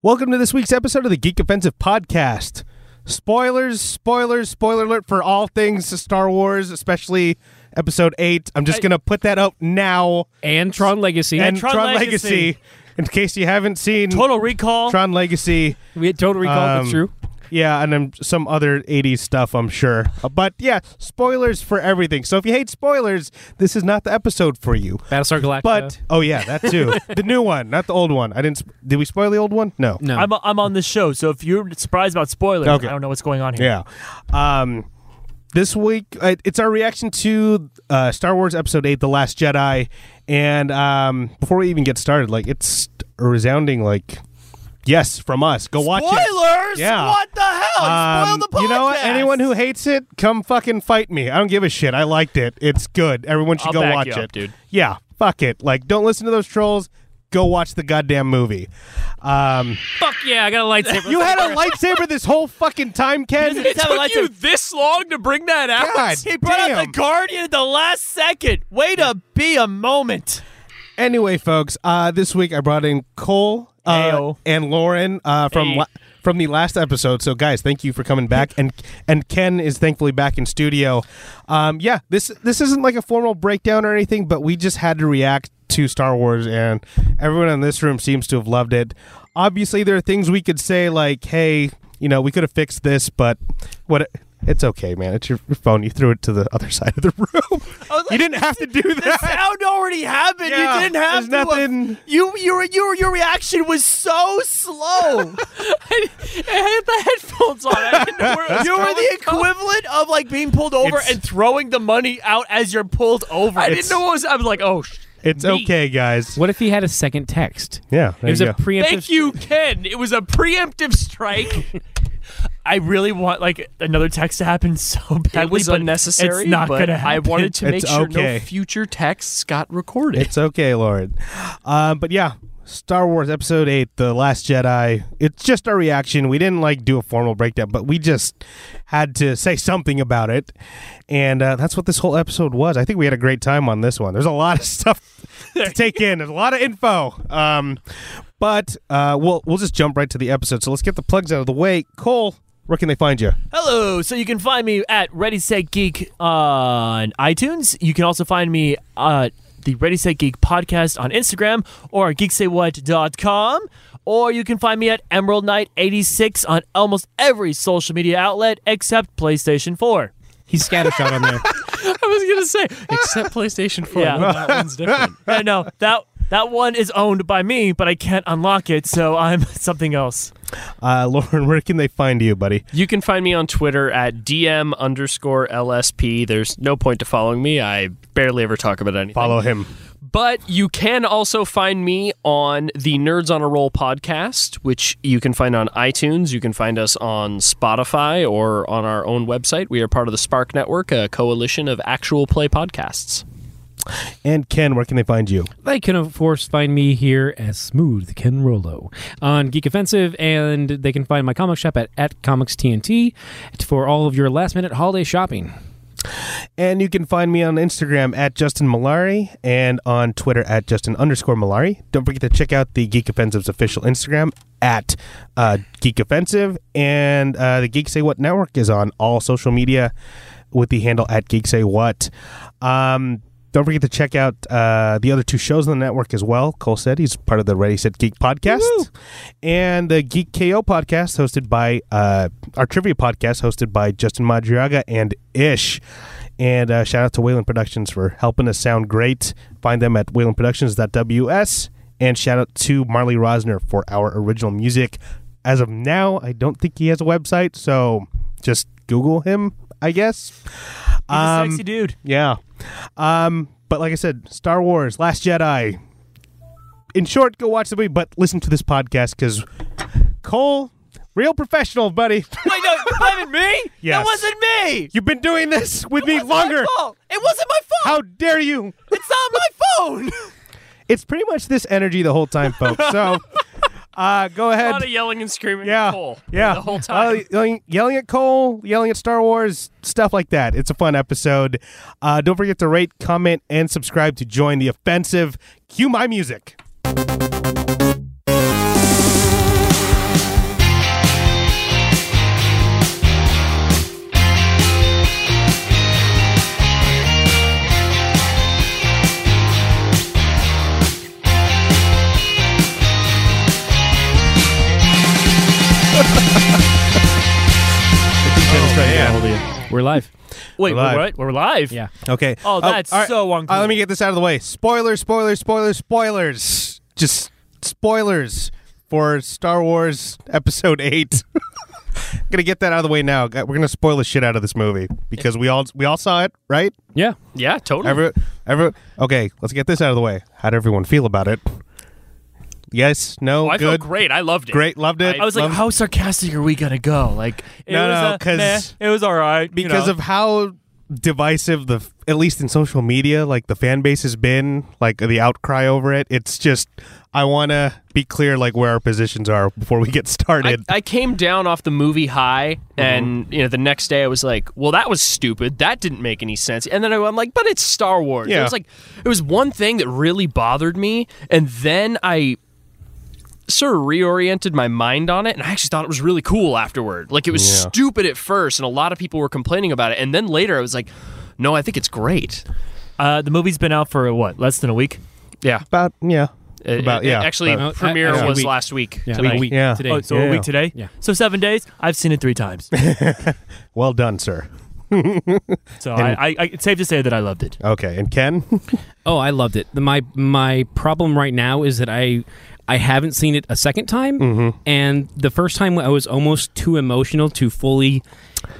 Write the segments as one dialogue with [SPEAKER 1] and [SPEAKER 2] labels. [SPEAKER 1] Welcome to this week's episode of the Geek Offensive Podcast. Spoilers, spoilers, spoiler alert for all things Star Wars, especially episode 8. I'm just going to put that out now.
[SPEAKER 2] and Tron Legacy.
[SPEAKER 1] And
[SPEAKER 3] Tron Legacy.
[SPEAKER 1] in case you haven't seen
[SPEAKER 3] Total Recall.
[SPEAKER 1] Tron Legacy.
[SPEAKER 2] we had Total Recall.
[SPEAKER 1] Um,
[SPEAKER 2] that's true.
[SPEAKER 1] Yeah, and um, some other 80s stuff, I'm sure. Uh, But yeah, spoilers for everything. So if you hate spoilers, this is not the episode for you.
[SPEAKER 2] Battlestar Galactica.
[SPEAKER 1] But oh yeah, that too. the new one, not the old one. I didn't. sp- Did we spoil the old one? No.
[SPEAKER 2] no,
[SPEAKER 3] I'm, I'm on this show, so if you're surprised about spoilers,
[SPEAKER 1] Okay.
[SPEAKER 3] I don't know what's going on here.
[SPEAKER 1] Yeah. Um, this week, uh, it's our reaction to uh, Star Wars Episode 8, The Last Jedi. And um, before we even get started, like, it's a resounding, like, yes from us. Go watch it.
[SPEAKER 3] Spoilers!
[SPEAKER 1] Yeah.
[SPEAKER 3] What the hell? You
[SPEAKER 1] Um,
[SPEAKER 3] spoiled the podcast.
[SPEAKER 1] You know what? Anyone who hates it, come fucking fight me. I don't give a shit. I liked it. It's good. Everyone should
[SPEAKER 3] I'll
[SPEAKER 1] go
[SPEAKER 3] back
[SPEAKER 1] watch
[SPEAKER 3] you
[SPEAKER 1] it.
[SPEAKER 3] up, dude.
[SPEAKER 1] Yeah. Fuck it. Like, don't listen to those trolls. Go watch the goddamn movie. Um,
[SPEAKER 2] fuck yeah, I got a lightsaber.
[SPEAKER 1] you had a lightsaber this whole fucking time, Ken.
[SPEAKER 3] It took you
[SPEAKER 2] this long to bring that out.
[SPEAKER 1] God
[SPEAKER 3] he brought
[SPEAKER 1] damn.
[SPEAKER 3] up the Guardian at the last second. Way to be a moment.
[SPEAKER 1] Anyway, folks, uh, this week I brought in Cole uh,
[SPEAKER 3] Ayo.
[SPEAKER 1] and Lauren uh, from la- from the last episode. So, guys, thank you for coming back, and and Ken is thankfully back in studio. Um, yeah, this this isn't like a formal breakdown or anything, but we just had to react to Star Wars, and everyone in this room seems to have loved it. Obviously, there are things we could say like, "Hey, you know, we could have fixed this," but what? It's okay, man. It's your phone. You threw it to the other side of the room. you didn't have to do
[SPEAKER 3] Oh, The
[SPEAKER 1] that.
[SPEAKER 3] sound already happened.
[SPEAKER 1] Yeah,
[SPEAKER 3] you didn't have
[SPEAKER 1] there's
[SPEAKER 3] to. uh,
[SPEAKER 1] nothing-
[SPEAKER 3] You your your your reaction was so slow.
[SPEAKER 2] I had the headphones on. I didn't know where it was
[SPEAKER 3] you were
[SPEAKER 2] going.
[SPEAKER 3] the equivalent of like being pulled over
[SPEAKER 1] It's-
[SPEAKER 3] and throwing the money out as you're pulled over.
[SPEAKER 2] I didn't know what was. I was like, oh. Sh-
[SPEAKER 1] It's
[SPEAKER 2] me.
[SPEAKER 1] okay, guys.
[SPEAKER 2] What if he had a second text?
[SPEAKER 1] Yeah, there
[SPEAKER 2] it was
[SPEAKER 1] you
[SPEAKER 2] a
[SPEAKER 1] go.
[SPEAKER 2] preemptive.
[SPEAKER 3] Thank you, Ken. It was a preemptive strike. I really want like another text to happen so badly.
[SPEAKER 4] It was
[SPEAKER 3] but
[SPEAKER 4] unnecessary.
[SPEAKER 3] It's not
[SPEAKER 4] but
[SPEAKER 3] gonna happen.
[SPEAKER 4] I wanted to make
[SPEAKER 1] It's
[SPEAKER 4] sure
[SPEAKER 1] okay.
[SPEAKER 4] no future texts got recorded.
[SPEAKER 1] It's okay, Lauren. Um, but yeah, Star Wars Episode Eight: The Last Jedi. It's just our reaction. We didn't like do a formal breakdown, but we just had to say something about it, and uh, that's what this whole episode was. I think we had a great time on this one. There's a lot of stuff to take in. There's a lot of info. Um, but uh, we'll we'll just jump right to the episode. So let's get the plugs out of the way. Cole, where can they find you?
[SPEAKER 3] Hello. So you can find me at Ready Set Geek on iTunes. You can also find me at the Ready Set Geek podcast on Instagram or geeksaywhat.com. Or you can find me at Emerald Knight 86 on almost every social media outlet except PlayStation 4.
[SPEAKER 2] He's scattershot on there.
[SPEAKER 4] I was gonna say, except PlayStation 4.
[SPEAKER 3] Yeah.
[SPEAKER 4] well, that one's different.
[SPEAKER 3] I know that that one is owned by me, but I can't unlock it, so I'm something else.
[SPEAKER 1] Uh, Lauren, where can they find you, buddy?
[SPEAKER 4] You can find me on Twitter at DM underscore LSP. There's no point to following me. I barely ever talk about anything.
[SPEAKER 1] Follow him.
[SPEAKER 4] But you can also find me on the Nerds on a Roll podcast, which you can find on iTunes. You can find us on Spotify or on our own website. We are part of the Spark Network, a coalition of actual play podcasts.
[SPEAKER 1] And Ken, where can they find you?
[SPEAKER 2] They can, of course, find me here as Smooth Ken Rolo on Geek Offensive, and they can find my comic shop at, at Comics TNT for all of your last minute holiday shopping.
[SPEAKER 1] And you can find me on Instagram at Justin Malari and on Twitter at Justin underscore Malari. Don't forget to check out the Geek Offensive's official Instagram at uh, Geek Offensive. And uh, the Geek Say What Network is on all social media with the handle at Geek Say What. Um, don't forget to check out uh, the other two shows on the network as well. Cole said he's part of the Ready Set Geek podcast and the Geek KO podcast hosted by uh, our trivia podcast hosted by Justin Madriaga and Ish. And uh, shout out to Wayland Productions for helping us sound great. Find them at waylandproductions.ws. And shout out to Marley Rosner for our original music. As of now, I don't think he has a website, so just Google him, I guess.
[SPEAKER 3] He's
[SPEAKER 1] Um,
[SPEAKER 3] a sexy dude.
[SPEAKER 1] Yeah. Um, but like I said, Star Wars, Last Jedi. In short, go watch the movie, but listen to this podcast because Cole, real professional, buddy.
[SPEAKER 3] Wait, no, that wasn't me.
[SPEAKER 1] Yes.
[SPEAKER 3] That wasn't me.
[SPEAKER 1] You've been doing this with me
[SPEAKER 3] It wasn't my
[SPEAKER 1] longer.
[SPEAKER 3] fault. It wasn't my fault.
[SPEAKER 1] How dare you?
[SPEAKER 3] It's not my phone.
[SPEAKER 1] It's pretty much this energy the whole time, folks. So uh, go
[SPEAKER 4] A
[SPEAKER 1] ahead.
[SPEAKER 4] lot of yelling and screaming.
[SPEAKER 1] yeah.
[SPEAKER 4] at Cole
[SPEAKER 1] yeah.
[SPEAKER 4] The whole time.
[SPEAKER 1] Uh, yelling, yelling at Cole, yelling at Star Wars, stuff like that. It's a fun episode. Uh, don't forget to rate, comment, and subscribe to join the offensive. Cue my music.
[SPEAKER 3] Dennis trying to get
[SPEAKER 1] man.
[SPEAKER 3] a hold of you.
[SPEAKER 2] We're live.
[SPEAKER 3] Wait,
[SPEAKER 1] We're live.
[SPEAKER 3] we're, what? We're live.
[SPEAKER 2] Yeah.
[SPEAKER 1] Okay.
[SPEAKER 3] Oh, that's
[SPEAKER 1] all right.
[SPEAKER 3] so uncomfortable.
[SPEAKER 1] Uh, let me get this out of the way. Spoilers, spoilers, spoilers, spoilers. Just spoilers for Star Wars Episode Eight. gonna get that out of the way now. Got- We're gonna spoil the shit out of this movie because we all we all saw it, right?
[SPEAKER 2] Yeah.
[SPEAKER 4] Yeah,
[SPEAKER 3] Hmm.
[SPEAKER 4] totally.
[SPEAKER 1] Every, every. Okay, let's get this out of the way. How did everyone feel about it? Yes, no,
[SPEAKER 4] Oh, I
[SPEAKER 1] good,
[SPEAKER 4] felt great. I loved it.
[SPEAKER 1] great, loved it.
[SPEAKER 3] I was like,
[SPEAKER 1] loved-
[SPEAKER 3] how sarcastic are we gonna go? Like, it
[SPEAKER 1] No,
[SPEAKER 3] was
[SPEAKER 1] no,
[SPEAKER 3] a
[SPEAKER 1] 'cause-
[SPEAKER 3] meh, it was all right you
[SPEAKER 1] because
[SPEAKER 3] know.
[SPEAKER 1] of how divisive the at least in social media like the fan base has been like the outcry over it it's just i want to be clear like where our positions are before we get
[SPEAKER 4] I,
[SPEAKER 1] started
[SPEAKER 4] I came down off the movie high,
[SPEAKER 1] Mm-hmm.
[SPEAKER 4] and you know the next day I was like, "Well, that was stupid. That didn't make any sense." And then I, I'm like, "But it's Star Wars."
[SPEAKER 1] Yeah.
[SPEAKER 4] It was like it was one thing that really bothered me, and then I sort of reoriented my mind on it, and I actually thought it was really cool afterward. Like it was
[SPEAKER 1] Yeah.
[SPEAKER 4] stupid at first, and a lot of people were complaining about it, and then later I was like, "No, I think it's great."
[SPEAKER 3] uh, the movie's been out for what less than a week.
[SPEAKER 4] Yeah,
[SPEAKER 1] about yeah
[SPEAKER 4] It-
[SPEAKER 1] about
[SPEAKER 4] Uh, it-
[SPEAKER 1] yeah
[SPEAKER 4] Actually,
[SPEAKER 1] about-
[SPEAKER 2] Uh,
[SPEAKER 4] premiere
[SPEAKER 2] actually,
[SPEAKER 4] was
[SPEAKER 2] week.
[SPEAKER 4] last week.
[SPEAKER 2] Yeah.
[SPEAKER 4] tonight.
[SPEAKER 2] Week
[SPEAKER 1] Yeah.
[SPEAKER 2] today.
[SPEAKER 3] Oh, so
[SPEAKER 1] yeah.
[SPEAKER 3] a week today.
[SPEAKER 2] Yeah.
[SPEAKER 3] So seven days. I've seen it three times.
[SPEAKER 1] well done sir
[SPEAKER 3] So I, I, I, it's safe to say that I loved it.
[SPEAKER 1] okay and ken
[SPEAKER 2] Oh, I loved it. The, my my problem right now is that I I haven't seen it a second time,
[SPEAKER 1] Mm-hmm.
[SPEAKER 2] and the first time I was almost too emotional to fully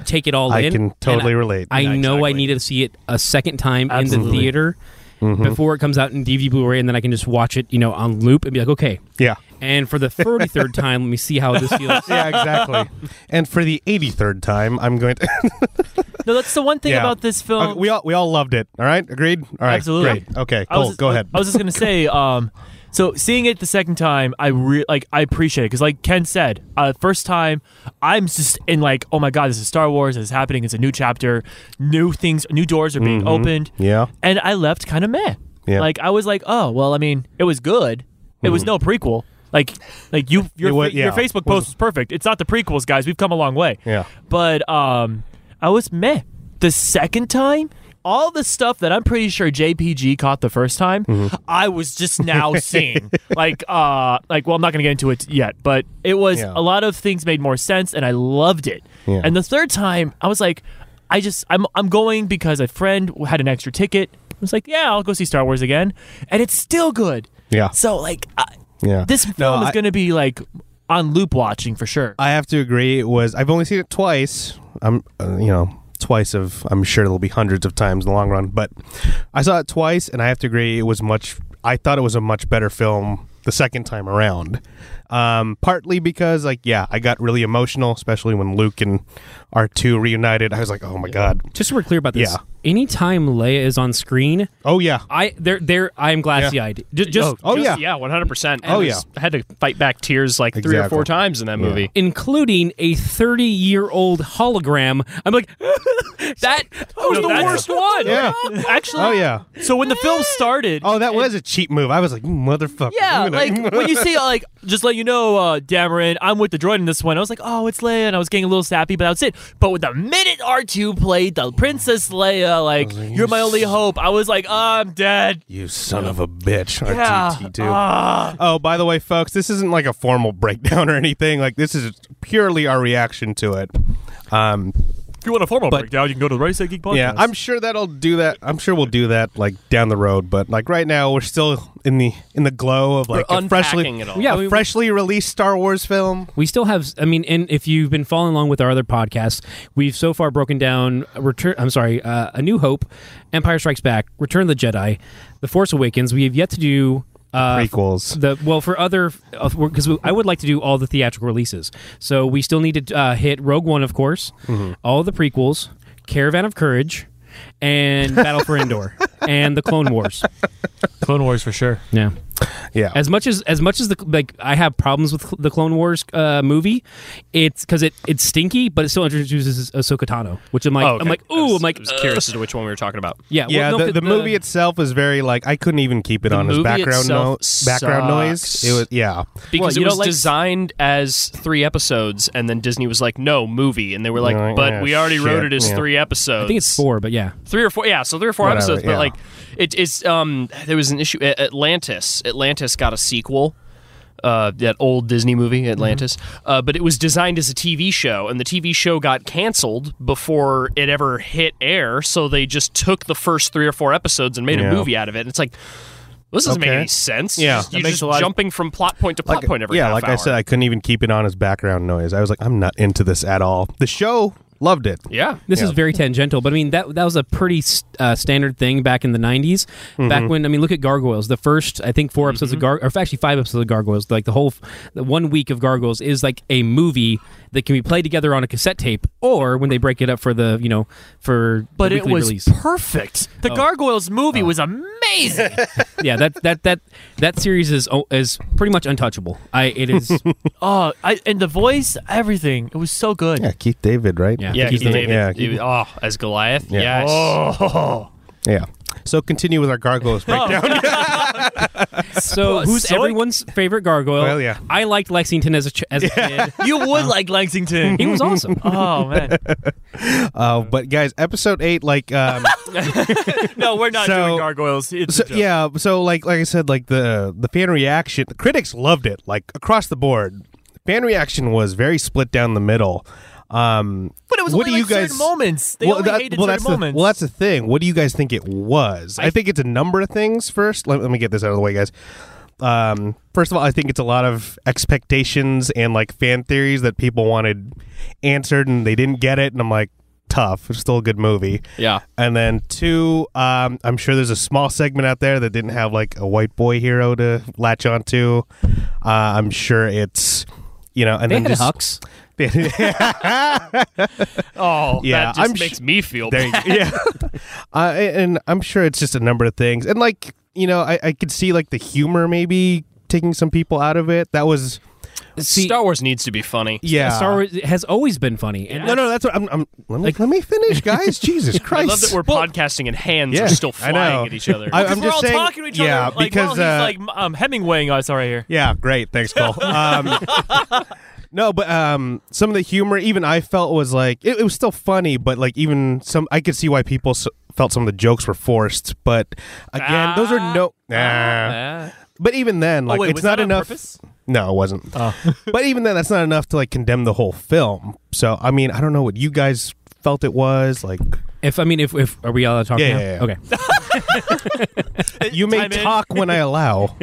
[SPEAKER 2] take it all
[SPEAKER 1] I
[SPEAKER 2] in.
[SPEAKER 1] can
[SPEAKER 2] and
[SPEAKER 1] totally
[SPEAKER 2] I-
[SPEAKER 1] relate.
[SPEAKER 2] I
[SPEAKER 1] Yeah,
[SPEAKER 2] know I
[SPEAKER 1] exactly.
[SPEAKER 2] need to see it a second time in
[SPEAKER 3] Absolutely.
[SPEAKER 2] the theater
[SPEAKER 1] Mm-hmm.
[SPEAKER 2] before it comes out in DVD Blu-ray, and then I can just watch it, you know, on loop and be like, okay.
[SPEAKER 1] yeah
[SPEAKER 2] And for the thirty third time, let me see how this feels.
[SPEAKER 1] yeah exactly and for the 83rd time i'm going to
[SPEAKER 3] No, that's the one thing
[SPEAKER 1] Yeah.
[SPEAKER 3] about this film.
[SPEAKER 1] Okay, we all we all loved it all right agreed all right
[SPEAKER 3] Absolutely.
[SPEAKER 1] great. okay
[SPEAKER 3] I was
[SPEAKER 1] cool
[SPEAKER 3] just-
[SPEAKER 1] go
[SPEAKER 3] I-
[SPEAKER 1] ahead
[SPEAKER 3] I was just gonna say, um, so seeing it the second time, I re- like I appreciate it because, like Ken said, uh, first time I'm just in like, oh my god, this is Star Wars. This is happening. It's a new chapter. New things, new doors are being opened.
[SPEAKER 1] Mm-hmm. yeah
[SPEAKER 3] and I left kind of meh.
[SPEAKER 1] Yeah. Mm-hmm.
[SPEAKER 3] Like I was like, oh well, I mean, it was good. It was no prequel. Like, like you, your
[SPEAKER 1] It wa-
[SPEAKER 3] fa- your
[SPEAKER 1] yeah.
[SPEAKER 3] Facebook post was perfect. It's not the prequels, guys. We've come a long way.
[SPEAKER 1] Yeah.
[SPEAKER 3] But um, I was meh. The second time, all the stuff that I'm pretty sure JPG caught the first time,
[SPEAKER 1] Mm-hmm.
[SPEAKER 3] I was just now seeing. Like, uh, like well, I'm not gonna get into it yet, but it was
[SPEAKER 1] Yeah.
[SPEAKER 3] a lot of things made more sense, and I loved it.
[SPEAKER 1] Yeah.
[SPEAKER 3] And the third time, I was like, I just I'm I'm going because a friend had an extra ticket. I was like, yeah, I'll go see Star Wars again, and it's still good.
[SPEAKER 1] yeah
[SPEAKER 3] So like, I,
[SPEAKER 1] yeah
[SPEAKER 3] this film
[SPEAKER 1] No,
[SPEAKER 3] is
[SPEAKER 1] I-
[SPEAKER 3] going to be like on loop watching for sure.
[SPEAKER 1] I have to agree. It was I've only seen it twice. I'm uh, you know twice of I'm sure it'll be hundreds of times in the long run, but I saw it twice, and I have to agree. It was much. I thought it was a much better film the second time around. Um, partly because like yeah, I got really emotional, especially when Luke and R two reunited. I was like, oh my god,
[SPEAKER 2] Just so we're clear about this.
[SPEAKER 1] Yeah.
[SPEAKER 2] Anytime Leia is on screen,
[SPEAKER 1] oh yeah,
[SPEAKER 2] I there there I'm glassy eyed. Just, just
[SPEAKER 1] Oh,
[SPEAKER 4] Just-
[SPEAKER 1] yeah.
[SPEAKER 4] yeah, one hundred percent.
[SPEAKER 1] Oh, yeah.
[SPEAKER 4] I had to fight back tears like three or
[SPEAKER 1] Exactly.
[SPEAKER 4] four times in that movie.
[SPEAKER 2] including a 30 year old hologram. I'm like, that was
[SPEAKER 3] No,
[SPEAKER 2] the
[SPEAKER 3] that's-
[SPEAKER 2] worst one.
[SPEAKER 1] yeah,
[SPEAKER 3] Actually,
[SPEAKER 1] oh yeah.
[SPEAKER 3] So when the film started,
[SPEAKER 1] Oh, that was a cheap move. I was like, "Mm, motherfucker.
[SPEAKER 3] yeah,
[SPEAKER 1] I'm gonna-
[SPEAKER 3] like when you see like just let you know, uh, Dameron, I'm with the droid in this one. I was like, oh, it's Leia, and I was getting a little sappy, but that's it. But with the minute R two played the Princess Leia, like
[SPEAKER 1] Oh,
[SPEAKER 3] you're my only hope, I was like, I'm dead.
[SPEAKER 1] you son of a bitch.
[SPEAKER 3] Yeah.
[SPEAKER 1] R2T2.
[SPEAKER 3] Ah.
[SPEAKER 1] Oh, by the way, folks, this isn't like a formal breakdown or anything. Like this is purely our reaction to it. Um,
[SPEAKER 3] if you want a formal breakdown, you can go to the Ready Set Geek podcast.
[SPEAKER 1] yeah, I'm sure that'll do that. I'm sure we'll do that like down the road. But like right now, we're still in the in the glow of like
[SPEAKER 4] We're
[SPEAKER 1] a freshly
[SPEAKER 4] unpacking it all.
[SPEAKER 2] Yeah,
[SPEAKER 1] a
[SPEAKER 2] we-
[SPEAKER 1] freshly released Star Wars film.
[SPEAKER 2] We still have, I mean, and if you've been following along with our other podcasts, we've so far broken down Return, I'm sorry, uh, A New Hope, Empire Strikes Back, Return of the Jedi, The Force Awakens. We have yet to do. Uh,
[SPEAKER 1] Prequels.
[SPEAKER 2] the well for other because I would like to do all the theatrical releases. So we still need to uh, hit Rogue One, of course,
[SPEAKER 3] Mm-hmm.
[SPEAKER 2] all the prequels, Caravan of Courage, and Battle for Endor, and the Clone Wars.
[SPEAKER 3] Clone Wars for sure.
[SPEAKER 2] Yeah,
[SPEAKER 1] Yeah.
[SPEAKER 2] as much as as much as the like, I have problems with the Clone Wars uh, movie. It's because it it's stinky, but it still introduces Ahsoka Tano, which I'm like
[SPEAKER 4] Oh, okay.
[SPEAKER 2] I'm like
[SPEAKER 4] I was-
[SPEAKER 2] ooh I'm like
[SPEAKER 4] I was
[SPEAKER 2] uh,
[SPEAKER 4] curious as to which one we were talking about.
[SPEAKER 2] yeah well,
[SPEAKER 1] yeah,
[SPEAKER 2] no, uh,
[SPEAKER 1] the, the, movie itself is very like I couldn't even keep it on as
[SPEAKER 4] movie
[SPEAKER 1] background no-
[SPEAKER 4] itself
[SPEAKER 1] background noise.
[SPEAKER 4] sucks.
[SPEAKER 1] It was yeah,
[SPEAKER 4] Because
[SPEAKER 3] you
[SPEAKER 4] it was
[SPEAKER 3] don't like-
[SPEAKER 4] designed as three episodes, and then Disney was like, "No movie," and they were like,
[SPEAKER 1] Yeah,
[SPEAKER 4] "But
[SPEAKER 1] "Oh, yeah,
[SPEAKER 4] we already wrote
[SPEAKER 1] shit,
[SPEAKER 4] it as
[SPEAKER 1] yeah.
[SPEAKER 4] three episodes."
[SPEAKER 2] I think it's four, but yeah,
[SPEAKER 4] three or four. Yeah, so three or four
[SPEAKER 1] Whatever,
[SPEAKER 4] episodes. But
[SPEAKER 1] yeah.
[SPEAKER 4] like, it is. Um, there was an issue. A- Atlantis. Atlantis got a sequel. uh, that old Disney movie
[SPEAKER 1] Mm-hmm.
[SPEAKER 4] Atlantis. Uh, but it was designed as a TV show, and the TV show got canceled before it ever hit air. So they just took the first three or four episodes and made
[SPEAKER 1] Yeah.
[SPEAKER 4] a movie out of it. And it's like. This doesn't make
[SPEAKER 1] Okay.
[SPEAKER 4] any sense.
[SPEAKER 1] Yeah.
[SPEAKER 4] Just-
[SPEAKER 1] That
[SPEAKER 4] you're
[SPEAKER 3] makes
[SPEAKER 4] just
[SPEAKER 3] a lot of-
[SPEAKER 4] jumping from plot point to plot point every
[SPEAKER 1] yeah,
[SPEAKER 4] half
[SPEAKER 1] like I
[SPEAKER 4] hour.
[SPEAKER 1] said, I couldn't even keep it on as background noise. I was like, I'm not into this at all. The show loved it.
[SPEAKER 4] yeah,
[SPEAKER 2] This is very tangential, but I mean that that was a pretty s- uh, standard thing back in the '90s.
[SPEAKER 1] Mm-hmm.
[SPEAKER 2] Back when I mean, look at Gargoyles. The first, I think, 4 episodes of Gar, or actually five episodes of Gargoyles. Like the whole, f- the one week of Gargoyles is like a movie that can be played together on a cassette tape, or when they break it up for the you know for
[SPEAKER 3] But
[SPEAKER 2] the
[SPEAKER 3] it
[SPEAKER 2] weekly
[SPEAKER 3] was
[SPEAKER 2] release.
[SPEAKER 3] perfect. The Gargoyles
[SPEAKER 1] Oh.
[SPEAKER 3] movie was amazing.
[SPEAKER 2] yeah, that that that that series is o- is pretty much untouchable. I it is
[SPEAKER 3] oh, I, and the voice, everything. It was so good.
[SPEAKER 1] Yeah, Keith David, right?
[SPEAKER 2] Yeah.
[SPEAKER 4] yeah,
[SPEAKER 1] Keith
[SPEAKER 4] Keith David.
[SPEAKER 1] Yeah,
[SPEAKER 4] He- oh, as Goliath.
[SPEAKER 1] Yeah.
[SPEAKER 4] Yes.
[SPEAKER 1] yeah. So continue with our gargoyles breakdown.
[SPEAKER 2] so. Who's
[SPEAKER 3] Zoink.
[SPEAKER 2] everyone's favorite gargoyle?
[SPEAKER 1] Well, yeah.
[SPEAKER 2] I liked Lexington as a ch- as a kid.
[SPEAKER 3] You would like Lexington.
[SPEAKER 2] He was awesome.
[SPEAKER 3] oh man.
[SPEAKER 1] Uh, but guys, episode eight, like, um,
[SPEAKER 3] No, we're not
[SPEAKER 1] So-
[SPEAKER 3] doing gargoyles. It's
[SPEAKER 1] so,
[SPEAKER 3] a joke.
[SPEAKER 1] yeah. So like, like I said, like the the fan reaction, the critics loved it, like across the board. Fan reaction was very split down the middle. Um,
[SPEAKER 3] But it was
[SPEAKER 1] what
[SPEAKER 3] only
[SPEAKER 1] do
[SPEAKER 3] like
[SPEAKER 1] you
[SPEAKER 3] certain
[SPEAKER 1] guys?
[SPEAKER 3] moments. They only hated
[SPEAKER 1] well, that's
[SPEAKER 3] certain moments.
[SPEAKER 1] The, well, that's the thing. What do you guys think it was? I, think it's a number of things. First, let, let me get this out of the way, guys. Um, first of all, I think it's a lot of expectations and like fan theories that people wanted answered and they didn't get it. And I'm like, tough. It's still a good movie.
[SPEAKER 4] Yeah.
[SPEAKER 1] And then two, um, I'm sure there's a small segment out there that didn't have like a white boy hero to latch onto. Uh, I'm sure it's, you know, and
[SPEAKER 2] They
[SPEAKER 1] then
[SPEAKER 2] had
[SPEAKER 1] just
[SPEAKER 2] Hux.
[SPEAKER 4] Oh,
[SPEAKER 1] Yeah,
[SPEAKER 4] that just
[SPEAKER 1] I'm sh-
[SPEAKER 4] makes me feel
[SPEAKER 1] There you go. yeah. Uh, and I'm sure it's just a number of things. And like, you know, I, I could see like the humor maybe taking some people out of it. That was,
[SPEAKER 2] See,
[SPEAKER 4] Star Wars needs to be funny.
[SPEAKER 1] yeah.
[SPEAKER 2] uh, Star Wars has always been funny. And
[SPEAKER 1] No, no, that's what I'm. I'm let, me, let me finish, guys. Jesus
[SPEAKER 4] I
[SPEAKER 1] Christ.
[SPEAKER 4] love that we're podcasting and hands
[SPEAKER 1] Yeah,
[SPEAKER 4] are still
[SPEAKER 1] I
[SPEAKER 4] flying
[SPEAKER 1] know.
[SPEAKER 4] at each other.
[SPEAKER 1] I-
[SPEAKER 3] Because
[SPEAKER 1] I'm
[SPEAKER 3] we're
[SPEAKER 1] just
[SPEAKER 3] all
[SPEAKER 1] saying-
[SPEAKER 3] talking to each
[SPEAKER 1] yeah,
[SPEAKER 3] other. Like,
[SPEAKER 1] because,
[SPEAKER 3] while
[SPEAKER 1] uh,
[SPEAKER 3] he's like um, Hemingwaying us right here.
[SPEAKER 1] Yeah, great. Thanks, Cole. Um, no, but um, some of the humor, even I felt was like it, it was still funny, but like even some, I could see why people s- felt some of the jokes were forced. But again, those are no. Nah. But even then, like
[SPEAKER 3] oh wait,
[SPEAKER 1] it's
[SPEAKER 3] was
[SPEAKER 1] not
[SPEAKER 3] that on
[SPEAKER 1] enough.
[SPEAKER 3] purpose?
[SPEAKER 1] No, it wasn't.
[SPEAKER 2] Oh.
[SPEAKER 1] but even then, that's not enough to like condemn the whole film. So I mean, I don't know what you guys felt it was like.
[SPEAKER 2] If I mean, if, if are we all talking?
[SPEAKER 1] Yeah,
[SPEAKER 2] now?
[SPEAKER 1] yeah, yeah.
[SPEAKER 2] Okay. Uh,
[SPEAKER 1] You may
[SPEAKER 3] Time in.
[SPEAKER 1] talk when I allow.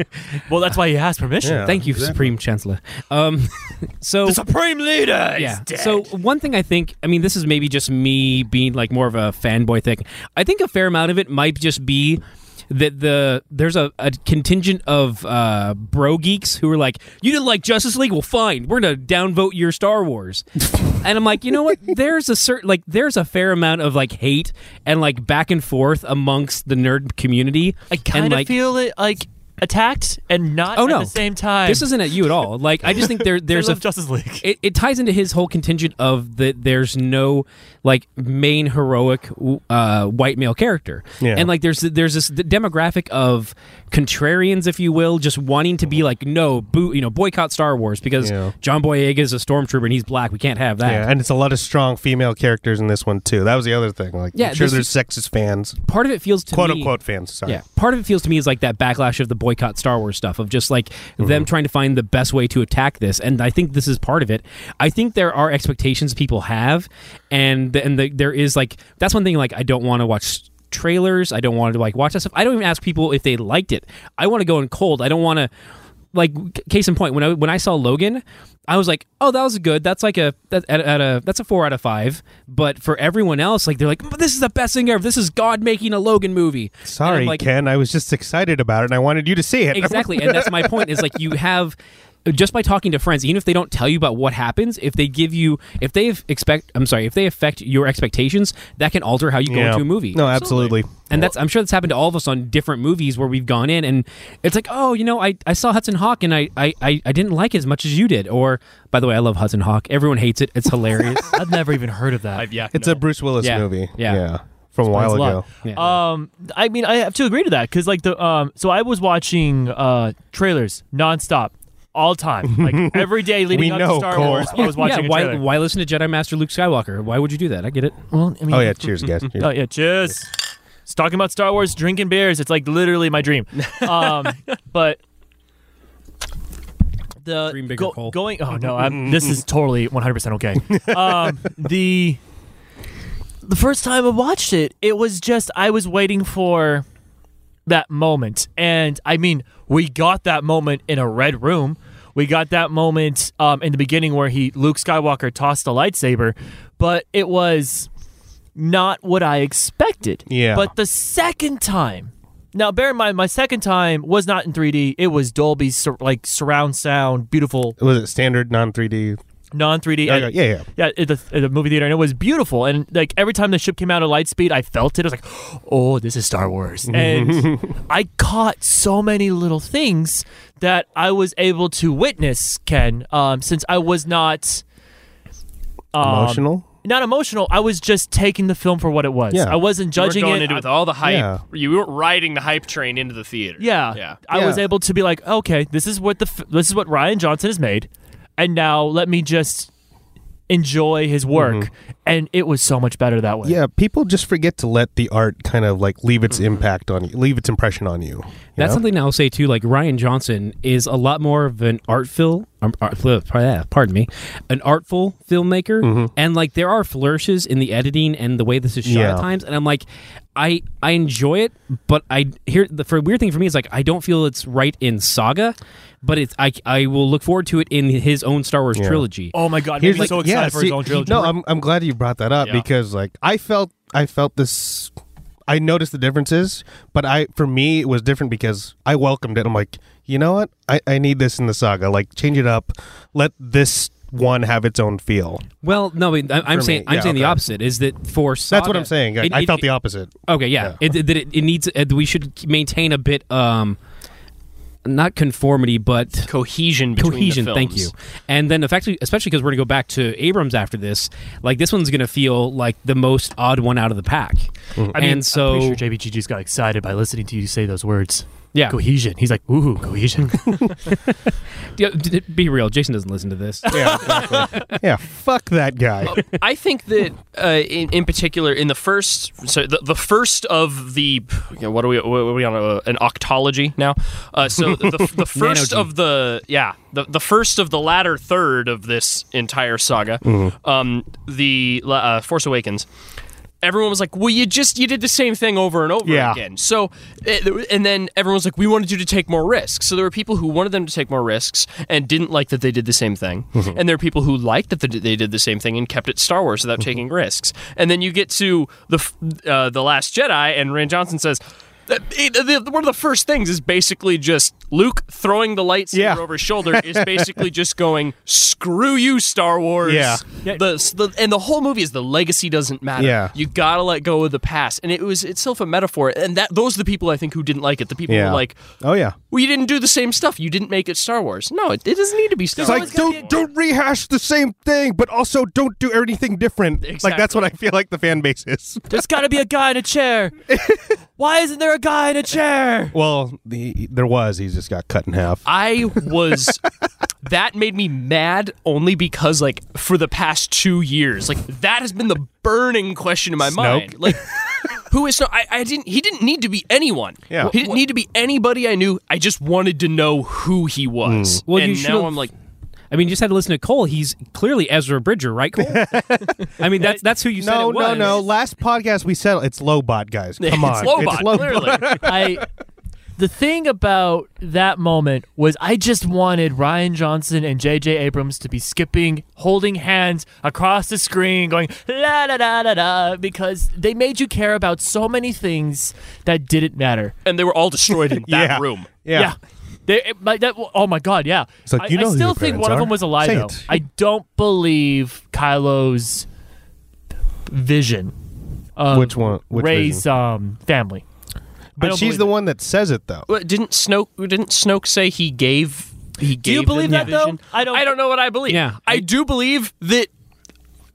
[SPEAKER 3] Well, that's why he asked permission.
[SPEAKER 1] Yeah.
[SPEAKER 2] Thank you, Supreme Chancellor. Um, so
[SPEAKER 3] The supreme leader. is
[SPEAKER 2] yeah.
[SPEAKER 3] dead.
[SPEAKER 2] So one thing I think, I mean, this is maybe just me being like more of a fanboy thing. I think a fair amount of it might just be that the there's a, a contingent of uh, bro geeks who are like, you didn't like Justice League? Well, fine, we're gonna downvote your Star Wars. and I'm like, you know what? There's a certain like there's a fair amount of like hate and like back and forth amongst the nerd community.
[SPEAKER 3] I kind
[SPEAKER 2] and,
[SPEAKER 3] of
[SPEAKER 2] like,
[SPEAKER 3] feel it like attacked and not
[SPEAKER 2] Oh,
[SPEAKER 3] at
[SPEAKER 2] no.
[SPEAKER 3] the same time.
[SPEAKER 2] This isn't at you at all. Like I just think there
[SPEAKER 3] I
[SPEAKER 2] there's a
[SPEAKER 3] love Justice League.
[SPEAKER 2] it, it ties into his whole contingent of that there's no like main heroic uh, white male character
[SPEAKER 1] Yeah.
[SPEAKER 2] and like there's there's this demographic of contrarians if you will just wanting to be like no boo you know boycott star wars because
[SPEAKER 1] Yeah.
[SPEAKER 2] john boyega is a stormtrooper and he's black we can't have that
[SPEAKER 1] Yeah, and it's a lot of strong female characters in this one too. That was the other thing. Like,
[SPEAKER 2] Yeah,
[SPEAKER 1] I'm sure
[SPEAKER 2] this
[SPEAKER 1] there's sexist fans,
[SPEAKER 2] part of it feels to
[SPEAKER 1] quote
[SPEAKER 2] me-
[SPEAKER 1] unquote fans. Sorry.
[SPEAKER 2] Yeah, part of it feels to me is like that backlash of the boycott Star Wars stuff of just like them trying to find the best way to attack this, and I think this is part of it. I think there are expectations people have, and and the, there is like that's one thing like I don't want to watch trailers, I don't want to like watch that stuff. I don't even ask people if they liked it. I want to go in cold. I don't want to like c- case in point when I when I saw Logan, I was like, oh, that was good. That's like a that, at, at a that's a four out of five. But for everyone else, like they're like, this is the best thing ever. This is God making a Logan movie. And I'm
[SPEAKER 1] Sorry,
[SPEAKER 2] like,
[SPEAKER 1] Ken. I was just excited about it, and I wanted you to see it.
[SPEAKER 2] exactly and that's my point is like you have just by talking to friends even if they don't tell you about what happens if they give you if they expect i'm sorry if they affect your expectations that can alter how you go
[SPEAKER 1] Yeah.
[SPEAKER 2] into a movie
[SPEAKER 1] No, absolutely.
[SPEAKER 2] and that's i'm sure that's happened to all of us on different movies where we've gone in and it's like oh you know i, I saw hudson hawk and I, I i I didn't like it as much as you did or by the way i love hudson hawk everyone hates it it's hilarious
[SPEAKER 3] I've never even heard of that.
[SPEAKER 4] I've, yeah,
[SPEAKER 1] It's
[SPEAKER 4] no.
[SPEAKER 1] a Bruce Willis
[SPEAKER 2] Yeah,
[SPEAKER 1] movie.
[SPEAKER 2] yeah.
[SPEAKER 1] From a while
[SPEAKER 3] Explains a
[SPEAKER 1] ago.
[SPEAKER 3] lot.
[SPEAKER 2] Yeah.
[SPEAKER 3] Um, I mean, I have to agree to that because, like, the um, so I was watching uh trailers nonstop, all time, like every day leading
[SPEAKER 1] We
[SPEAKER 3] up
[SPEAKER 1] know,
[SPEAKER 3] to Star
[SPEAKER 1] Cole.
[SPEAKER 3] Wars. I was watching
[SPEAKER 2] yeah
[SPEAKER 3] a
[SPEAKER 2] why,
[SPEAKER 3] trailer.
[SPEAKER 2] why listen to jedi master luke skywalker why would you do that i get it
[SPEAKER 3] Well, I mean,
[SPEAKER 1] Oh yeah. Cheers, guys. Cheers.
[SPEAKER 3] Oh yeah, cheers. It's talking about Star Wars, drinking beers. It's like literally my dream. Um, but the
[SPEAKER 2] Dream bigger,
[SPEAKER 3] go-
[SPEAKER 2] Cole.
[SPEAKER 3] going. Oh no, I'm, this is totally 100 percent okay. Um, the the first time I watched it, it was just I was waiting for that moment, and I mean, we got that moment in a red room. We got that moment um, in the beginning where he Luke Skywalker tossed a lightsaber, but it was not what I expected.
[SPEAKER 1] Yeah.
[SPEAKER 3] But the second time, now bear in mind, my second time was not in 3D. It was Dolby, sur- like surround sound, beautiful,
[SPEAKER 1] Was it standard non
[SPEAKER 2] Uh,
[SPEAKER 1] 3D?
[SPEAKER 3] non 3D.
[SPEAKER 1] Yeah, yeah, yeah.
[SPEAKER 3] Yeah, at the, at the movie theater, and it was beautiful. And like every time the ship came out at light speed, I felt it. I was like, "Oh, this is Star Wars," and I caught so many little things that I was able to witness. Ken, um, since I was not um,
[SPEAKER 1] Emotional?
[SPEAKER 3] not emotional, I was just taking the film for what it was.
[SPEAKER 1] Yeah.
[SPEAKER 3] I wasn't
[SPEAKER 4] You were
[SPEAKER 3] judging
[SPEAKER 4] going
[SPEAKER 3] it.
[SPEAKER 4] into it with all the hype.
[SPEAKER 1] Yeah.
[SPEAKER 4] You weren't riding the hype train into the theater.
[SPEAKER 3] Yeah.
[SPEAKER 4] yeah.
[SPEAKER 3] I was
[SPEAKER 1] Yeah.
[SPEAKER 3] able to be like, okay, this is what the f- this is what Ryan Johnson has made, and now let me just enjoy his work.
[SPEAKER 1] Mm-hmm.
[SPEAKER 3] And it was so much better that way.
[SPEAKER 1] Yeah, people just forget to let the art kind of like leave its
[SPEAKER 3] Mm-hmm.
[SPEAKER 1] impact on you, leave its impression on you. you
[SPEAKER 2] That's
[SPEAKER 1] know?
[SPEAKER 2] something I'll say too. Like Ryan Johnson is a lot more of an artful, um, art, fl- yeah, pardon me, an artful filmmaker.
[SPEAKER 1] Mm-hmm.
[SPEAKER 2] And like there are flourishes in the editing and the way this is shot
[SPEAKER 1] Yeah.
[SPEAKER 2] at times. And I'm like, I I enjoy it, but I here the for weird thing for me is like I don't feel it's right in Saga, but it's I I will look forward to it in his own Star Wars trilogy.
[SPEAKER 3] Oh my god,
[SPEAKER 1] Here's
[SPEAKER 3] I'm so
[SPEAKER 1] the-
[SPEAKER 3] excited
[SPEAKER 1] yeah,
[SPEAKER 3] for his
[SPEAKER 1] see-
[SPEAKER 3] own trilogy.
[SPEAKER 1] No, I'm I'm glad you brought that up
[SPEAKER 4] Yeah.
[SPEAKER 1] because like I felt I felt this I noticed the differences, but I for me it was different because I welcomed it. I'm like, you know what? I, I need this in the saga. Like change it up. Let this one have its own feel.
[SPEAKER 2] Well, no, I, I'm
[SPEAKER 1] For
[SPEAKER 2] saying
[SPEAKER 1] me,
[SPEAKER 2] I'm
[SPEAKER 1] yeah,
[SPEAKER 2] saying
[SPEAKER 1] okay.
[SPEAKER 2] the opposite is that for Saga,
[SPEAKER 1] That's what I'm saying. I,
[SPEAKER 2] it-
[SPEAKER 1] I
[SPEAKER 2] it-
[SPEAKER 1] felt the opposite.
[SPEAKER 2] Okay, yeah. It, it, that it, it needs. Uh, we should maintain a bit, um, not conformity, but
[SPEAKER 4] Cohesion between the
[SPEAKER 2] cohesion. Thank you.
[SPEAKER 4] films.
[SPEAKER 2] And then, effectively, especially because we're gonna go back to Abrams after this. Like this one's gonna feel like the most odd one out of the pack.
[SPEAKER 3] I mean,
[SPEAKER 2] and so,
[SPEAKER 3] I'm pretty sure JBG just got excited by listening to you say those words.
[SPEAKER 2] yeah.
[SPEAKER 3] Cohesion. He's like, woohoo, cohesion.
[SPEAKER 2] yeah. d- d- Be real. Jason doesn't listen to this.
[SPEAKER 1] Yeah, exactly. yeah. Fuck that guy.
[SPEAKER 3] Oh.
[SPEAKER 4] I think that uh, in, in particular, in the first, so the, the first of the, you know, what are we, what are we on, uh, an octology now? Uh, so the, the first
[SPEAKER 2] Nanogy.
[SPEAKER 4] of the, yeah, the, the first of the latter third of this entire saga, um, the uh, Force Awakens. Everyone was like, "Well, you just you did the same thing over and over
[SPEAKER 1] Yeah.
[SPEAKER 4] again." So, it- and then everyone was like, "We wanted you to take more risks." So there were people who wanted them to take more risks and didn't like that they did the same thing,
[SPEAKER 1] Mm-hmm.
[SPEAKER 4] and there are people who liked that they did the same thing and kept it Star Wars
[SPEAKER 1] Mm-hmm.
[SPEAKER 4] without taking risks. And then you get to the f- uh, the Last Jedi, and Rand Johnson says. "Uh, it- uh, the- one of the first things is basically just Luke throwing the lightsaber
[SPEAKER 1] Yeah.
[SPEAKER 4] over his shoulder is basically just going "screw you, Star Wars."
[SPEAKER 1] Yeah.
[SPEAKER 4] The, the and the whole movie is the legacy doesn't matter.
[SPEAKER 1] Yeah.
[SPEAKER 4] You gotta let go of the past. And it was itself a metaphor. And that those are the people I think who didn't like it. The people who
[SPEAKER 1] Yeah.
[SPEAKER 4] were like,
[SPEAKER 1] Oh yeah.
[SPEAKER 4] Well, you didn't do the same stuff. You didn't make it Star Wars. No, it, it doesn't need to be Star
[SPEAKER 1] It's
[SPEAKER 4] Wars.
[SPEAKER 1] like don't don't rehash the same thing, but also don't do anything different. Like that's what I feel like the fan base is.
[SPEAKER 3] There's got to be a guy in a chair. Why isn't there a guy in a chair?
[SPEAKER 1] Well, the, there was. He just got cut in half.
[SPEAKER 4] I was that made me mad only because like for the past two years, like that has been the burning question in my mind. Like who is Snoke? I, I didn't he didn't need to be anyone.
[SPEAKER 1] Yeah.
[SPEAKER 4] He didn't need to be anybody I knew. I just wanted to know who he
[SPEAKER 1] Mm.
[SPEAKER 4] was.
[SPEAKER 2] Well,
[SPEAKER 4] and
[SPEAKER 2] you
[SPEAKER 4] now
[SPEAKER 2] should've-
[SPEAKER 4] I'm like
[SPEAKER 2] I mean, you just had to listen to Cole. He's clearly Ezra Bridger, right, Cole? I mean, that's that's who you said
[SPEAKER 1] No,
[SPEAKER 2] it was.
[SPEAKER 1] no, no. Last podcast we settled. It's Lobot, guys. Come on.
[SPEAKER 4] it's Lobot, clearly.
[SPEAKER 3] I. The thing about that moment was I just wanted Ryan Johnson and J.J. Abrams to be skipping, holding hands across the screen, going la da da da da, because they made you care about so many things that didn't matter.
[SPEAKER 4] and they were all destroyed in that
[SPEAKER 1] Yeah.
[SPEAKER 4] room.
[SPEAKER 1] Yeah.
[SPEAKER 3] They, it, my, that, oh my god, yeah.
[SPEAKER 1] It's like,
[SPEAKER 3] I,
[SPEAKER 1] you know
[SPEAKER 3] I
[SPEAKER 1] who
[SPEAKER 3] still
[SPEAKER 1] your
[SPEAKER 3] think
[SPEAKER 1] parents
[SPEAKER 3] one of
[SPEAKER 1] are.
[SPEAKER 3] them was alive
[SPEAKER 1] Say
[SPEAKER 3] though.
[SPEAKER 1] it.
[SPEAKER 3] I don't believe Kylo's vision. Of
[SPEAKER 1] Which one- which
[SPEAKER 3] Ray's
[SPEAKER 1] vision?
[SPEAKER 3] um family. I
[SPEAKER 1] But
[SPEAKER 3] don't
[SPEAKER 1] she's
[SPEAKER 3] believe
[SPEAKER 1] the
[SPEAKER 3] it.
[SPEAKER 1] one that says it though.
[SPEAKER 4] But didn't Snoke didn't Snoke say he gave he
[SPEAKER 3] Do
[SPEAKER 4] gave
[SPEAKER 3] you
[SPEAKER 4] them
[SPEAKER 3] believe
[SPEAKER 4] the
[SPEAKER 3] that, though?
[SPEAKER 4] vision?
[SPEAKER 3] I don't-
[SPEAKER 4] I don't know what I believe.
[SPEAKER 2] Yeah.
[SPEAKER 4] I do believe that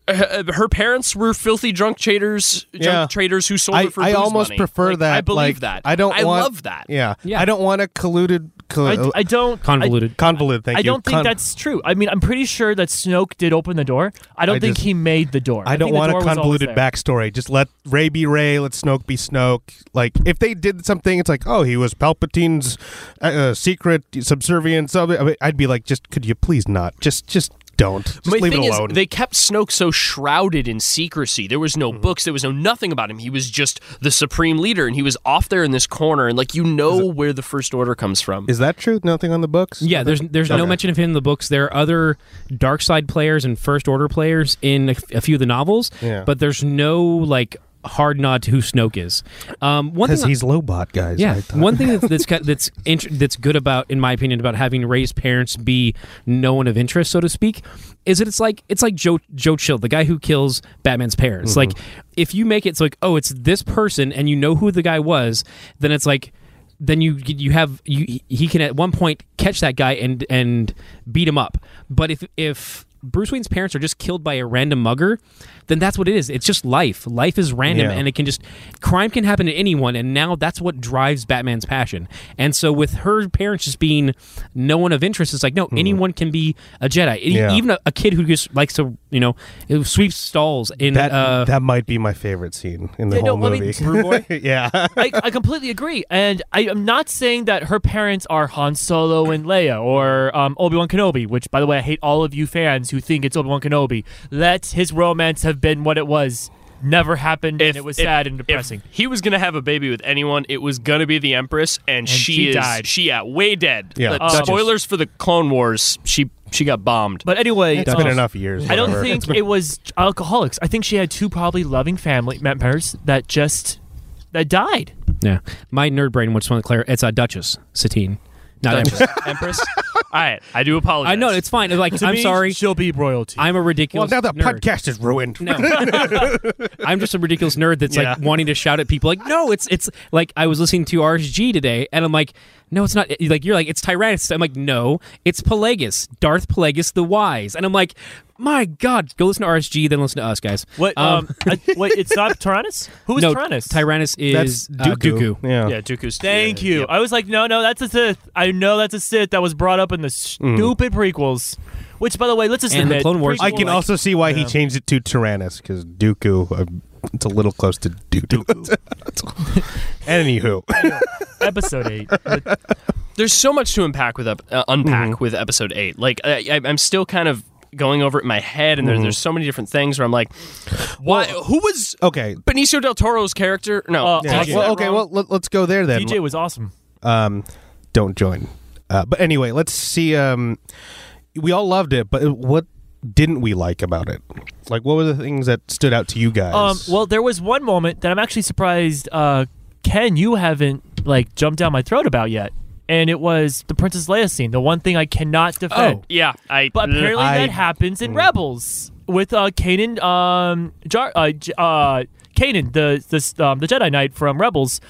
[SPEAKER 4] uh, her parents were filthy drunk traders, drunk
[SPEAKER 1] Yeah.
[SPEAKER 4] traders who sold
[SPEAKER 1] I,
[SPEAKER 4] her for
[SPEAKER 1] I
[SPEAKER 4] booze
[SPEAKER 1] almost
[SPEAKER 4] money.
[SPEAKER 1] prefer
[SPEAKER 4] Like,
[SPEAKER 1] that.
[SPEAKER 4] I believe
[SPEAKER 1] like,
[SPEAKER 4] that.
[SPEAKER 1] I don't.
[SPEAKER 4] I
[SPEAKER 1] want,
[SPEAKER 4] love that.
[SPEAKER 1] Yeah.
[SPEAKER 2] Yeah.
[SPEAKER 1] I don't want a colluded cl-
[SPEAKER 3] I, I don't I-
[SPEAKER 2] Convoluted.
[SPEAKER 1] convoluted. Thank
[SPEAKER 3] I
[SPEAKER 1] you.
[SPEAKER 3] don't think
[SPEAKER 1] Con-
[SPEAKER 3] that's true. I mean, I'm pretty sure that Snoke did open the door. I don't
[SPEAKER 1] I
[SPEAKER 3] think
[SPEAKER 1] just-
[SPEAKER 3] he made the door.
[SPEAKER 1] I don't
[SPEAKER 3] think the
[SPEAKER 1] want
[SPEAKER 3] door
[SPEAKER 1] a
[SPEAKER 3] was always
[SPEAKER 1] convoluted
[SPEAKER 3] there.
[SPEAKER 1] backstory. Just let Ray be Ray. Let Snoke be Snoke. Like if they did something, it's like, oh, he was Palpatine's uh, uh, secret subservient. Something. I mean, I'd be like, just could you please not? Just just don't. Just
[SPEAKER 4] My
[SPEAKER 1] leave it
[SPEAKER 4] thing
[SPEAKER 1] alone.
[SPEAKER 4] Is, they kept Snoke so shrouded in secrecy. There was no
[SPEAKER 1] Mm-hmm.
[SPEAKER 4] books. There was no nothing about him. He was just the supreme leader, and he was off there in this corner. And like you know where the First Order comes from.
[SPEAKER 1] Is that true? Nothing on the books.
[SPEAKER 2] Yeah, there's there's no
[SPEAKER 1] Okay.
[SPEAKER 2] mention of him in the books. There are other dark side players and first order players in a, a few of the novels,
[SPEAKER 1] Yeah.
[SPEAKER 2] but there's no like hard nod to who Snoke is. Um, one
[SPEAKER 1] because
[SPEAKER 2] thing,
[SPEAKER 1] he's Lobot, guys.
[SPEAKER 2] yeah,
[SPEAKER 1] I thought.
[SPEAKER 2] one thing that's that's got- that's int- that's good about, in my opinion, about having raised parents be no one of interest, so to speak, is that it's like it's like Joe Joe Chill, the guy who kills Batman's parents.
[SPEAKER 1] Mm-hmm.
[SPEAKER 2] Like, if you make it so like, oh, it's this person, and you know who the guy was, then it's like then you you have you he can at one point catch that guy and and beat him up. But if if Bruce Wayne's parents are just killed by a random mugger, then that's what it is. It's just life. Life is random
[SPEAKER 1] Yeah.
[SPEAKER 2] and it can just crime can happen to anyone and now that's what drives Batman's passion. And so with her parents just being no one of interest, it's like no, anyone can be a Jedi. E-
[SPEAKER 1] Hmm. Yeah.
[SPEAKER 2] Even a, a kid who just likes to, you know, who sweeps stalls in
[SPEAKER 1] That
[SPEAKER 2] uh,
[SPEAKER 1] that might be my favorite scene in the
[SPEAKER 3] Yeah, no,
[SPEAKER 1] whole
[SPEAKER 3] I mean,
[SPEAKER 1] movie.
[SPEAKER 3] Brew Boy?
[SPEAKER 1] yeah.
[SPEAKER 3] I, I completely agree, and I am not saying that her parents are Han Solo and Leia or um, Obi Wan Kenobi. Which, by the way, I hate all of you fans who think it's Obi Wan Kenobi. Let his romance have been what it was. Never happened, and it was sad and
[SPEAKER 4] if
[SPEAKER 3] depressing.
[SPEAKER 4] he was gonna have a baby with anyone. It was gonna be the Empress, and, she,
[SPEAKER 3] she
[SPEAKER 4] is,
[SPEAKER 3] died.
[SPEAKER 4] She yeah, way dead.
[SPEAKER 1] Yeah.
[SPEAKER 4] Like,
[SPEAKER 1] Um,
[SPEAKER 4] spoilers for the Clone Wars. She she got bombed.
[SPEAKER 3] But anyway,
[SPEAKER 1] It's
[SPEAKER 3] um,
[SPEAKER 1] been enough years.
[SPEAKER 3] I don't
[SPEAKER 1] whatever.
[SPEAKER 3] think it was alcoholics. I think she had two probably loving family members that just that died.
[SPEAKER 2] yeah. My nerd brain wants to declare it's a Duchess Satine. Not Empress.
[SPEAKER 4] Empress. All right, I do apologize.
[SPEAKER 2] I know it's fine. Like I'm sorry.
[SPEAKER 3] she'll be royalty.
[SPEAKER 2] I'm a
[SPEAKER 1] Well,
[SPEAKER 2] ridiculous.
[SPEAKER 1] now the
[SPEAKER 2] nerd.
[SPEAKER 1] podcast is ruined.
[SPEAKER 2] No, I'm just a ridiculous nerd that's like
[SPEAKER 1] Yeah.
[SPEAKER 2] wanting to shout at people. Like, no, it's it's like I was listening to RSG today, and I'm like, no, it's not. Like you're like it's Tyrannus. I'm like, no, it's Pelagus, Darth Pelagus the Wise, and I'm like, my God, go listen to RSG, then listen to us, guys.
[SPEAKER 3] what? Um, I, wait, it's not Tyrannus. Who is
[SPEAKER 2] no,
[SPEAKER 3] Tyrannus?
[SPEAKER 2] Tyrannus
[SPEAKER 1] That's
[SPEAKER 2] is uh,
[SPEAKER 1] Dooku.
[SPEAKER 2] Dooku.
[SPEAKER 1] Yeah.
[SPEAKER 4] yeah, Dooku's.
[SPEAKER 3] Thank
[SPEAKER 4] yeah,
[SPEAKER 3] you.
[SPEAKER 4] yeah.
[SPEAKER 3] I was like, no, no, that's a Sith. I know that's a Sith that was brought up in the stupid prequels. Which, by the way, let's just
[SPEAKER 2] And the
[SPEAKER 3] admit,
[SPEAKER 2] Clone Wars-
[SPEAKER 1] I
[SPEAKER 3] prequel,
[SPEAKER 1] can
[SPEAKER 3] like-
[SPEAKER 1] also see why he changed it to Tyrannus because Dooku. Uh, it's a little close to Dooku. Anywho,
[SPEAKER 3] episode eight.
[SPEAKER 4] there's so much to unpack with ep- uh, unpack
[SPEAKER 1] Mm-hmm.
[SPEAKER 4] with episode eight. Like I, I, I'm still kind of going over it in my head, and there,
[SPEAKER 1] Mm-hmm.
[SPEAKER 4] there's so many different things where I'm like, why? Who was
[SPEAKER 1] okay.
[SPEAKER 4] Benicio del Toro's character? No,
[SPEAKER 3] Uh,
[SPEAKER 4] did I
[SPEAKER 1] Yeah.
[SPEAKER 3] Yeah.
[SPEAKER 4] get
[SPEAKER 1] Well,
[SPEAKER 4] that
[SPEAKER 1] okay.
[SPEAKER 4] wrong?
[SPEAKER 1] Well, let, us go there then.
[SPEAKER 3] DJ was awesome.
[SPEAKER 1] Um, don't join. Uh, but anyway, let's see. Um, we all loved it, but what didn't we like about it? Like, what were the things that stood out to you guys?
[SPEAKER 3] Um, well, there was one moment that I'm actually surprised, uh, Ken, you haven't like jumped down my throat about yet, and it was the Princess Leia scene. The one thing I cannot defend.
[SPEAKER 2] Oh.
[SPEAKER 4] yeah, I.
[SPEAKER 3] But apparently
[SPEAKER 1] I- Mm.
[SPEAKER 3] that happens in Rebels with uh Kanan um Jar uh, J- uh Kanan the the um, the Jedi Knight from Rebels.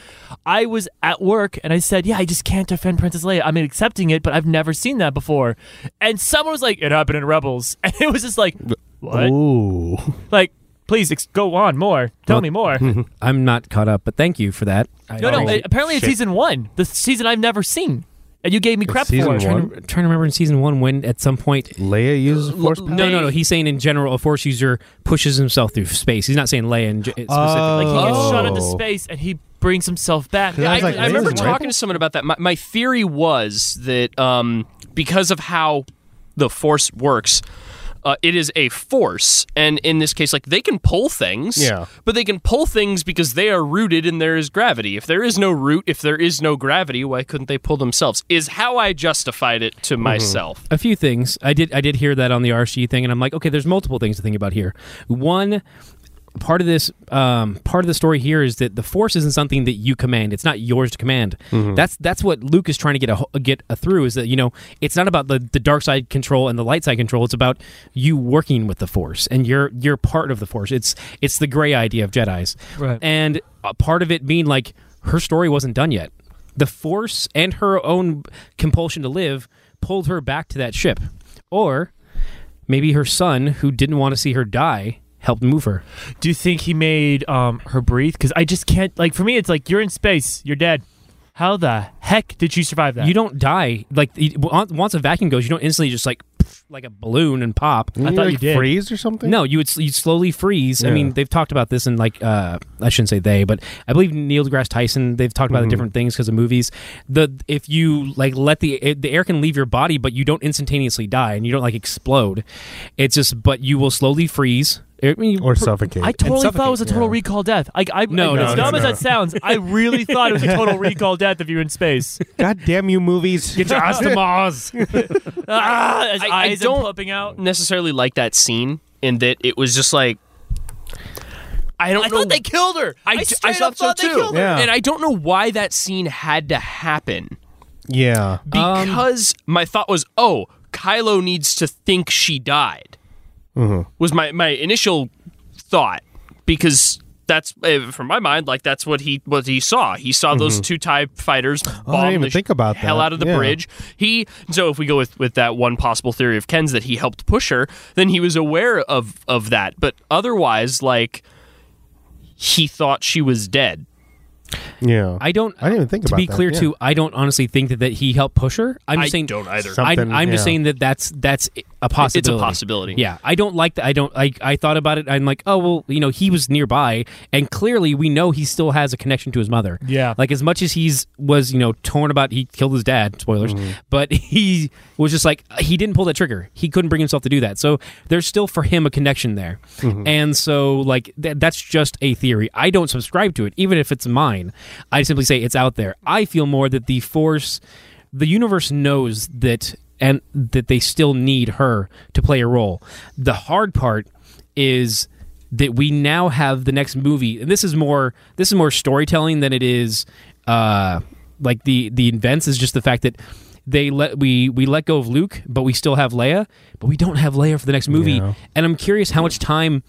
[SPEAKER 3] I was at work and I said, "Yeah, I just can't defend Princess Leia. I'm accepting it, but I've never seen that before." And someone was like, "It happened in Rebels," and it was just like, "What?"
[SPEAKER 1] Oh. Ooh.
[SPEAKER 3] Like, please ex- go on more. Tell me more. no,
[SPEAKER 2] I'm not caught up, but thank you for that. I
[SPEAKER 3] no.
[SPEAKER 2] appreciate
[SPEAKER 3] it-
[SPEAKER 2] it.
[SPEAKER 3] apparently, it's season one. The season I've never seen, and you gave me crap
[SPEAKER 1] season
[SPEAKER 3] for it.
[SPEAKER 1] one?
[SPEAKER 2] I'm trying to remember in season one when at some point
[SPEAKER 1] Leia uses force power.
[SPEAKER 2] No, no, no. He's saying in general, a force user pushes himself through space. He's not saying Leia in ge- specifically.
[SPEAKER 3] Like he gets shot into
[SPEAKER 1] Oh.
[SPEAKER 3] space and he brings himself back.
[SPEAKER 1] I
[SPEAKER 4] I,
[SPEAKER 1] was like,
[SPEAKER 4] I remember
[SPEAKER 1] this is
[SPEAKER 4] talking to someone about that. My, my theory was that um, because of how the force works, uh, it is a force, and in this case, like they can pull things,
[SPEAKER 1] Yeah.
[SPEAKER 4] but they can pull things because they are rooted and there is gravity. If there is no root, if there is no gravity, why couldn't they pull themselves? Is how I justified it to
[SPEAKER 1] Mm-hmm.
[SPEAKER 4] myself.
[SPEAKER 2] a few things. I did I did hear that on the RC thing, and I'm like, okay, there's multiple things to think about here. One part of this um, part of the story here is that the force isn't something that you command. It's not yours to command. That's that's what Luke is trying to get a ho- get a through is that you know it's not about the, the dark side control and the light side control. It's about you working with the force and you're you're part of the force. It's it's the gray idea of Jedi's
[SPEAKER 3] Right.
[SPEAKER 2] and a part of it being like her story wasn't done yet. The force and her own compulsion to live pulled her back to that ship. Or maybe her son, who didn't want to see her die, helped move her.
[SPEAKER 3] Do you think he made um, her breathe? Because I just can't. Like for me, it's like you're in space, you're dead. How the heck did you survive that?
[SPEAKER 2] You don't die like you- on- once a vacuum goes, you don't instantly just like pff, like a balloon and pop.
[SPEAKER 3] I thought you did.
[SPEAKER 1] freeze or something.
[SPEAKER 2] No, you would s- you'd slowly freeze. I
[SPEAKER 1] Yeah.
[SPEAKER 2] mean, they've talked about this in like uh, I shouldn't say they, but I believe Neil deGrasse Tyson. They've talked about
[SPEAKER 1] Mm-hmm.
[SPEAKER 2] the different things because of movies. The if you like let the it- the air can leave your body, but you don't instantaneously die and you don't like explode. It's just but you will slowly freeze. I mean, you
[SPEAKER 1] or
[SPEAKER 2] pr-
[SPEAKER 1] suffocate.
[SPEAKER 3] I totally thought it was a
[SPEAKER 1] suffocate,
[SPEAKER 3] total
[SPEAKER 1] yeah.
[SPEAKER 3] recall death. I, I,
[SPEAKER 2] No,
[SPEAKER 3] as
[SPEAKER 1] no,
[SPEAKER 3] dumb
[SPEAKER 1] no,
[SPEAKER 3] as
[SPEAKER 1] no.
[SPEAKER 3] that sounds, I really thought it was a total recall death if you're in space.
[SPEAKER 1] God damn you, movies!
[SPEAKER 2] Get your ass to Mars.
[SPEAKER 3] Ah, his
[SPEAKER 4] I- I
[SPEAKER 3] eyes are
[SPEAKER 4] don't-
[SPEAKER 3] popping out.
[SPEAKER 4] necessarily like that scene in that it was just like I don't
[SPEAKER 3] I
[SPEAKER 4] know.
[SPEAKER 3] thought they killed her. I,
[SPEAKER 4] d-
[SPEAKER 3] straight up thought they killed her.
[SPEAKER 1] Yeah.
[SPEAKER 4] And I don't know why that scene had to happen
[SPEAKER 1] yeah,
[SPEAKER 2] Um,
[SPEAKER 4] because my thought was, oh, Kylo needs to think she died.
[SPEAKER 1] Mm-hmm.
[SPEAKER 4] Was my my initial thought because that's eh, from my mind like that's what he what he saw. He saw those two Tie fighters bomb
[SPEAKER 1] Mm-hmm. even
[SPEAKER 4] the sh-
[SPEAKER 1] think about
[SPEAKER 4] hell
[SPEAKER 1] that.
[SPEAKER 4] out of the
[SPEAKER 1] Yeah.
[SPEAKER 4] bridge. He so if we go with with that one possible theory of Ken's that he helped push her, then he was aware of of that. But otherwise, like he thought she was dead.
[SPEAKER 1] yeah.
[SPEAKER 2] I don't.
[SPEAKER 1] I didn't even think
[SPEAKER 2] to
[SPEAKER 1] about
[SPEAKER 2] be
[SPEAKER 1] that,
[SPEAKER 2] clear
[SPEAKER 1] yeah.
[SPEAKER 2] too. I don't honestly think that, that he helped push her. I'm
[SPEAKER 4] I
[SPEAKER 2] just saying
[SPEAKER 4] don't either.
[SPEAKER 2] I,
[SPEAKER 1] Something,
[SPEAKER 2] I'm just
[SPEAKER 1] yeah.
[SPEAKER 2] saying that that's that's a possibility.
[SPEAKER 4] It's a possibility.
[SPEAKER 2] Yeah, I don't like that. I don't. I I thought about it. I'm like, oh well, you know, he was nearby, and clearly we know he still has a connection to his mother.
[SPEAKER 3] Yeah.
[SPEAKER 2] like as much as he's was you know torn about he killed his dad. Spoilers, but he was just like he didn't pull that trigger. He couldn't bring himself to do that. So there's still for him a connection there, and so like th- that's just a theory. I don't subscribe to it, even if it's mine. I simply say it's out there. I feel more that the force, the universe knows that and that they still need her to play a role. The hard part is that we now have the next movie, and this is more this is more storytelling than it is uh, like the the events is just the fact that they let we we let go of Luke, but we still have Leia, but we don't have Leia for the next movie,
[SPEAKER 1] Yeah.
[SPEAKER 2] and I'm curious how much time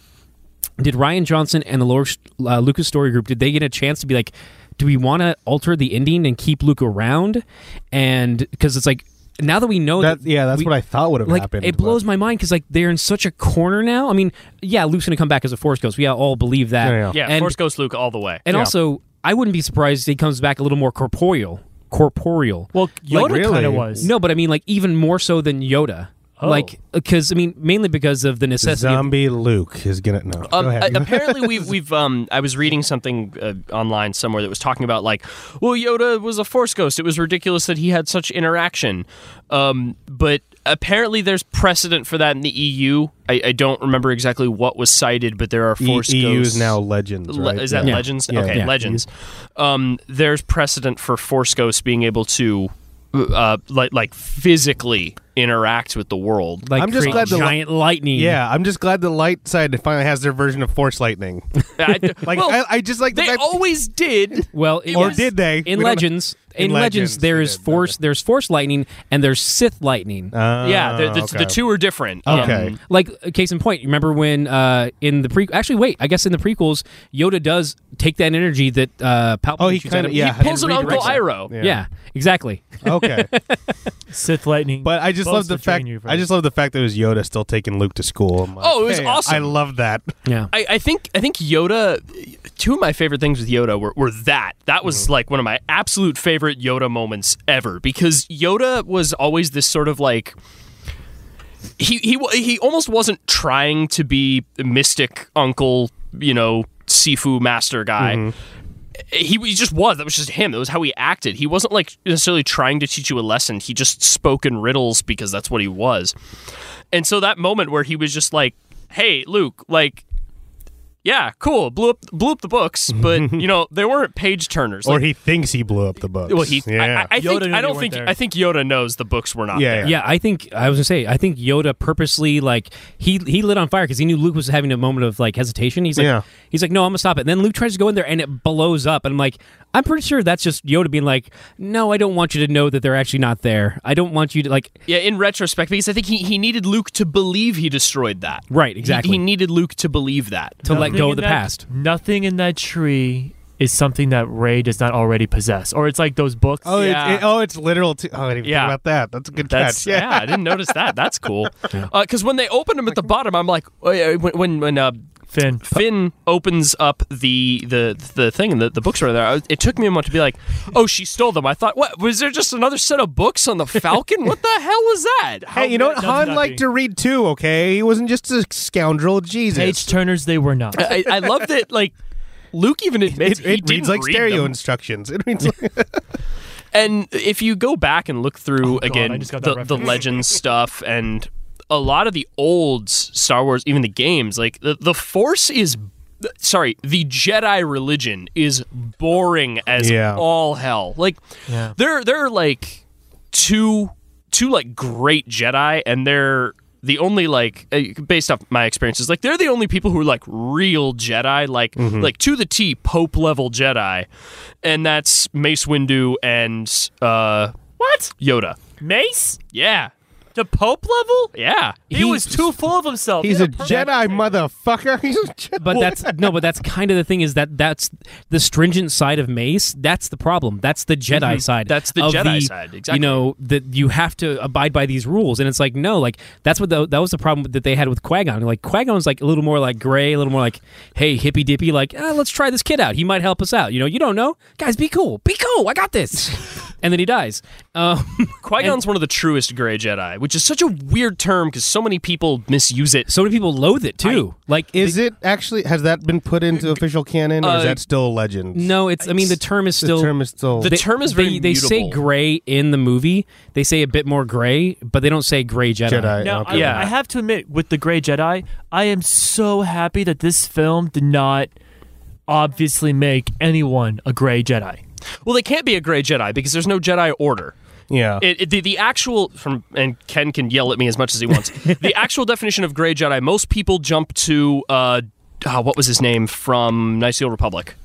[SPEAKER 2] did Ryan Johnson and the Lor- uh, Lucas Story Group did they get a chance to be like, do we want to alter the ending and keep Luke around? And because it's like now that we know
[SPEAKER 1] that, yeah, that's
[SPEAKER 2] we-
[SPEAKER 1] what I thought would have
[SPEAKER 2] like
[SPEAKER 1] happened.
[SPEAKER 2] it blows my mind because like they're in such a corner now. I mean, yeah, Luke's gonna come back as a Force Ghost. We all believe that.
[SPEAKER 1] Yeah, yeah.
[SPEAKER 4] Yeah,
[SPEAKER 2] and,
[SPEAKER 4] Force Ghost Luke all the way.
[SPEAKER 2] and
[SPEAKER 1] yeah.
[SPEAKER 2] also I wouldn't be surprised if he comes back a little more corporeal. Corporeal.
[SPEAKER 3] Well, Yoda
[SPEAKER 1] Like, really?
[SPEAKER 3] kind of was.
[SPEAKER 2] No, but I mean like even more so than Yoda.
[SPEAKER 3] Oh.
[SPEAKER 2] Like because I mean mainly because of the
[SPEAKER 1] But
[SPEAKER 2] necessity. of-
[SPEAKER 1] Zombie Luke is gonna no.
[SPEAKER 4] Um,
[SPEAKER 1] Go ahead.
[SPEAKER 4] a- apparently, we've, we've um, I was reading something uh, online somewhere that was talking about like, well, Yoda was a Force ghost. It was ridiculous that he had such interaction. Um, but apparently, there's precedent for that in the EU. I, I don't remember exactly what was cited, but there are
[SPEAKER 1] E-
[SPEAKER 4] Force
[SPEAKER 1] EU
[SPEAKER 4] ghosts.
[SPEAKER 1] is now Legends.
[SPEAKER 4] Le-
[SPEAKER 1] Right?
[SPEAKER 4] Is that
[SPEAKER 1] Yeah.
[SPEAKER 4] Legends?
[SPEAKER 1] Yeah.
[SPEAKER 4] Okay,
[SPEAKER 1] Yeah. Mm-hmm.
[SPEAKER 4] Legends. Um, there's precedent for Force ghosts being able to, uh, like, like physically interact with the world.
[SPEAKER 2] like
[SPEAKER 1] I'm just
[SPEAKER 2] create
[SPEAKER 1] glad the li-
[SPEAKER 2] giant lightning.
[SPEAKER 1] Yeah, I'm just glad the light side finally has their version of Force Lightning.
[SPEAKER 4] I-
[SPEAKER 1] Like
[SPEAKER 4] well,
[SPEAKER 1] I, I just like the
[SPEAKER 4] they
[SPEAKER 1] fact-
[SPEAKER 4] always did.
[SPEAKER 2] Well, it
[SPEAKER 1] or
[SPEAKER 2] was-
[SPEAKER 1] did they?
[SPEAKER 2] in
[SPEAKER 1] We don't know.
[SPEAKER 2] Legends? In,
[SPEAKER 1] In
[SPEAKER 2] Legends,
[SPEAKER 1] Legends,
[SPEAKER 2] there
[SPEAKER 1] they
[SPEAKER 2] is
[SPEAKER 1] did,
[SPEAKER 2] Force. There's Force lightning and there's Sith lightning.
[SPEAKER 1] Ah,
[SPEAKER 4] yeah, the, the,
[SPEAKER 1] okay.
[SPEAKER 4] the two are different.
[SPEAKER 1] Okay.
[SPEAKER 4] Um,
[SPEAKER 2] like uh, case in point, remember when uh, in the pre actually wait, I guess in the prequels, Yoda does take that energy that uh, Palpatine
[SPEAKER 1] Oh, he
[SPEAKER 2] shoots
[SPEAKER 1] kinda-
[SPEAKER 2] at him.
[SPEAKER 1] yeah,
[SPEAKER 4] he pulls an
[SPEAKER 2] and
[SPEAKER 4] Uncle
[SPEAKER 2] redirects it.
[SPEAKER 4] Iroh.
[SPEAKER 2] Yeah. exactly.
[SPEAKER 1] okay.
[SPEAKER 3] Sith lightning.
[SPEAKER 1] But I just
[SPEAKER 3] Supposed
[SPEAKER 1] love
[SPEAKER 3] to
[SPEAKER 1] the
[SPEAKER 3] train
[SPEAKER 1] fact.
[SPEAKER 3] you for
[SPEAKER 1] I just love the fact that it was Yoda still taking Luke to school. I'm like,
[SPEAKER 4] Oh, it was
[SPEAKER 1] hey,
[SPEAKER 4] awesome.
[SPEAKER 1] I love that.
[SPEAKER 2] Yeah,
[SPEAKER 4] I, I think I think Yoda. Two of my favorite things with Yoda were, were that. That was like one of my absolute favorite Yoda moments ever because Yoda was always this sort of like. He he wa- he almost wasn't trying to be mystic uncle, you know, Sifu master guy. He, he just was. That was just him. That was how he acted. He wasn't like necessarily trying to teach you a lesson. He just spoke in riddles because that's what he was. And so that moment where he was just like, "Hey, Luke, like, yeah, cool, blew up, blew up the books, but you know they weren't page turners."
[SPEAKER 1] Or
[SPEAKER 4] Like,
[SPEAKER 1] he thinks he blew up the books.
[SPEAKER 4] well, he,
[SPEAKER 1] yeah.
[SPEAKER 4] I, I, I
[SPEAKER 3] Yoda
[SPEAKER 4] think,
[SPEAKER 3] knew
[SPEAKER 4] I
[SPEAKER 3] they
[SPEAKER 4] don't
[SPEAKER 3] weren't
[SPEAKER 4] think,
[SPEAKER 3] there.
[SPEAKER 4] I think Yoda knows the books were not
[SPEAKER 1] Yeah,
[SPEAKER 4] there.
[SPEAKER 1] yeah.
[SPEAKER 2] yeah. I think I was gonna say I think Yoda purposely like he he lit on fire because he knew Luke was having a moment of like hesitation. He's like
[SPEAKER 1] Yeah.
[SPEAKER 2] he's like no, I'm gonna stop it. And then Luke tries to go in there and it blows up, and I'm like I'm pretty sure that's just Yoda being like, no, I don't want you to know that they're actually not there. I don't want you to like
[SPEAKER 4] Yeah, in retrospect, because I think he, he needed Luke to believe he destroyed that.
[SPEAKER 2] right
[SPEAKER 4] He-
[SPEAKER 2] exactly
[SPEAKER 4] He, needed Luke to believe that.
[SPEAKER 2] to let
[SPEAKER 3] Nothing
[SPEAKER 2] go
[SPEAKER 3] in
[SPEAKER 2] of the
[SPEAKER 3] that-
[SPEAKER 2] past.
[SPEAKER 3] Nothing in that tree is something that Ray does not already possess, or it's like those books.
[SPEAKER 1] oh,
[SPEAKER 4] Yeah.
[SPEAKER 1] it's, it, oh, it's literal. Too. Oh, I didn't even think
[SPEAKER 4] Yeah.
[SPEAKER 1] about that. That's a good
[SPEAKER 4] That's
[SPEAKER 1] catch. Yeah.
[SPEAKER 4] yeah. I didn't notice that. That's cool. Because when they opened him at the bottom, I'm like, oh, yeah, when when, when uh,
[SPEAKER 3] Finn.
[SPEAKER 4] Finn opens up the the the thing in the, the bookstore there. I, was- it took me a moment to be like, "Oh, she stole them." I thought, "What was there just another set of books on the Falcon? what the hell was that?"
[SPEAKER 1] Hey, you know what?
[SPEAKER 3] How good
[SPEAKER 1] Han
[SPEAKER 3] does that
[SPEAKER 1] liked
[SPEAKER 3] be?
[SPEAKER 1] to read too, okay? He wasn't just a scoundrel. Jesus.
[SPEAKER 3] Page turners, they were not.
[SPEAKER 4] I, I love that. Like Luke even admits
[SPEAKER 1] it
[SPEAKER 4] he
[SPEAKER 1] it
[SPEAKER 4] didn't
[SPEAKER 1] reads like
[SPEAKER 4] read
[SPEAKER 1] stereo
[SPEAKER 4] them.
[SPEAKER 1] instructions. It reads like.
[SPEAKER 4] And if you go back and look
[SPEAKER 1] Oh,
[SPEAKER 4] through
[SPEAKER 3] I
[SPEAKER 4] again
[SPEAKER 3] just got that
[SPEAKER 4] the, the
[SPEAKER 3] reference.
[SPEAKER 4] legends stuff and a lot of the old s- Star Wars, even the games, like the, the Force is. Sorry, the Jedi religion is boring as
[SPEAKER 1] Yeah.
[SPEAKER 4] all hell. Like,
[SPEAKER 3] Yeah.
[SPEAKER 4] there there are like two two like great Jedi, and they're the only like uh, based off my experiences, like they're the only people who are like real Jedi, like
[SPEAKER 3] Mm-hmm.
[SPEAKER 4] like to the T Pope level Jedi, and that's Mace Windu and uh
[SPEAKER 3] What?
[SPEAKER 4] Yoda.
[SPEAKER 3] Mace?
[SPEAKER 4] Yeah,
[SPEAKER 3] The Pope level?
[SPEAKER 4] yeah.
[SPEAKER 3] He, was too full of himself.
[SPEAKER 1] He's
[SPEAKER 3] Yeah,
[SPEAKER 1] a Jedi motherfucker. He's a Jedi.
[SPEAKER 2] But that's no, but that's kind of the thing is that that's the stringent side of Mace. That's the problem. That's the Jedi side.
[SPEAKER 4] Mm-hmm. That's the
[SPEAKER 2] of
[SPEAKER 4] Jedi side, exactly.
[SPEAKER 2] You know that you have to abide by these rules, and it's like no, like that's what the, that was the problem that they had with Qui-Gon. Like Qui-Gon's like a little more like gray, a little more like hey hippy dippy, like ah, let's try this kid out. He might help us out. You know, you don't know, guys. Be cool, be cool. I got this. and then he dies. Um,
[SPEAKER 4] Qui Gon's one of the truest Gray Jedi, which is such a weird term because so many people misuse it.
[SPEAKER 2] so many people loathe it too. like
[SPEAKER 1] Is it actually? Has that been put into official canon, or is
[SPEAKER 4] uh,
[SPEAKER 1] that still a legend?
[SPEAKER 2] no, it's. I mean, the term is
[SPEAKER 1] the
[SPEAKER 2] still
[SPEAKER 1] term is still.
[SPEAKER 4] The term is very
[SPEAKER 2] they, they say
[SPEAKER 4] mutable.
[SPEAKER 2] gray in the movie. They say a bit more gray, but they don't say gray Jedi.
[SPEAKER 1] Jedi.
[SPEAKER 3] Now,
[SPEAKER 1] okay.
[SPEAKER 3] I,
[SPEAKER 4] Yeah.
[SPEAKER 3] I have to admit, with The Grey Jedi, I am so happy that this film did not obviously make anyone a Grey Jedi.
[SPEAKER 4] Well, they can't be a Gray Jedi because there's no Jedi Order.
[SPEAKER 1] yeah.
[SPEAKER 4] It, it- the, the actual from and Ken can yell at me as much as he wants. the actual definition of gray Jedi, most people jump to uh, ah, what was his name from Nicene Republic.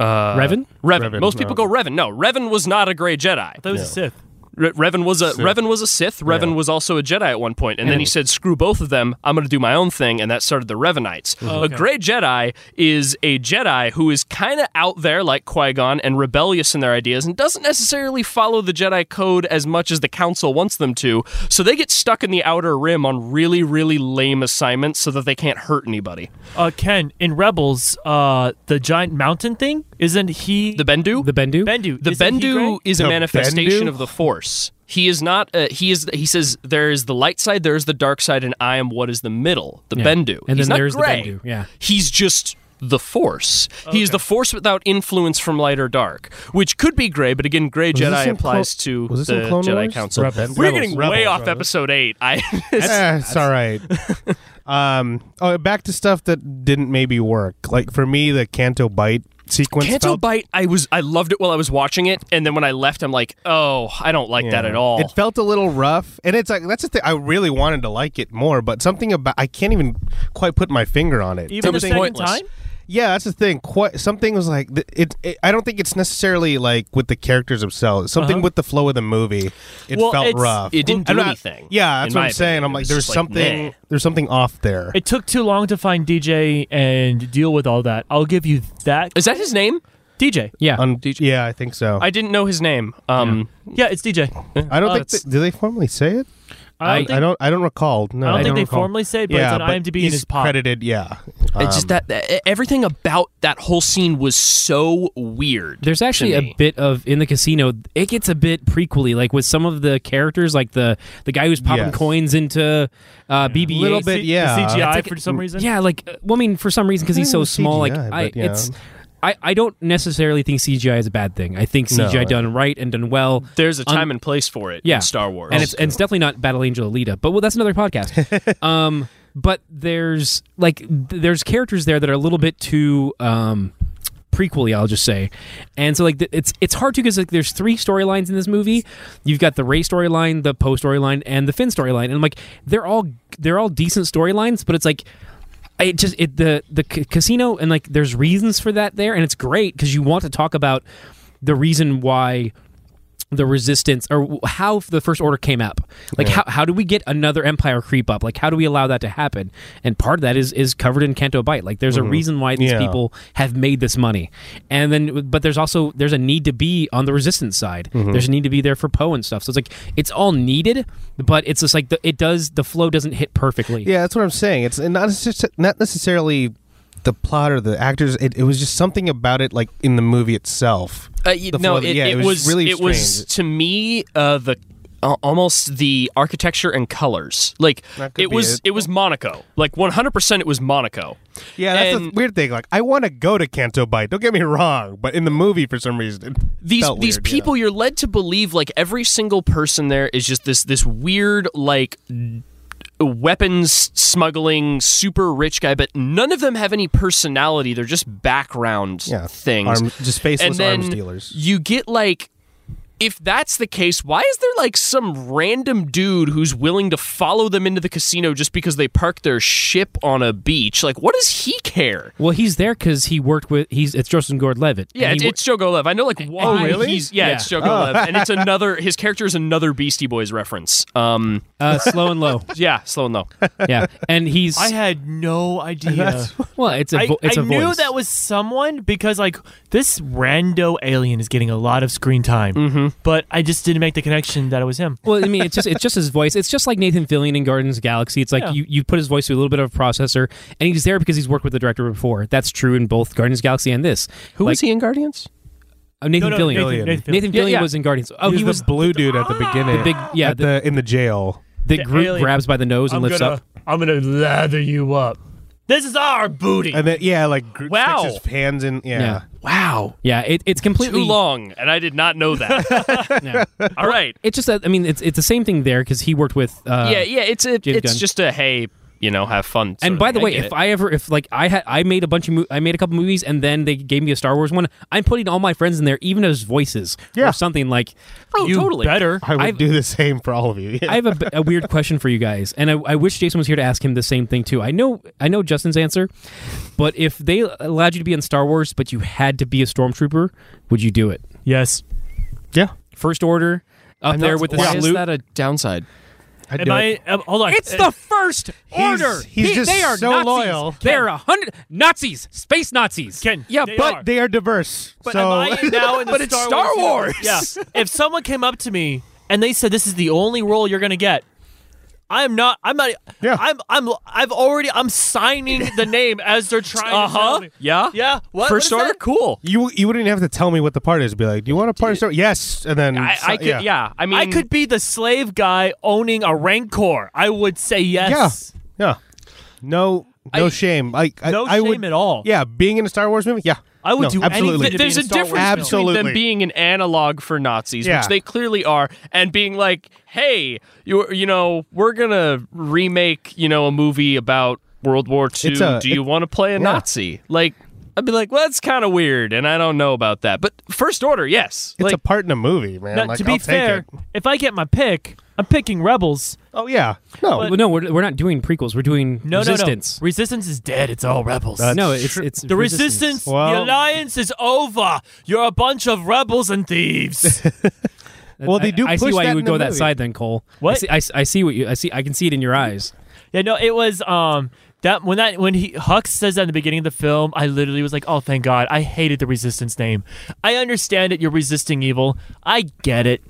[SPEAKER 4] Uh,
[SPEAKER 2] Revan?
[SPEAKER 4] Revan.
[SPEAKER 1] Revan,
[SPEAKER 4] Most people
[SPEAKER 3] Uh.
[SPEAKER 1] no.
[SPEAKER 4] go Revan. No, Revan was not a gray Jedi.
[SPEAKER 3] That was a Sith.
[SPEAKER 4] Re- Revan was a Revan was a Sith. Revan was also a Jedi at one point, and then he said, "Screw both of them. I'm going to do my own thing," and that started the Revanites. A Gray Jedi is a Jedi who is kind of out there, like Qui Gon, and rebellious in their ideas, and doesn't necessarily follow the Jedi code as much as the Council wants them to. So they get stuck in the Outer Rim on really, really lame assignments, so that they can't hurt anybody.
[SPEAKER 3] Uh, Ken, in Rebels, uh, the giant mountain thing, isn't he
[SPEAKER 4] The Bendu,
[SPEAKER 2] The Bendu?
[SPEAKER 3] Bendu?
[SPEAKER 4] The
[SPEAKER 3] isn't he
[SPEAKER 4] Bendu
[SPEAKER 3] gray?
[SPEAKER 4] is a
[SPEAKER 1] The
[SPEAKER 4] manifestation
[SPEAKER 1] Bendu?
[SPEAKER 4] of the Force. He is not. Uh, he is. He says there is the light side, there is the dark side, and I am what is the middle, the Bendu.
[SPEAKER 2] And
[SPEAKER 4] He's
[SPEAKER 2] then
[SPEAKER 4] not
[SPEAKER 2] there's the
[SPEAKER 4] gray.
[SPEAKER 2] Bendu, yeah.
[SPEAKER 4] he's just the Force. He is the Force without influence from light or dark, which could be gray. But again, gray
[SPEAKER 1] this
[SPEAKER 4] Jedi
[SPEAKER 1] in
[SPEAKER 4] applies
[SPEAKER 1] Clo-
[SPEAKER 4] to
[SPEAKER 1] was this
[SPEAKER 4] the
[SPEAKER 1] in Clone
[SPEAKER 4] Jedi
[SPEAKER 1] Wars?
[SPEAKER 4] Council.
[SPEAKER 1] Rebels.
[SPEAKER 4] We're
[SPEAKER 1] Rebels,
[SPEAKER 4] getting
[SPEAKER 1] Rebels,
[SPEAKER 4] way off
[SPEAKER 1] Rebels.
[SPEAKER 4] episode eight. I.
[SPEAKER 1] Eh, it's all right. um, oh, back to stuff that didn't maybe work. Like for me, the Canto Bite sequence.
[SPEAKER 4] Canto
[SPEAKER 1] felt-
[SPEAKER 4] Bite, I was I loved it while I was watching it, and then when I left, I'm like, oh, I don't like that
[SPEAKER 1] Yeah.
[SPEAKER 4] at all.
[SPEAKER 1] It felt a little rough, and it's like that's the thing. I really wanted to like it more, but something about I can't even quite put my finger on it.
[SPEAKER 3] Even
[SPEAKER 4] Something
[SPEAKER 3] the second
[SPEAKER 4] pointless.
[SPEAKER 3] time?
[SPEAKER 1] Yeah, that's the thing. Quite something was like th- it, it. I don't think it's necessarily like with the characters themselves. Something
[SPEAKER 3] Uh-huh.
[SPEAKER 1] with the flow of the movie. It
[SPEAKER 3] Well,
[SPEAKER 1] felt
[SPEAKER 3] it's-
[SPEAKER 1] rough.
[SPEAKER 4] it didn't do
[SPEAKER 1] I'm not-
[SPEAKER 4] anything,
[SPEAKER 1] Yeah, that's
[SPEAKER 4] in
[SPEAKER 1] what
[SPEAKER 4] my
[SPEAKER 1] I'm saying.
[SPEAKER 4] opinion.
[SPEAKER 1] I'm
[SPEAKER 4] It
[SPEAKER 1] like,
[SPEAKER 4] was
[SPEAKER 1] there's
[SPEAKER 4] just like,
[SPEAKER 1] something.
[SPEAKER 4] meh.
[SPEAKER 1] There's something off there.
[SPEAKER 3] It took too long to find DJ and deal with all that. I'll give you that.
[SPEAKER 4] is that his name?
[SPEAKER 3] DJ.
[SPEAKER 2] Yeah.
[SPEAKER 1] On- yeah, I think so.
[SPEAKER 4] I didn't know his name. Um,
[SPEAKER 3] Yeah, it's DJ.
[SPEAKER 1] I don't
[SPEAKER 4] Oh,
[SPEAKER 1] think.
[SPEAKER 4] it's-
[SPEAKER 1] Th- do they formally say it?
[SPEAKER 2] I-
[SPEAKER 3] I don't
[SPEAKER 1] I
[SPEAKER 3] think,
[SPEAKER 1] don't. I don't recall. No,
[SPEAKER 3] I don't
[SPEAKER 1] I
[SPEAKER 3] think
[SPEAKER 1] don't
[SPEAKER 3] they
[SPEAKER 1] recall.
[SPEAKER 3] formally say it, but
[SPEAKER 1] yeah,
[SPEAKER 3] it's on
[SPEAKER 1] but
[SPEAKER 3] IMDb in
[SPEAKER 1] he's
[SPEAKER 3] his pop.
[SPEAKER 1] credited. Yeah, Uh,
[SPEAKER 4] it's just that, that- everything about that whole scene was so weird.
[SPEAKER 2] There's
[SPEAKER 4] to
[SPEAKER 2] actually
[SPEAKER 4] me.
[SPEAKER 2] a bit of in the casino. It gets a bit prequely, like with some of the characters, like the the guy who's popping
[SPEAKER 1] Yes.
[SPEAKER 2] coins into uh, BB-8.
[SPEAKER 1] Little bit,
[SPEAKER 3] The
[SPEAKER 1] yeah.
[SPEAKER 3] CGI
[SPEAKER 2] It's like-
[SPEAKER 3] for some reason.
[SPEAKER 2] Yeah, like uh, well, I mean, for some reason because he's so
[SPEAKER 1] Not even
[SPEAKER 2] small,
[SPEAKER 1] CGI,
[SPEAKER 2] like I,
[SPEAKER 1] but, yeah.
[SPEAKER 2] it's. I, I don't necessarily think CGI is a bad thing. I think
[SPEAKER 1] No,
[SPEAKER 2] CGI
[SPEAKER 1] I-
[SPEAKER 2] done right and done well
[SPEAKER 4] There's a time and place for it
[SPEAKER 2] yeah.
[SPEAKER 4] in Star Wars.
[SPEAKER 2] And it's, and it's definitely not Battle Angel Alita, but well, that's another podcast. um, but there's like th- there's characters there that are a little bit too um, prequely, I'll just say, and so like th- it's it's hard to because like there's three storylines in this movie. You've got the Ray storyline, the Poe storyline, and the Finn storyline, and I'm like they're all they're all decent storylines, but it's like. It just it the the ca- casino and like there's reasons for that there and it's great because you want to talk about the reason why the resistance or w- how the first order came up like how, how do we get another empire creep up like how do we allow that to happen and part of that is is covered in canto bite like there's
[SPEAKER 3] Mm-hmm.
[SPEAKER 2] a reason why these
[SPEAKER 1] Yeah.
[SPEAKER 2] people have made this money and then but there's also there's a need to be on the resistance side
[SPEAKER 3] Mm-hmm.
[SPEAKER 2] there's a need to be there for poe and stuff so it's like it's all needed but it's just like the, it does the flow doesn't hit perfectly
[SPEAKER 1] Yeah, that's what I'm saying. It's not necess- not necessarily the plot or the actors. It, it was just something about it, like in the movie itself.
[SPEAKER 4] Uh, y-
[SPEAKER 1] The
[SPEAKER 4] no,
[SPEAKER 1] floor-
[SPEAKER 4] it,
[SPEAKER 1] yeah,
[SPEAKER 4] it,
[SPEAKER 1] it was
[SPEAKER 4] was,
[SPEAKER 1] really
[SPEAKER 4] It was
[SPEAKER 1] strange.
[SPEAKER 4] to me uh, the uh, almost the architecture and colors. Like
[SPEAKER 1] That could
[SPEAKER 4] it
[SPEAKER 1] be
[SPEAKER 4] was
[SPEAKER 1] it.
[SPEAKER 4] it. was Monaco. Like 100 percent it was Monaco.
[SPEAKER 1] Yeah, that's the
[SPEAKER 4] And-
[SPEAKER 1] weird thing. Like, I want to go to Canto Bite. Don't get me wrong, but in the movie, for some reason, it
[SPEAKER 4] These
[SPEAKER 1] felt
[SPEAKER 4] these
[SPEAKER 1] weird, you know?
[SPEAKER 4] people you're led to believe like every single person there is just this this weird like weapons smuggling super rich guy but none of them have any personality they're just background
[SPEAKER 1] Yeah.
[SPEAKER 4] things
[SPEAKER 1] Arm- just faceless
[SPEAKER 4] and then
[SPEAKER 1] arms dealers.
[SPEAKER 4] you get like if that's the case, why is there like some random dude who's willing to follow them into the casino just because they parked their ship on a beach? Like, what does he care?
[SPEAKER 2] Well, he's there because he worked with he's it's Joseph Gordon-Levitt.
[SPEAKER 4] Yeah,
[SPEAKER 2] And
[SPEAKER 4] it's,
[SPEAKER 2] he wor-
[SPEAKER 4] it's Joe Golev. I know, like, why
[SPEAKER 2] really?
[SPEAKER 4] he's yeah, it's Joe
[SPEAKER 2] Oh.
[SPEAKER 4] Golev, and it's another. His character is another Beastie Boys reference. Um,
[SPEAKER 2] uh, slow and low.
[SPEAKER 4] yeah, slow and low.
[SPEAKER 2] Yeah, and he's
[SPEAKER 3] I had no idea.
[SPEAKER 2] well, it's a
[SPEAKER 3] I
[SPEAKER 2] vo- it's
[SPEAKER 3] I
[SPEAKER 2] a
[SPEAKER 3] knew
[SPEAKER 2] voice.
[SPEAKER 3] that was someone because like this rando alien is getting a lot of screen time,
[SPEAKER 2] Mm-hmm.
[SPEAKER 3] but I just didn't make the connection that it was him.
[SPEAKER 2] well, I mean, it's just it's just his voice. It's just like Nathan Fillion in Guardians of the Galaxy. It's like
[SPEAKER 3] Yeah.
[SPEAKER 2] you, you put his voice through a little bit of a processor, and he's there because he's worked with the director before. That's true in both Guardians of the Galaxy and this.
[SPEAKER 4] Who
[SPEAKER 2] like,
[SPEAKER 4] was he in Guardians?
[SPEAKER 2] Uh, Nathan
[SPEAKER 3] no, no,
[SPEAKER 2] Fillion.
[SPEAKER 3] Nathan- Nathan Fillion.
[SPEAKER 2] Nathan Fillion
[SPEAKER 4] Yeah, yeah.
[SPEAKER 2] was in Guardians. Oh, he was
[SPEAKER 1] the blue dude at the
[SPEAKER 3] Ah!
[SPEAKER 1] beginning.
[SPEAKER 2] big- yeah,
[SPEAKER 1] at the, in the jail.
[SPEAKER 2] the,
[SPEAKER 3] the
[SPEAKER 2] group
[SPEAKER 3] alien.
[SPEAKER 2] grabs by the nose and lifts up.
[SPEAKER 3] I'm gonna lather you up. This is our booty.
[SPEAKER 1] And then yeah, like Groot
[SPEAKER 3] Wow.
[SPEAKER 1] sticks his hands in. Yeah.
[SPEAKER 2] Yeah.
[SPEAKER 4] Wow,
[SPEAKER 2] Yeah, it, it's completely
[SPEAKER 4] too long, and I did not know that.
[SPEAKER 2] Yeah.
[SPEAKER 4] All right,
[SPEAKER 2] It's just that I mean, it's it's the same thing there because he worked with. Uh,
[SPEAKER 4] yeah, yeah. It's a,
[SPEAKER 2] James
[SPEAKER 4] it's
[SPEAKER 2] Gunn.
[SPEAKER 4] just a hey, you know, have fun. sort
[SPEAKER 2] And
[SPEAKER 4] of
[SPEAKER 2] by the
[SPEAKER 4] thing. I
[SPEAKER 2] way,
[SPEAKER 4] get
[SPEAKER 2] if
[SPEAKER 4] it.
[SPEAKER 2] I ever, if like I had, I made a bunch of, mo- I made a couple movies, and then they gave me a Star Wars one. I'm putting all my friends in there, even as voices
[SPEAKER 1] Yeah.
[SPEAKER 2] or something like.
[SPEAKER 4] oh,
[SPEAKER 3] you
[SPEAKER 4] totally
[SPEAKER 3] better.
[SPEAKER 1] I would
[SPEAKER 2] I've-
[SPEAKER 1] do the same for all of you.
[SPEAKER 2] I have a, b- a weird question for you guys, and I, I wish Jason was here to ask him the same thing too. I know, I know Justin's answer, but if they allowed you to be in Star Wars, but you had to be a stormtrooper, would you do it?
[SPEAKER 3] Yes.
[SPEAKER 1] yeah.
[SPEAKER 2] First order, up there with the
[SPEAKER 4] why is
[SPEAKER 2] salute.
[SPEAKER 4] that a downside?
[SPEAKER 1] I'd
[SPEAKER 3] Am
[SPEAKER 1] do
[SPEAKER 3] I?
[SPEAKER 1] it.
[SPEAKER 3] um, hold on.
[SPEAKER 2] It's the first
[SPEAKER 1] eh, He's-
[SPEAKER 2] order.
[SPEAKER 1] he's just
[SPEAKER 2] they are
[SPEAKER 1] so
[SPEAKER 2] Nazis.
[SPEAKER 1] loyal.
[SPEAKER 2] They are a hundred Nazis, space Nazis.
[SPEAKER 3] Ken.
[SPEAKER 4] Yeah,
[SPEAKER 3] they
[SPEAKER 1] But
[SPEAKER 3] are.
[SPEAKER 1] they are diverse.
[SPEAKER 3] But
[SPEAKER 1] so
[SPEAKER 3] am I now in the
[SPEAKER 4] But it's
[SPEAKER 3] Star
[SPEAKER 4] Star
[SPEAKER 3] Wars?
[SPEAKER 4] Wars.
[SPEAKER 3] Yeah. if someone came up to me and they said this is the only role you're gonna get, I'm not. I'm not.
[SPEAKER 1] Yeah.
[SPEAKER 3] I'm. I'm. I've already. I'm signing the name as they're trying.
[SPEAKER 4] Uh huh.
[SPEAKER 3] To tell me.
[SPEAKER 4] Yeah.
[SPEAKER 3] Yeah. What?
[SPEAKER 4] First
[SPEAKER 3] what is
[SPEAKER 4] order,
[SPEAKER 3] that?
[SPEAKER 4] cool.
[SPEAKER 1] you you wouldn't even have to tell me what the part is. Be like, do you want a part of Star? Yes, and then
[SPEAKER 4] I,
[SPEAKER 1] so-
[SPEAKER 4] I could, yeah. I mean,
[SPEAKER 3] I could be the slave guy owning a rancor. I would say
[SPEAKER 1] Yeah,
[SPEAKER 3] yes.
[SPEAKER 1] yeah. No, no
[SPEAKER 4] I-
[SPEAKER 1] shame. Like I,
[SPEAKER 3] No
[SPEAKER 1] I
[SPEAKER 3] shame
[SPEAKER 1] would,
[SPEAKER 3] at all.
[SPEAKER 1] Yeah, being in a Star Wars movie. Yeah,
[SPEAKER 3] I would
[SPEAKER 1] No,
[SPEAKER 3] do
[SPEAKER 1] absolutely.
[SPEAKER 3] anything to be
[SPEAKER 4] There's
[SPEAKER 3] in
[SPEAKER 4] a
[SPEAKER 3] a Star Wars
[SPEAKER 4] difference
[SPEAKER 1] film.
[SPEAKER 4] between
[SPEAKER 1] Absolutely.
[SPEAKER 4] them being an analog for Nazis,
[SPEAKER 1] Yeah.
[SPEAKER 4] which they clearly are, and being like, "Hey, you you know, we're gonna remake you know a movie about World War II.
[SPEAKER 1] It's a-
[SPEAKER 4] Do you want to play a Nazi?" Like, I'd be like, "Well, that's kind of weird, and I don't know about that." But First Order, yes,
[SPEAKER 1] it's
[SPEAKER 4] like
[SPEAKER 1] a part in a movie, man.
[SPEAKER 3] Now,
[SPEAKER 1] like,
[SPEAKER 3] to be
[SPEAKER 1] I'll take
[SPEAKER 3] fair,
[SPEAKER 1] it.
[SPEAKER 3] if I get my pick, I'm picking Rebels.
[SPEAKER 1] oh yeah, no,
[SPEAKER 2] Well, no, we're, we're not doing prequels. We're doing
[SPEAKER 3] No,
[SPEAKER 2] resistance.
[SPEAKER 3] no, no. Resistance is dead. It's all Rebels.
[SPEAKER 2] No, it's it's
[SPEAKER 3] The resistance, the
[SPEAKER 1] Well-
[SPEAKER 3] alliance is over. You're a bunch of rebels and thieves.
[SPEAKER 1] Well, they do
[SPEAKER 2] I, I see
[SPEAKER 1] push
[SPEAKER 2] why
[SPEAKER 1] that
[SPEAKER 2] you
[SPEAKER 1] in
[SPEAKER 2] would
[SPEAKER 1] the
[SPEAKER 2] go that
[SPEAKER 1] movie.
[SPEAKER 2] side, then Cole. I
[SPEAKER 3] What?
[SPEAKER 2] see, I, s- I see what you. I see. I can see it in your eyes.
[SPEAKER 3] yeah, no, it was um that when that when he Hux says that in the beginning of the film, I literally was like, "Oh, thank God!" I hated the resistance name. I understand it. You're resisting evil. I get it,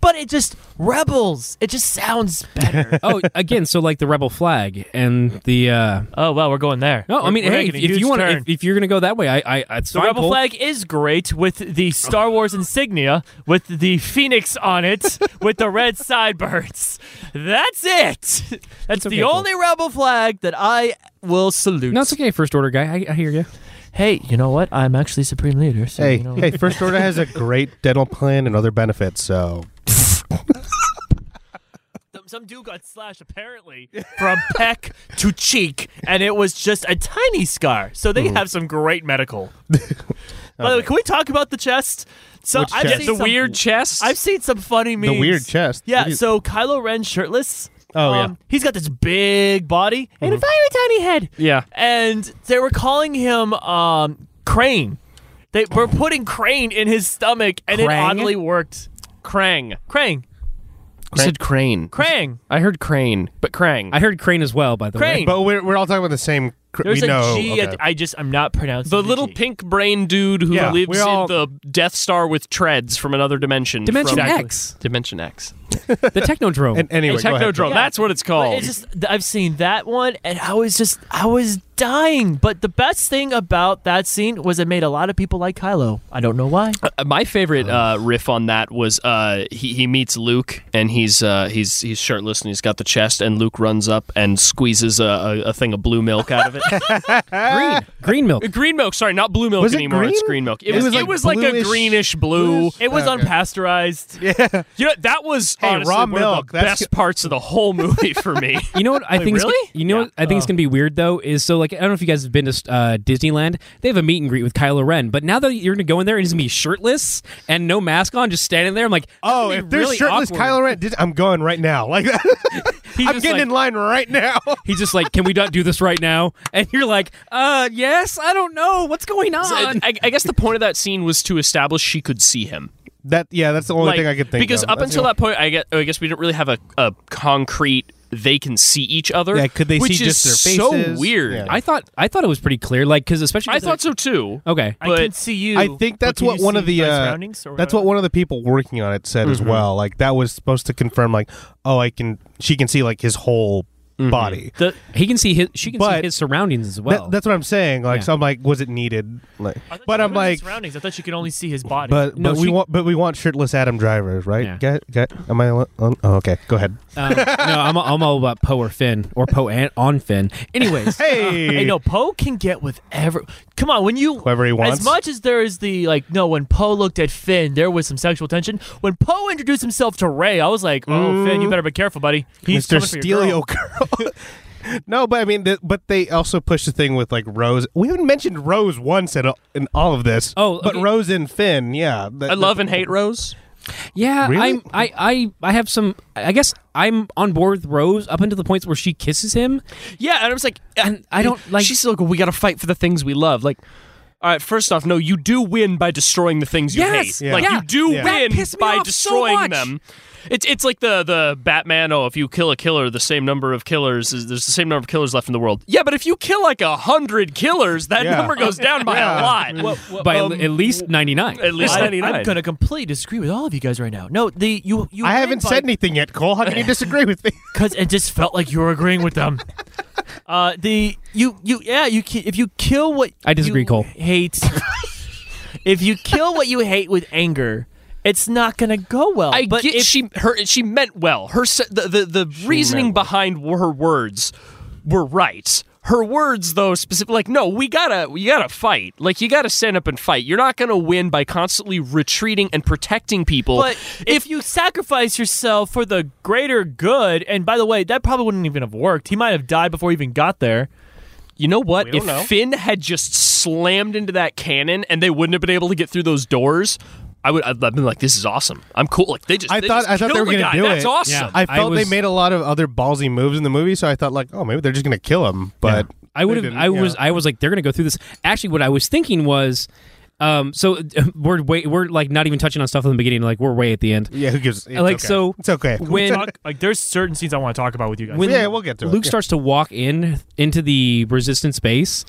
[SPEAKER 3] but it just rebels. It just sounds better.
[SPEAKER 2] oh, again, so like the rebel flag and the. uh
[SPEAKER 3] oh well, we're going there.
[SPEAKER 2] No, I
[SPEAKER 3] We're-
[SPEAKER 2] mean,
[SPEAKER 3] we're
[SPEAKER 2] hey, if,
[SPEAKER 3] making a
[SPEAKER 2] if
[SPEAKER 3] huge
[SPEAKER 2] you want,
[SPEAKER 3] turn.
[SPEAKER 2] if, if you're gonna go that way, I, I, it's
[SPEAKER 3] The
[SPEAKER 2] fine,
[SPEAKER 3] rebel
[SPEAKER 2] Cole.
[SPEAKER 3] flag is great with the Star Wars insignia with the phoenix on it with the red sideburns. That's it. That's
[SPEAKER 2] okay,
[SPEAKER 3] the
[SPEAKER 2] Cole.
[SPEAKER 3] only rebel flag that I will salute.
[SPEAKER 2] No, it's okay, first order guy. I, I hear you.
[SPEAKER 3] hey, you know what? I'm actually supreme leader. So
[SPEAKER 1] Hey,
[SPEAKER 3] you know
[SPEAKER 1] hey, First Order has a great dental plan and other benefits. So
[SPEAKER 3] Some, some dude got slashed apparently from peck to cheek, and it was just a tiny scar. So they have some great medical. By the way, can we talk about the chest? So
[SPEAKER 1] Which
[SPEAKER 3] I've
[SPEAKER 1] chest?
[SPEAKER 3] seen
[SPEAKER 4] the
[SPEAKER 3] some-
[SPEAKER 4] weird chest.
[SPEAKER 3] I've seen some funny memes.
[SPEAKER 1] the weird chest.
[SPEAKER 3] Yeah,
[SPEAKER 1] What is-
[SPEAKER 3] so Kylo Ren shirtless. Um,
[SPEAKER 1] Oh, yeah. Mm-hmm.
[SPEAKER 3] He's got this big body and a very tiny head.
[SPEAKER 4] Yeah.
[SPEAKER 3] And they were calling him um, Crane. They were putting Crane in his stomach and it
[SPEAKER 4] Krang?
[SPEAKER 3] oddly worked.
[SPEAKER 4] Krang.
[SPEAKER 3] Crane.
[SPEAKER 4] You said Crane.
[SPEAKER 3] Crang.
[SPEAKER 4] I heard Crane, but Krang.
[SPEAKER 2] I heard Crane as well, by the way.
[SPEAKER 3] Crane.
[SPEAKER 1] but we're, we're all talking about the same. Cr-
[SPEAKER 3] There's
[SPEAKER 1] we
[SPEAKER 3] a G.
[SPEAKER 1] know.
[SPEAKER 3] I
[SPEAKER 1] okay.
[SPEAKER 3] I just, I'm not pronouncing
[SPEAKER 4] the little
[SPEAKER 3] G.
[SPEAKER 4] pink brain dude who
[SPEAKER 1] Yeah,
[SPEAKER 4] lives
[SPEAKER 1] we're all-
[SPEAKER 4] in the Death Star with treads from another dimension.
[SPEAKER 2] Dimension
[SPEAKER 4] from-
[SPEAKER 2] X,
[SPEAKER 4] Dimension X.
[SPEAKER 2] the Technodrome.
[SPEAKER 1] and anyway,
[SPEAKER 4] Technodrome.
[SPEAKER 1] go ahead.
[SPEAKER 4] That's what it's called.
[SPEAKER 3] It's just, th- I've seen that one and I was just, I was dying. But the best thing about that scene was it made a lot of people like Kylo. I don't know why.
[SPEAKER 4] Uh, My favorite uh, riff on that was uh, he, he meets Luke and he's uh, he's he's shirtless and he's got the chest and Luke runs up and squeezes a, a, a thing of blue milk out of it.
[SPEAKER 1] uh,
[SPEAKER 2] green, green milk.
[SPEAKER 4] green milk, sorry, not blue milk
[SPEAKER 1] Was it
[SPEAKER 4] anymore. It's
[SPEAKER 1] green?
[SPEAKER 4] green milk.
[SPEAKER 1] It
[SPEAKER 4] It, was,
[SPEAKER 1] was
[SPEAKER 4] it
[SPEAKER 1] like
[SPEAKER 4] was like a
[SPEAKER 1] bluish-
[SPEAKER 4] greenish blue.
[SPEAKER 3] It was unpasteurized.
[SPEAKER 4] You know, that was
[SPEAKER 1] Hey,
[SPEAKER 4] honestly
[SPEAKER 1] raw
[SPEAKER 4] one of
[SPEAKER 1] milk,
[SPEAKER 4] the
[SPEAKER 1] that's-
[SPEAKER 4] best parts of the whole movie for me.
[SPEAKER 2] You know what I think? is
[SPEAKER 4] really?
[SPEAKER 2] gonna- you know what I think it's gonna be weird though is so like I don't know if you guys have been to uh, Disneyland. They have a meet and greet with Kylo Ren, but now that you're gonna go in there and he's gonna be shirtless and no mask on, just standing there, I'm like,
[SPEAKER 1] Oh, if there's shirtless Kylo Ren, did- I'm going right now. Like
[SPEAKER 2] Ren,
[SPEAKER 1] I'm getting in line right now.
[SPEAKER 2] He's just like, can we not do this right now? And you're like, uh, yes, I don't know what's going on.
[SPEAKER 4] I, I guess the point of that scene was to establish she could see him.
[SPEAKER 1] that yeah, that's the only thing I could think
[SPEAKER 4] because
[SPEAKER 1] of.
[SPEAKER 4] up
[SPEAKER 1] That's
[SPEAKER 4] until
[SPEAKER 1] the-
[SPEAKER 4] that point, I guess, I guess we didn't really have a, a concrete. They can see each other.
[SPEAKER 1] Yeah, could they
[SPEAKER 4] which
[SPEAKER 1] see
[SPEAKER 4] is
[SPEAKER 1] just their faces?
[SPEAKER 4] So weird.
[SPEAKER 1] Yeah.
[SPEAKER 4] I,
[SPEAKER 2] I thought I thought it was pretty clear, like because especially
[SPEAKER 4] I thought so too.
[SPEAKER 2] Okay,
[SPEAKER 3] I
[SPEAKER 4] But
[SPEAKER 3] can see you.
[SPEAKER 1] I think
[SPEAKER 3] but
[SPEAKER 1] that's
[SPEAKER 3] can
[SPEAKER 1] what
[SPEAKER 3] you
[SPEAKER 1] one
[SPEAKER 3] see
[SPEAKER 1] of the
[SPEAKER 3] my
[SPEAKER 1] uh,
[SPEAKER 3] surroundings or
[SPEAKER 1] that's what one of the people working on it said as well. Like that was supposed to confirm like oh I can she can see like his whole body.
[SPEAKER 2] the, he can see his she can see
[SPEAKER 1] But-
[SPEAKER 2] his surroundings as
[SPEAKER 1] That-
[SPEAKER 2] well.
[SPEAKER 1] that's what I'm saying. Like
[SPEAKER 2] Yeah.
[SPEAKER 1] so I'm like was it needed? Like
[SPEAKER 3] I thought
[SPEAKER 1] but
[SPEAKER 3] you
[SPEAKER 1] I'm
[SPEAKER 3] could see
[SPEAKER 1] like
[SPEAKER 3] surroundings. I thought you could only see his body.
[SPEAKER 1] but
[SPEAKER 2] No,
[SPEAKER 1] but we
[SPEAKER 2] she-
[SPEAKER 1] want but we want shirtless Adam drivers, right?
[SPEAKER 2] Yeah.
[SPEAKER 1] Get, get, am I al- oh, okay, go ahead.
[SPEAKER 2] Um, no, I'm, I'm all about Poe or Finn or Poe and on Finn. Anyways,
[SPEAKER 1] Hey,
[SPEAKER 3] Hey, no, Poe can get with ever. Come on, when you
[SPEAKER 1] Whoever he wants.
[SPEAKER 3] As much as there is the like, no, when Poe looked at Finn, there was some sexual tension. When Poe introduced himself to Ray, I was like, oh, Finn, you better be careful, buddy. He's
[SPEAKER 1] Mr.
[SPEAKER 3] coming for your girl.
[SPEAKER 1] Mm. Steelio Girl. no, but I mean, th- but they also push the thing with like Rose. We haven't mentioned Rose once in, in all of this.
[SPEAKER 2] Oh,
[SPEAKER 1] but
[SPEAKER 2] okay.
[SPEAKER 1] Rose and Finn, yeah.
[SPEAKER 4] I love and hate Rose.
[SPEAKER 2] yeah,
[SPEAKER 1] Really?
[SPEAKER 2] I'm, I, I, I have some. I guess I'm on board with Rose up until the points where she kisses him.
[SPEAKER 4] Yeah, and I was like,
[SPEAKER 2] And I don't like-
[SPEAKER 4] She's like, we got to fight for the things we love. Like, all right, first off, no, you do win by destroying the things you
[SPEAKER 2] Yes!
[SPEAKER 4] hate.
[SPEAKER 2] Yeah.
[SPEAKER 4] Like,
[SPEAKER 2] Yeah.
[SPEAKER 4] you do
[SPEAKER 1] Yeah.
[SPEAKER 2] That
[SPEAKER 4] win
[SPEAKER 2] pissed me
[SPEAKER 4] by
[SPEAKER 2] off so
[SPEAKER 4] destroying
[SPEAKER 2] much.
[SPEAKER 4] them. It's it's like the the Batman. Oh, if you kill a killer, the same number of killers is there's the same number of killers left in the world. Yeah, but if you kill like a hundred killers, that
[SPEAKER 1] Yeah.
[SPEAKER 4] number goes down by a lot.
[SPEAKER 2] by
[SPEAKER 4] um,
[SPEAKER 2] at least ninety nine.
[SPEAKER 4] at least
[SPEAKER 3] I,
[SPEAKER 4] 99.
[SPEAKER 3] am gonna completely disagree with all of you guys right now. No, the you you.
[SPEAKER 1] I haven't said anything yet, Cole. How can you disagree with me?
[SPEAKER 3] because it just felt like you were agreeing with them. uh, the you you yeah you ki- if you kill what
[SPEAKER 2] I disagree,
[SPEAKER 3] you
[SPEAKER 2] Cole.
[SPEAKER 3] hate. if you kill what you hate with anger, it's not gonna go well.
[SPEAKER 4] I
[SPEAKER 3] but
[SPEAKER 4] get
[SPEAKER 3] if
[SPEAKER 4] she her she meant well. Her se- the the, the reasoning behind her words were right. Her words though specific like no, we got to we got to fight. Like you got to stand up and fight. You're not going to win by constantly retreating and protecting people.
[SPEAKER 3] But if you sacrifice yourself for the greater good, and by the way, that probably wouldn't even have worked. He might have died before he even got there.
[SPEAKER 4] you know what? If
[SPEAKER 1] know.
[SPEAKER 4] Finn had just slammed into that cannon and they wouldn't have been able to get through those doors, I would I'd have been like this is awesome. I'm cool. Like they just
[SPEAKER 1] I
[SPEAKER 4] they
[SPEAKER 1] thought
[SPEAKER 4] just
[SPEAKER 1] I thought they
[SPEAKER 4] killed
[SPEAKER 1] were
[SPEAKER 4] the
[SPEAKER 1] gonna do
[SPEAKER 4] guy. That's
[SPEAKER 1] it.
[SPEAKER 4] awesome.
[SPEAKER 1] I
[SPEAKER 2] I
[SPEAKER 1] felt
[SPEAKER 2] was-
[SPEAKER 1] they made a lot of other ballsy moves in the movie, so I thought like, oh, maybe they're just gonna kill him. But
[SPEAKER 2] I would have. I was. I was like, they're gonna go through this. Actually, what I was thinking was, um, so we're way, we're like not even touching on stuff in the beginning. Like we're way at the end.
[SPEAKER 1] yeah, who gives? it's
[SPEAKER 2] Like,
[SPEAKER 1] okay.
[SPEAKER 2] so
[SPEAKER 1] it's okay.
[SPEAKER 2] When
[SPEAKER 3] like, there's certain scenes I want to talk about with you guys.
[SPEAKER 2] when
[SPEAKER 1] Yeah, we'll get to it.
[SPEAKER 2] Luke
[SPEAKER 1] Yeah.
[SPEAKER 2] starts to walk in into the resistance base,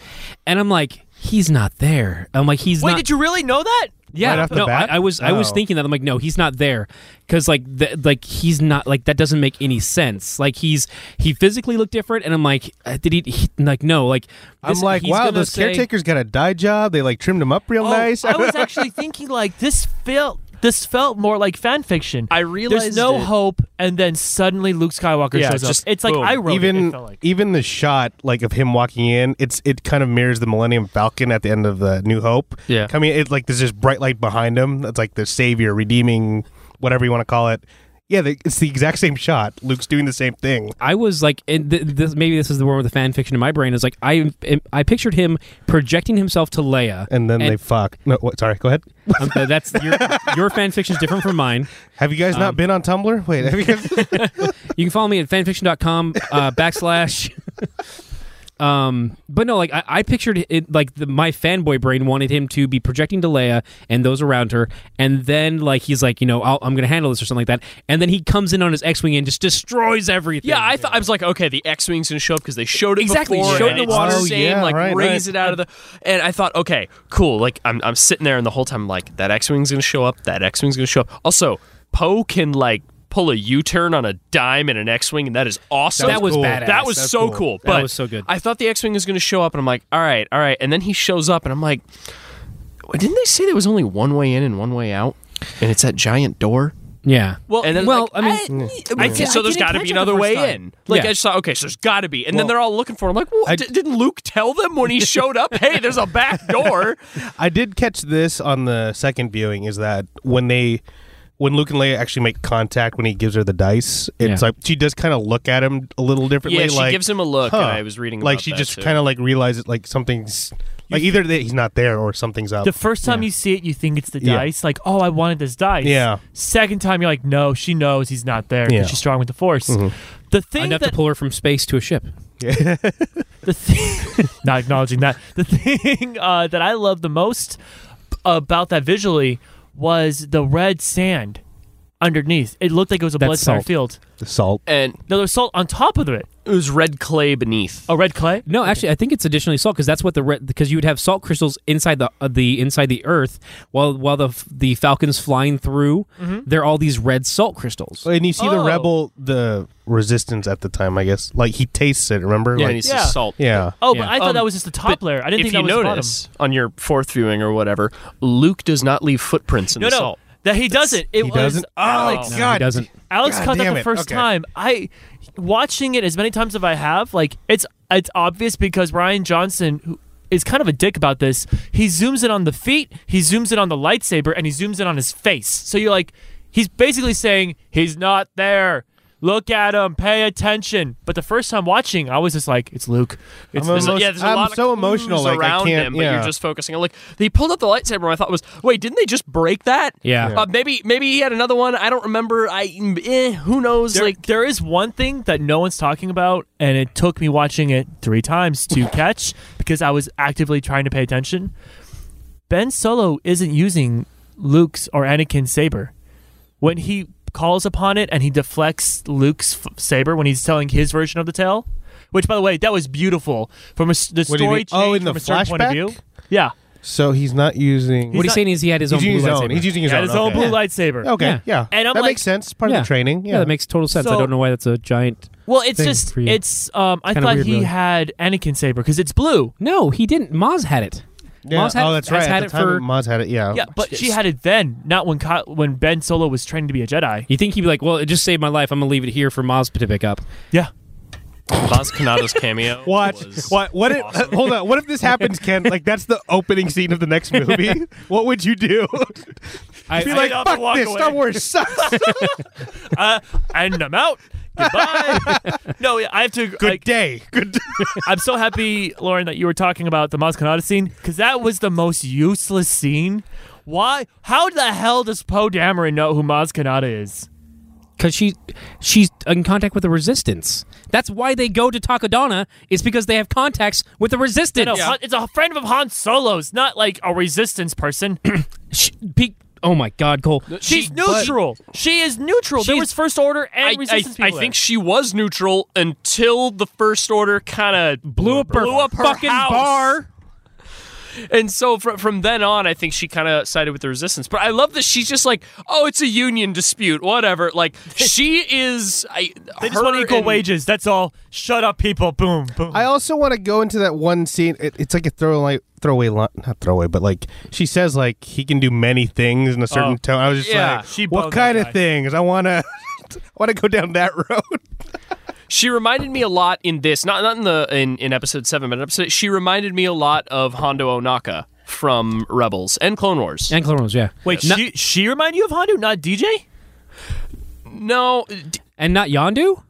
[SPEAKER 2] and I'm like, he's not there. I'm like, he's
[SPEAKER 3] Wait,
[SPEAKER 2] not.
[SPEAKER 3] did you really know that?
[SPEAKER 2] yeah,
[SPEAKER 1] Right off the
[SPEAKER 2] no,
[SPEAKER 1] bat?
[SPEAKER 2] I, I was I was
[SPEAKER 1] Oh.
[SPEAKER 2] thinking that I'm like, no, he's not there because like th- like he's not like that doesn't make any sense. Like he's he physically looked different, and I'm like, uh, did he, he- like no like
[SPEAKER 1] I'm
[SPEAKER 2] this-
[SPEAKER 1] like,
[SPEAKER 2] he's
[SPEAKER 1] wow,
[SPEAKER 2] gonna
[SPEAKER 1] those
[SPEAKER 2] say- Oh,
[SPEAKER 1] caretakers got a dye job. They like trimmed him up real nice.
[SPEAKER 3] Oh, I was actually thinking like this felt this felt more like fan fiction.
[SPEAKER 4] I
[SPEAKER 3] there's
[SPEAKER 4] realized
[SPEAKER 3] no
[SPEAKER 4] it.
[SPEAKER 3] hope, and then suddenly Luke Skywalker
[SPEAKER 4] Yeah,
[SPEAKER 3] shows
[SPEAKER 4] just
[SPEAKER 3] up. It's like
[SPEAKER 4] boom.
[SPEAKER 3] I wrote it.
[SPEAKER 1] even
[SPEAKER 3] it felt like.
[SPEAKER 1] even the shot like of him walking in it's it kind of mirrors the millennium falcon at the end of the new hope
[SPEAKER 4] Yeah.
[SPEAKER 1] coming it's like there's this bright light behind him that's like the savior redeeming whatever you want to call it yeah they, it's the exact same shot luke's doing the same thing
[SPEAKER 2] I was like, and th- this, maybe this is the one with the fan fiction in my brain is like, I I pictured him projecting himself to Leia,
[SPEAKER 1] and then they fuck no what, sorry go ahead
[SPEAKER 2] um, uh, that's your your fan fiction is different from mine.
[SPEAKER 1] have you guys not been on tumblr wait have you guys
[SPEAKER 2] You can follow me at fanfiction.com uh, backslash. Um, but no, like I, I pictured it, like the, my fanboy brain wanted him to be projecting to Leia and those around her, and then like he's like, you know, I'll, I'm gonna handle this or something like that, and then he comes in on his X-wing and just destroys everything.
[SPEAKER 4] Yeah, I thought I was like, okay, the X wings gonna show up because they showed it
[SPEAKER 2] Exactly,
[SPEAKER 4] before,
[SPEAKER 2] showed
[SPEAKER 4] and
[SPEAKER 2] it
[SPEAKER 4] it's the
[SPEAKER 1] once. Oh,
[SPEAKER 4] same,
[SPEAKER 1] yeah,
[SPEAKER 4] like
[SPEAKER 1] right,
[SPEAKER 4] raise it out of the. And I thought, okay, cool. Like I'm, I'm sitting there, and the whole time, I'm like that X wing's gonna show up. That X wing's gonna show up. Also, Poe can like pull a U turn on a dime in an X Wing, and that is awesome.
[SPEAKER 2] That was That was cool. badass.
[SPEAKER 4] That was
[SPEAKER 1] That's
[SPEAKER 4] so
[SPEAKER 1] cool.
[SPEAKER 4] cool.
[SPEAKER 2] That
[SPEAKER 4] But
[SPEAKER 2] was so good.
[SPEAKER 4] I thought the X Wing was going to show up, and I'm like, all right, all right. And then he shows up, and I'm like, didn't they say there was only one way in and one way out? And it's that giant door?
[SPEAKER 2] Yeah.
[SPEAKER 4] Well, and then
[SPEAKER 2] well,
[SPEAKER 4] like,
[SPEAKER 2] I mean,
[SPEAKER 4] I think- so there's
[SPEAKER 2] didn't
[SPEAKER 4] got to
[SPEAKER 2] catch
[SPEAKER 4] be
[SPEAKER 2] it the
[SPEAKER 4] another
[SPEAKER 2] first
[SPEAKER 4] way
[SPEAKER 2] time.
[SPEAKER 4] in. Like
[SPEAKER 2] Yeah.
[SPEAKER 4] I just thought, okay, so there's got to be, and then they're all looking for. Him. I'm like, well, d- didn't Luke tell them when he showed up? Hey, there's a back door.
[SPEAKER 1] I did catch this on the second viewing is that when they when Luke and Leia actually make contact when he gives her the dice, it's
[SPEAKER 2] Yeah.
[SPEAKER 1] like she does kind of look at him a little differently.
[SPEAKER 4] Yeah, she
[SPEAKER 1] like,
[SPEAKER 4] gives him a look,
[SPEAKER 1] huh.
[SPEAKER 4] and I was reading.
[SPEAKER 1] like
[SPEAKER 4] about
[SPEAKER 1] she
[SPEAKER 4] that,
[SPEAKER 1] just
[SPEAKER 4] too.
[SPEAKER 1] kind of like realizes like something's like either that he's not there or something's up.
[SPEAKER 3] The first time you see it, you think it's the
[SPEAKER 1] Yeah.
[SPEAKER 3] dice. Like, oh, I wanted this dice.
[SPEAKER 1] Yeah.
[SPEAKER 3] Second time, you're like, no, she knows he's not there. 'cause
[SPEAKER 1] Yeah. Mm-hmm.
[SPEAKER 3] She's strong with the force. The thing
[SPEAKER 2] enough
[SPEAKER 3] that
[SPEAKER 2] to pull her from space to a ship.
[SPEAKER 3] the thing, not acknowledging that the thing uh, that I love the most about that visually was the red sand underneath. It looked like it was a
[SPEAKER 2] That's
[SPEAKER 3] blood star
[SPEAKER 2] salt.
[SPEAKER 3] field.
[SPEAKER 1] the salt.
[SPEAKER 4] and
[SPEAKER 3] No, there's salt on top of it.
[SPEAKER 4] it was red clay beneath.
[SPEAKER 3] A red clay.
[SPEAKER 2] No, actually, I think it's additionally salt because that's what the because you would have salt crystals inside the uh, the inside the Earth while while the f- the Falcons flying through.
[SPEAKER 1] Mm-hmm.
[SPEAKER 2] They're all these red salt crystals.
[SPEAKER 1] And you see the
[SPEAKER 3] Oh.
[SPEAKER 1] rebel, the resistance at the time, I guess. Like he tastes it. Remember?
[SPEAKER 4] Yeah,
[SPEAKER 1] Like-
[SPEAKER 4] and he says
[SPEAKER 3] Yeah.
[SPEAKER 4] salt.
[SPEAKER 1] yeah.
[SPEAKER 3] Oh, but
[SPEAKER 2] Yeah.
[SPEAKER 3] I thought
[SPEAKER 4] Um,
[SPEAKER 3] that was just the top layer. I didn't
[SPEAKER 4] If
[SPEAKER 3] think that
[SPEAKER 4] you
[SPEAKER 3] was
[SPEAKER 4] notice on your fourth viewing or whatever, Luke does not leave footprints in
[SPEAKER 3] the
[SPEAKER 4] the
[SPEAKER 3] bottom. No, no,
[SPEAKER 4] salt.
[SPEAKER 3] that he doesn't.
[SPEAKER 1] he
[SPEAKER 3] It was
[SPEAKER 1] doesn't.
[SPEAKER 3] Alex.
[SPEAKER 1] oh
[SPEAKER 2] He
[SPEAKER 1] God!
[SPEAKER 2] doesn't.
[SPEAKER 3] Alex
[SPEAKER 1] God
[SPEAKER 3] caught that
[SPEAKER 1] damn
[SPEAKER 3] the
[SPEAKER 1] it.
[SPEAKER 3] first
[SPEAKER 1] Okay.
[SPEAKER 3] time. I watching it as many times as I have, like it's it's obvious because Ryan Johnson who is kind of a dick about this. He zooms in on the feet, he zooms in on the lightsaber, and he zooms in on his face. So you're like, he's basically saying he's not there. Look at him, pay attention. But the first time watching, I was just like, it's Luke. It's
[SPEAKER 1] I'm
[SPEAKER 4] There's a-
[SPEAKER 1] emo-
[SPEAKER 4] yeah, there's a
[SPEAKER 1] I'm
[SPEAKER 4] lot of
[SPEAKER 1] so
[SPEAKER 4] clues
[SPEAKER 1] emotional. Like
[SPEAKER 4] around
[SPEAKER 1] I can't.
[SPEAKER 4] him, but
[SPEAKER 1] yeah.
[SPEAKER 4] you're just focusing on like they pulled up the lightsaber. And I thought was wait, didn't they just break that?
[SPEAKER 2] Yeah. Yeah.
[SPEAKER 4] Uh, maybe maybe he had another one. I don't remember. I eh, who knows?
[SPEAKER 3] There-
[SPEAKER 4] like
[SPEAKER 3] there is one thing that no one's talking about, and it took me watching it three times to catch because I was actively trying to pay attention. Ben Solo isn't using Luke's or Anakin's saber when he calls upon it and he deflects Luke's f- saber when he's telling his version of the tale. Which, by the way, that was beautiful from a, s- the
[SPEAKER 1] What do you
[SPEAKER 3] story
[SPEAKER 1] mean? Oh,
[SPEAKER 3] change
[SPEAKER 1] in the
[SPEAKER 3] from a certain point of
[SPEAKER 1] flashback?
[SPEAKER 3] view. Yeah,
[SPEAKER 1] so he's not using.
[SPEAKER 2] What he's
[SPEAKER 3] not-
[SPEAKER 2] saying is he had his
[SPEAKER 1] he's
[SPEAKER 2] own
[SPEAKER 1] using
[SPEAKER 2] blue
[SPEAKER 1] his own.
[SPEAKER 2] lightsaber.
[SPEAKER 1] He's using his
[SPEAKER 3] had
[SPEAKER 1] own.
[SPEAKER 3] his own
[SPEAKER 1] okay.
[SPEAKER 3] blue
[SPEAKER 1] Yeah.
[SPEAKER 3] lightsaber.
[SPEAKER 1] Okay,
[SPEAKER 2] Yeah.
[SPEAKER 1] yeah.
[SPEAKER 3] And I'm
[SPEAKER 1] that
[SPEAKER 3] like-
[SPEAKER 1] makes sense. Part
[SPEAKER 2] yeah.
[SPEAKER 1] of the training. Yeah.
[SPEAKER 2] that makes total sense. I
[SPEAKER 3] So-
[SPEAKER 2] don't know why that's a giant.
[SPEAKER 3] Well, it's
[SPEAKER 2] Thing
[SPEAKER 3] just
[SPEAKER 2] for you.
[SPEAKER 3] it's. Um, I
[SPEAKER 2] kinda
[SPEAKER 3] thought
[SPEAKER 2] weird,
[SPEAKER 3] he
[SPEAKER 2] really.
[SPEAKER 3] had Anakin's saber because it's blue.
[SPEAKER 2] No, he didn't. Maz had it.
[SPEAKER 1] Yeah.
[SPEAKER 2] Maz had,
[SPEAKER 1] oh, that's
[SPEAKER 2] has
[SPEAKER 1] right.
[SPEAKER 2] Had
[SPEAKER 1] At the
[SPEAKER 2] it
[SPEAKER 1] time,
[SPEAKER 2] for.
[SPEAKER 1] Maz had it. Yeah.
[SPEAKER 3] Yeah, but she had it then, not when Ky- when Ben Solo was training to be a Jedi.
[SPEAKER 2] You think he'd be like, well, it just saved my life. I'm gonna leave it here for Maz to pick up.
[SPEAKER 3] Yeah,
[SPEAKER 4] Maz Kanata's cameo.
[SPEAKER 1] What? What? What? If, hold on. What if this happens, Ken? Like that's the opening scene of the next movie. what would you do?
[SPEAKER 2] I,
[SPEAKER 1] Be
[SPEAKER 2] I-
[SPEAKER 1] like,
[SPEAKER 3] up
[SPEAKER 1] fuck
[SPEAKER 3] and walk
[SPEAKER 1] this.
[SPEAKER 3] away."
[SPEAKER 1] Star Wars sucks.
[SPEAKER 3] Uh, and I'm out. Goodbye. no, I have to.
[SPEAKER 1] Good
[SPEAKER 3] Like,
[SPEAKER 1] day. Good.
[SPEAKER 3] I'm so happy, Lauren, that you were talking about the Maz Kanata scene because that was the most useless scene. Why? How the hell does Poe Dameron know who Maz Kanata is?
[SPEAKER 2] because she she's in contact with the resistance. That's why they go to Takadana. Is because they have contacts with the resistance.
[SPEAKER 3] No, Han- it's a friend of Han Solo's, not like a Resistance person.
[SPEAKER 2] She, pe- oh my God, Cole.
[SPEAKER 3] She's neutral. she is neutral. There
[SPEAKER 2] She's-
[SPEAKER 3] was First Order and
[SPEAKER 4] I, I,
[SPEAKER 3] Resistance.
[SPEAKER 4] I
[SPEAKER 3] people
[SPEAKER 4] think
[SPEAKER 3] there.
[SPEAKER 4] she was neutral until the First Order kind of blew up her, blew up her
[SPEAKER 2] fucking
[SPEAKER 4] house.
[SPEAKER 2] bar.
[SPEAKER 4] And so from, from then on, I think she kind of sided with the resistance. But I love that she's just like, oh, it's a union dispute, whatever. Like, she is. I,
[SPEAKER 3] they just want equal
[SPEAKER 4] and,
[SPEAKER 3] wages. That's all. Shut up, people. Boom, boom.
[SPEAKER 1] I also want to go into that one scene. It, it's like a throwaway, throwaway line, not throwaway, but like she says, like he can do many things in a certain
[SPEAKER 3] Oh.
[SPEAKER 1] tone. I was just
[SPEAKER 4] Yeah,
[SPEAKER 1] like,
[SPEAKER 3] she boned
[SPEAKER 1] what
[SPEAKER 3] that
[SPEAKER 1] kind of
[SPEAKER 3] guy.
[SPEAKER 1] things? I want to, want to go down that road.
[SPEAKER 4] She reminded me a lot in this, not not in the in, in episode seven, but in episode. She reminded me a lot of Hondo Onaka from Rebels and Clone Wars.
[SPEAKER 2] And Clone Wars, yeah.
[SPEAKER 3] Wait,
[SPEAKER 2] Not-
[SPEAKER 3] she she remind you of Hondo, not DJ?
[SPEAKER 4] No, d-
[SPEAKER 2] and not Yondu.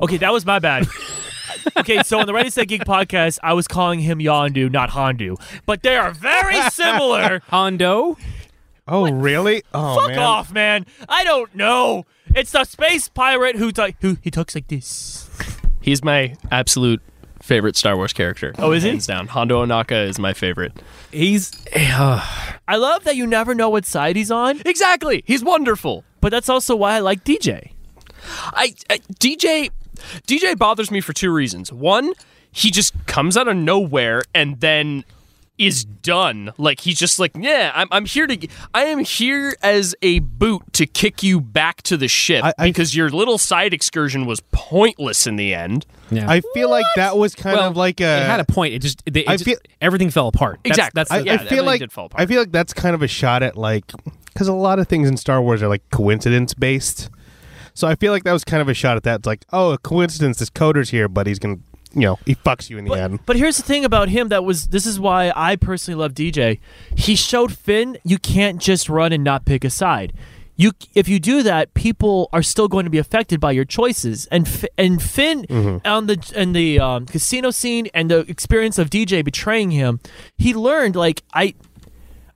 [SPEAKER 3] Okay, that was my bad. okay, so on the Ready Set Geek podcast, I was calling him Yondu, not Hondu, but they are very similar.
[SPEAKER 2] Hondo.
[SPEAKER 1] Oh, really? Oh,
[SPEAKER 3] Fuck
[SPEAKER 1] man.
[SPEAKER 3] off, man! I don't know. It's the space pirate who t- who he talks like this.
[SPEAKER 4] he's my absolute favorite Star Wars character.
[SPEAKER 3] Oh, is he?
[SPEAKER 4] Hands down, Hondo Onaka is my favorite.
[SPEAKER 2] He's
[SPEAKER 3] I love that you never know what side he's on,
[SPEAKER 4] Exactly, he's wonderful.
[SPEAKER 3] but that's also why I like DJ.
[SPEAKER 4] I, I DJ DJ bothers me for two reasons. One, he just comes out of nowhere and then is done. Like he's just like, yeah, I'm, I'm here to, g- I am here as a boot to kick you back to the ship
[SPEAKER 1] I- I-
[SPEAKER 4] because your little side excursion was pointless in the end.
[SPEAKER 2] Yeah.
[SPEAKER 1] I feel like that was kind
[SPEAKER 2] Well,
[SPEAKER 1] of like a.
[SPEAKER 2] it had a point. It just, they, it
[SPEAKER 1] I
[SPEAKER 2] just-
[SPEAKER 1] feel-
[SPEAKER 2] everything fell apart. That's-
[SPEAKER 4] Exactly.
[SPEAKER 2] That's,
[SPEAKER 1] I,
[SPEAKER 2] the-
[SPEAKER 4] Yeah,
[SPEAKER 1] I
[SPEAKER 4] that
[SPEAKER 1] feel
[SPEAKER 4] really
[SPEAKER 1] like
[SPEAKER 4] did fall apart.
[SPEAKER 1] I feel like that's kind of a shot at like because a lot of things in Star Wars are like coincidence based. So I feel like that was kind of a shot at that. It's like, oh, a coincidence. This coder's here, but he's gonna, you know, he fucks you in the end.
[SPEAKER 3] But, but here's the thing about him that was this is why I personally love DJ. He showed Finn you can't just run and not pick a side. You if you do that, people are still going to be affected by your choices. And F- and Finn on the and the um, casino scene and the experience of DJ betraying him, he learned like I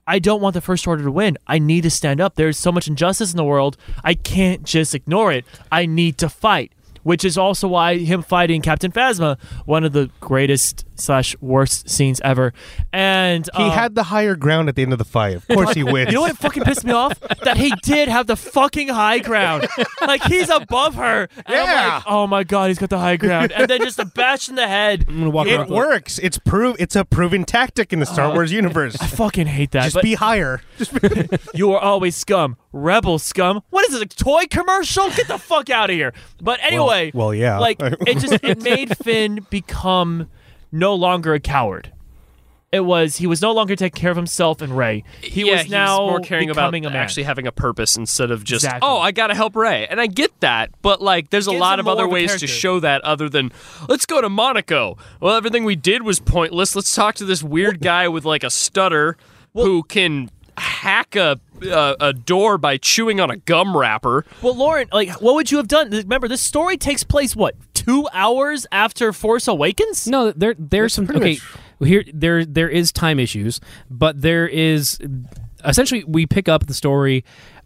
[SPEAKER 3] I don't want the First Order to win. I need to stand up. There's so much injustice in the world. I can't just ignore it. I need to fight. Which is also why him fighting Captain Phasma, one of the greatest slash worst scenes ever. And
[SPEAKER 1] He
[SPEAKER 3] um,
[SPEAKER 1] had the higher ground at the end of the fight. Of course, he wins.
[SPEAKER 3] You know what fucking pissed me off? That he did have the fucking high ground. Like he's above her. And I'm
[SPEAKER 1] Yeah.
[SPEAKER 3] like, oh my god, he's got the high ground. And then just a bash in the head.
[SPEAKER 2] I'm gonna walk around
[SPEAKER 1] It
[SPEAKER 2] with a-
[SPEAKER 1] works. It's prove. It's a proven tactic in the Star Wars universe.
[SPEAKER 3] Uh, I fucking hate that.
[SPEAKER 1] Just
[SPEAKER 3] but-
[SPEAKER 1] be higher. Just be-
[SPEAKER 3] You are always scum. Rebel scum. What is this? A toy commercial? Get the fuck out of here. But anyway,
[SPEAKER 1] well, yeah.
[SPEAKER 3] Like it just it made Finn become no longer a coward. It was he was no longer taking care of himself and Ray. He
[SPEAKER 4] yeah,
[SPEAKER 3] was now
[SPEAKER 4] he's more caring about
[SPEAKER 3] becoming a man.
[SPEAKER 4] actually having a purpose instead of just
[SPEAKER 3] Exactly.
[SPEAKER 4] oh I gotta help Ray and I get that but like there's a
[SPEAKER 3] Gives
[SPEAKER 4] lot
[SPEAKER 3] him
[SPEAKER 4] of other
[SPEAKER 3] more of a
[SPEAKER 4] ways
[SPEAKER 3] character.
[SPEAKER 4] to show that other than let's go to Monaco well everything we did was pointless let's talk to this weird guy with like a stutter who can hack a uh, a door by chewing on a gum wrapper
[SPEAKER 3] well, Lauren, like what would you have done? Remember, this story takes place what two hours after Force Awakens.
[SPEAKER 2] No, there there's some okay. Here there there is time issues, but there is essentially we pick up the story.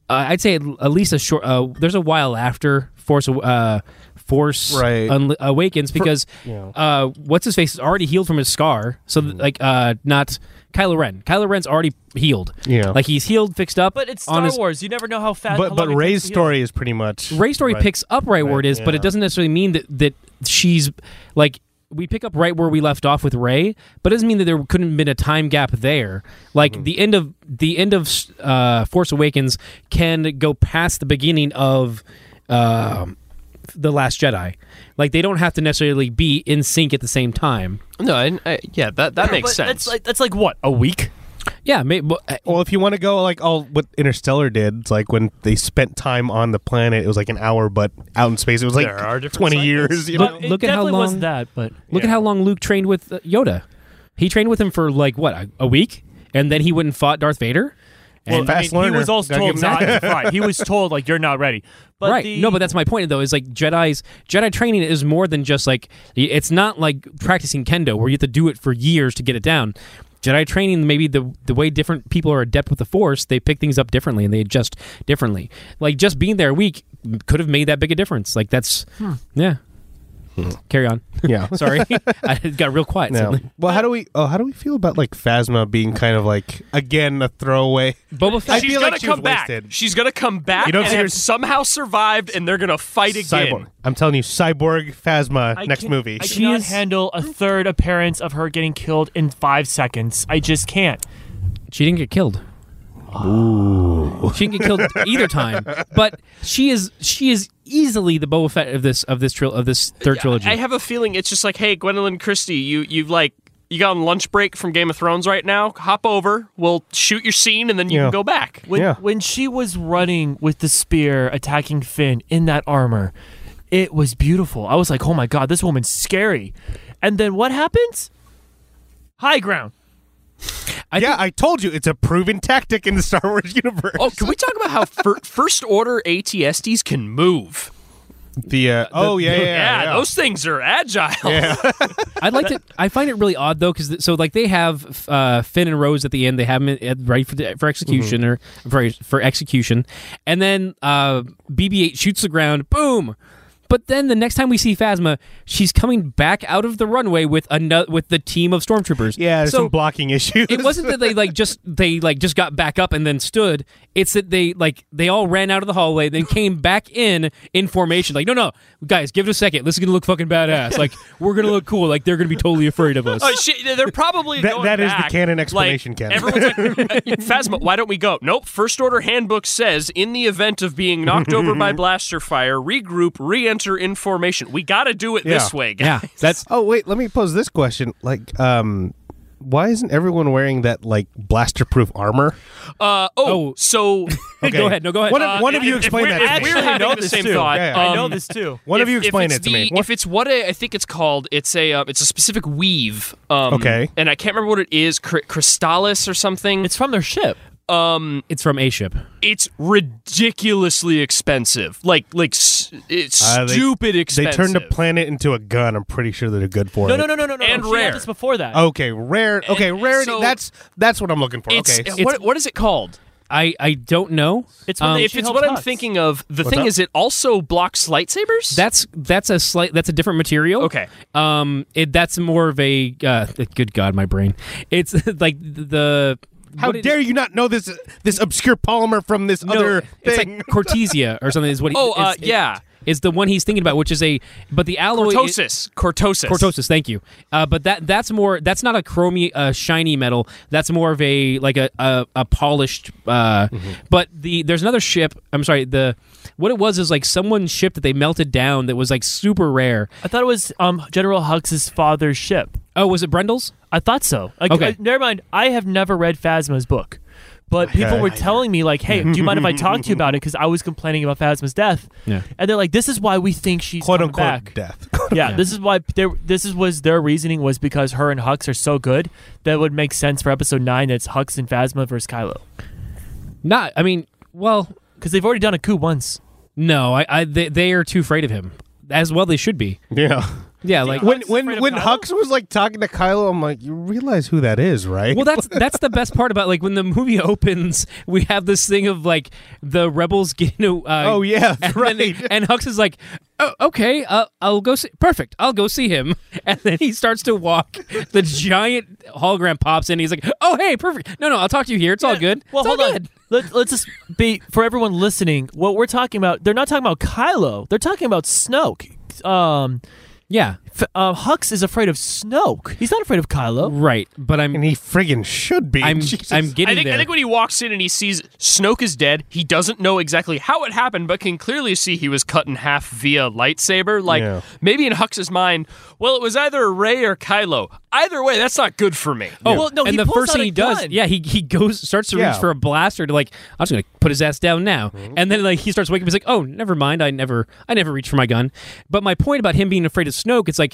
[SPEAKER 2] Uh, I'd say at at least a short. Uh, there's a while after Force Aw- uh, Force
[SPEAKER 1] Right.
[SPEAKER 2] Unle- Awakens because uh, what's his face is already healed from his scar. So
[SPEAKER 1] Mm-hmm.
[SPEAKER 2] th- like uh, not Kylo Ren. Kylo Ren's already healed.
[SPEAKER 1] Yeah.
[SPEAKER 2] like he's healed, fixed up.
[SPEAKER 3] But it's
[SPEAKER 2] on
[SPEAKER 3] Star
[SPEAKER 2] his-
[SPEAKER 3] Wars. You never know how fast.
[SPEAKER 1] but but Ray's story is pretty much
[SPEAKER 2] Ray story
[SPEAKER 1] Right.
[SPEAKER 2] picks up right, where it
[SPEAKER 1] Right,
[SPEAKER 2] is, but
[SPEAKER 1] yeah.
[SPEAKER 2] it doesn't necessarily mean that that she's like we pick up right where we left off with Ray, but it doesn't mean that there couldn't have been a time gap there. Like
[SPEAKER 1] Mm-hmm.
[SPEAKER 2] the end of the end of uh, Force Awakens can go past the beginning of um the Last Jedi. Like they don't have to necessarily be in sync at the same time.
[SPEAKER 4] no I, I, yeah that that makes
[SPEAKER 3] but
[SPEAKER 4] sense
[SPEAKER 3] That's like that's like what a week.
[SPEAKER 2] Yeah, may, but, uh,
[SPEAKER 1] Well, if you want to go like all what Interstellar did, it's like when they spent time on the planet, it was like an hour, but out in space, it was like
[SPEAKER 4] There are different
[SPEAKER 1] twenty
[SPEAKER 4] cycles.
[SPEAKER 1] years. You
[SPEAKER 2] But-
[SPEAKER 1] know?
[SPEAKER 3] It
[SPEAKER 2] Look at how
[SPEAKER 3] definitely wasn't
[SPEAKER 2] long-
[SPEAKER 3] that, but
[SPEAKER 2] Look at how long Luke trained with uh, Yoda. He trained with him for like what a, a week, and then he went and fought Darth Vader.
[SPEAKER 1] Well, fast
[SPEAKER 3] He
[SPEAKER 1] learner.
[SPEAKER 3] was also
[SPEAKER 1] Gotta give
[SPEAKER 3] told
[SPEAKER 1] him that.
[SPEAKER 3] not to fight. He was told like you're not ready. But
[SPEAKER 2] right.
[SPEAKER 3] the-
[SPEAKER 2] No, but that's my point though. Is like Jedi's Jedi training is more than just like it's not like practicing kendo where you have to do it for years to get it down. Jedi training, maybe the the way different people are adept with the Force, they pick things up differently and they adjust differently. Like just being there a week could have made that big a difference. Like that's yeah. Carry on.
[SPEAKER 1] Yeah.
[SPEAKER 2] Sorry, I got real quiet.
[SPEAKER 1] Yeah.
[SPEAKER 2] suddenly.
[SPEAKER 1] Well, how do we? Oh, how do we feel about like Phasma being kind of like again a throwaway?
[SPEAKER 2] Boba Fett.
[SPEAKER 1] I
[SPEAKER 4] she's
[SPEAKER 1] feel
[SPEAKER 4] gonna
[SPEAKER 1] like she was
[SPEAKER 4] come back
[SPEAKER 1] wasted.
[SPEAKER 4] she's gonna come back
[SPEAKER 1] You don't
[SPEAKER 4] and
[SPEAKER 1] see her-
[SPEAKER 4] have somehow survived and they're gonna fight again
[SPEAKER 1] Cyborg. I'm telling you, Cyborg Phasma
[SPEAKER 3] I
[SPEAKER 1] next
[SPEAKER 3] can't-
[SPEAKER 1] movie.
[SPEAKER 3] I
[SPEAKER 2] She
[SPEAKER 3] cannot
[SPEAKER 2] is-
[SPEAKER 3] handle a third appearance of her getting killed in five seconds. I just can't.
[SPEAKER 2] She didn't get killed. She didn't get killed either time, but she is she is easily the Boba Fett of this of this tril- of this third trilogy.
[SPEAKER 4] I have a feeling it's just like, hey, Gwendolyn Christie, you you've like you got on lunch break from Game of Thrones right now. Hop over, we'll shoot your scene, and then you
[SPEAKER 1] Yeah.
[SPEAKER 4] can go back.
[SPEAKER 3] When
[SPEAKER 1] Yeah.
[SPEAKER 3] when she was running with the spear attacking Finn in that armor, it was beautiful. I was like, "Oh my god, this woman's scary." And then what happens? High ground.
[SPEAKER 2] I
[SPEAKER 1] yeah, I told you, it's a proven tactic in the Star Wars universe.
[SPEAKER 4] Oh, can we talk about how fir- first order ATSDs can move?
[SPEAKER 1] the uh, oh yeah, yeah, yeah, yeah.
[SPEAKER 4] those things are agile.
[SPEAKER 2] I'd like to. I find it really odd though, because so like they have uh, Finn and Rose at the end. They have them at, ready for, for execution
[SPEAKER 1] Mm-hmm.
[SPEAKER 2] or for, for execution, and then uh, BB-8 shoots the ground. Boom. But then the next time we see Phasma, she's coming back out of the runway with another with the team of stormtroopers.
[SPEAKER 1] Yeah, there's
[SPEAKER 2] so
[SPEAKER 1] some blocking issues.
[SPEAKER 2] it wasn't that they like just they like just got back up and then stood. It's that they like they all ran out of the hallway, then came back in in formation. Like, no, no, guys, give it a second. This is gonna look fucking badass. Like, we're gonna look cool. Like, they're gonna be totally afraid of us.
[SPEAKER 4] Oh, shit, they're probably
[SPEAKER 1] That-
[SPEAKER 4] going
[SPEAKER 1] that is the
[SPEAKER 4] back.
[SPEAKER 1] canon
[SPEAKER 4] Like,
[SPEAKER 1] explanation, Ken.
[SPEAKER 4] Everyone's like, "Uh, Phasma, why don't we go? Nope. First order handbook says, in the event of being knocked over by blaster fire, regroup, re-enter in formation. We got to do it this
[SPEAKER 1] Yeah.
[SPEAKER 4] way, guys.
[SPEAKER 2] yeah, that's
[SPEAKER 1] Oh wait, let me pose this question. Like, um, why isn't everyone wearing that like blaster-proof armor?
[SPEAKER 4] Uh, oh,
[SPEAKER 2] Oh.
[SPEAKER 4] so
[SPEAKER 1] Okay.
[SPEAKER 2] Go ahead. No, go ahead.
[SPEAKER 1] One of,
[SPEAKER 2] Uh,
[SPEAKER 1] one of
[SPEAKER 4] if-
[SPEAKER 1] you
[SPEAKER 4] if
[SPEAKER 1] explain
[SPEAKER 4] we're-
[SPEAKER 1] that.
[SPEAKER 4] if
[SPEAKER 1] to me.
[SPEAKER 4] we're having the
[SPEAKER 3] this
[SPEAKER 4] same
[SPEAKER 3] too.
[SPEAKER 4] thought,
[SPEAKER 1] Yeah, yeah.
[SPEAKER 3] I know
[SPEAKER 4] um,
[SPEAKER 3] this too.
[SPEAKER 1] one of
[SPEAKER 4] If-
[SPEAKER 1] you
[SPEAKER 4] if
[SPEAKER 1] explain
[SPEAKER 4] it's
[SPEAKER 1] it to me.
[SPEAKER 4] the- If it's what a, I think it's called, it's a um, it's a specific weave. Um,
[SPEAKER 1] Okay.
[SPEAKER 4] And I can't remember what it is, cr- crystallis or something.
[SPEAKER 3] It's from their ship.
[SPEAKER 2] it's from A ship.
[SPEAKER 4] it's ridiculously expensive. Like like s- it's
[SPEAKER 1] Uh, they-
[SPEAKER 4] stupid
[SPEAKER 1] they
[SPEAKER 4] expensive.
[SPEAKER 1] turned a planet into a gun. I'm pretty sure they're good for
[SPEAKER 3] No,
[SPEAKER 1] it.
[SPEAKER 3] no, no, no, no, no.
[SPEAKER 4] And
[SPEAKER 3] She had
[SPEAKER 4] rare.
[SPEAKER 3] This before that.
[SPEAKER 1] Okay, rare. Okay,
[SPEAKER 4] and
[SPEAKER 1] rarity.
[SPEAKER 4] so-
[SPEAKER 1] that's that's what I'm looking for.
[SPEAKER 4] It's,
[SPEAKER 1] okay.
[SPEAKER 4] what, what is it called?
[SPEAKER 2] I I don't know. Um,
[SPEAKER 3] It's when they-
[SPEAKER 4] if
[SPEAKER 3] she
[SPEAKER 4] it's
[SPEAKER 3] helped
[SPEAKER 4] what I'm
[SPEAKER 3] us.
[SPEAKER 4] thinking of, the thing
[SPEAKER 1] up?
[SPEAKER 4] is, it also blocks lightsabers.
[SPEAKER 2] That's that's a slight that's a different material.
[SPEAKER 4] Okay.
[SPEAKER 2] Um it that's more of a uh, good god my brain. It's like the
[SPEAKER 1] How
[SPEAKER 2] what it-
[SPEAKER 1] dare you not know this this obscure polymer from this
[SPEAKER 2] no,
[SPEAKER 1] other
[SPEAKER 2] it's
[SPEAKER 1] thing?
[SPEAKER 2] like cortesia or something is what he,
[SPEAKER 4] Oh, uh,
[SPEAKER 2] is-
[SPEAKER 4] yeah.
[SPEAKER 2] Is the one he's thinking about which is a but the alloy is-
[SPEAKER 4] cortosis. Cortosis.
[SPEAKER 2] Cortosis, thank you. Uh, but that that's more that's not a chromy uh, shiny metal. That's more of a like a a, a polished. Uh,
[SPEAKER 4] Mm-hmm.
[SPEAKER 2] But the there's another ship. I'm sorry. The what it was is like someone's ship that they melted down that was like super rare.
[SPEAKER 3] I thought it was um, General Hux's father's ship.
[SPEAKER 2] Oh, was it Brendel's?
[SPEAKER 3] I thought so. Like,
[SPEAKER 2] Okay.
[SPEAKER 3] uh, never mind. I have never read Phasma's book, but people were telling me like, "Hey, do you mind if I talk to you about it?" Because I was complaining about Phasma's death.
[SPEAKER 2] Yeah.
[SPEAKER 3] And they're like, "This is why we think she's
[SPEAKER 1] Quote
[SPEAKER 3] coming
[SPEAKER 1] unquote
[SPEAKER 3] back."
[SPEAKER 1] death.
[SPEAKER 3] Yeah, This is why. There, this is was their reasoning was because her and Hux are so good that would make sense for Episode Nine. That's Hux and Phasma versus Kylo.
[SPEAKER 2] Not. I mean, well,
[SPEAKER 3] Because they've already done a coup once.
[SPEAKER 2] no. I, I they, they are too afraid of him. As well, they should be.
[SPEAKER 1] yeah.
[SPEAKER 2] Yeah, like
[SPEAKER 1] When
[SPEAKER 3] Huck's afraid
[SPEAKER 1] when
[SPEAKER 3] of
[SPEAKER 1] when
[SPEAKER 3] Kylo?
[SPEAKER 1] Hux was like talking to Kylo, I'm like, you realize who that is, right?
[SPEAKER 2] Well, that's that's the best part about like when the movie opens, we have this thing of like the rebels get into. Uh,
[SPEAKER 1] Oh, yeah,
[SPEAKER 2] and
[SPEAKER 1] right.
[SPEAKER 2] then- and Hux is like, oh, okay, uh, I'll go see. Perfect, I'll go see him. And then he starts to walk. The giant hologram pops in. He's like, oh hey, perfect. No, no, I'll talk to you here. It's all good.
[SPEAKER 3] Well,
[SPEAKER 2] it's all
[SPEAKER 3] hold on.
[SPEAKER 2] good.
[SPEAKER 3] Let, let's just be for everyone listening. What we're talking about, they're not talking about Kylo. They're talking about Snoke. Um,
[SPEAKER 2] Yeah,
[SPEAKER 3] F- uh, Hux is afraid of Snoke. He's not afraid of Kylo.
[SPEAKER 2] right. But I'm
[SPEAKER 1] and he friggin' should be.
[SPEAKER 2] I'm
[SPEAKER 1] Jesus.
[SPEAKER 2] I'm getting
[SPEAKER 4] I think,
[SPEAKER 2] there.
[SPEAKER 4] I think when he walks in and he sees Snoke is dead, he doesn't know exactly how it happened, but can clearly see he was cut in half via lightsaber. Like
[SPEAKER 1] Yeah.
[SPEAKER 4] maybe in Hux's mind, well, it was either Ray or Kylo. Either way, that's not good for me.
[SPEAKER 2] Oh,
[SPEAKER 3] Well, no,
[SPEAKER 2] and
[SPEAKER 3] he
[SPEAKER 2] the
[SPEAKER 3] pulls
[SPEAKER 2] first
[SPEAKER 3] out
[SPEAKER 2] thing
[SPEAKER 3] a
[SPEAKER 2] he does,
[SPEAKER 3] gun.
[SPEAKER 2] yeah, he, he goes starts to
[SPEAKER 1] Yeah. Mm-hmm.
[SPEAKER 2] reach for a blaster to like, I'm just gonna put his ass down now, and then like he starts waking up. He's like, oh, never mind, I never I never reach for my gun. But my point about him being afraid of Snoke, it's like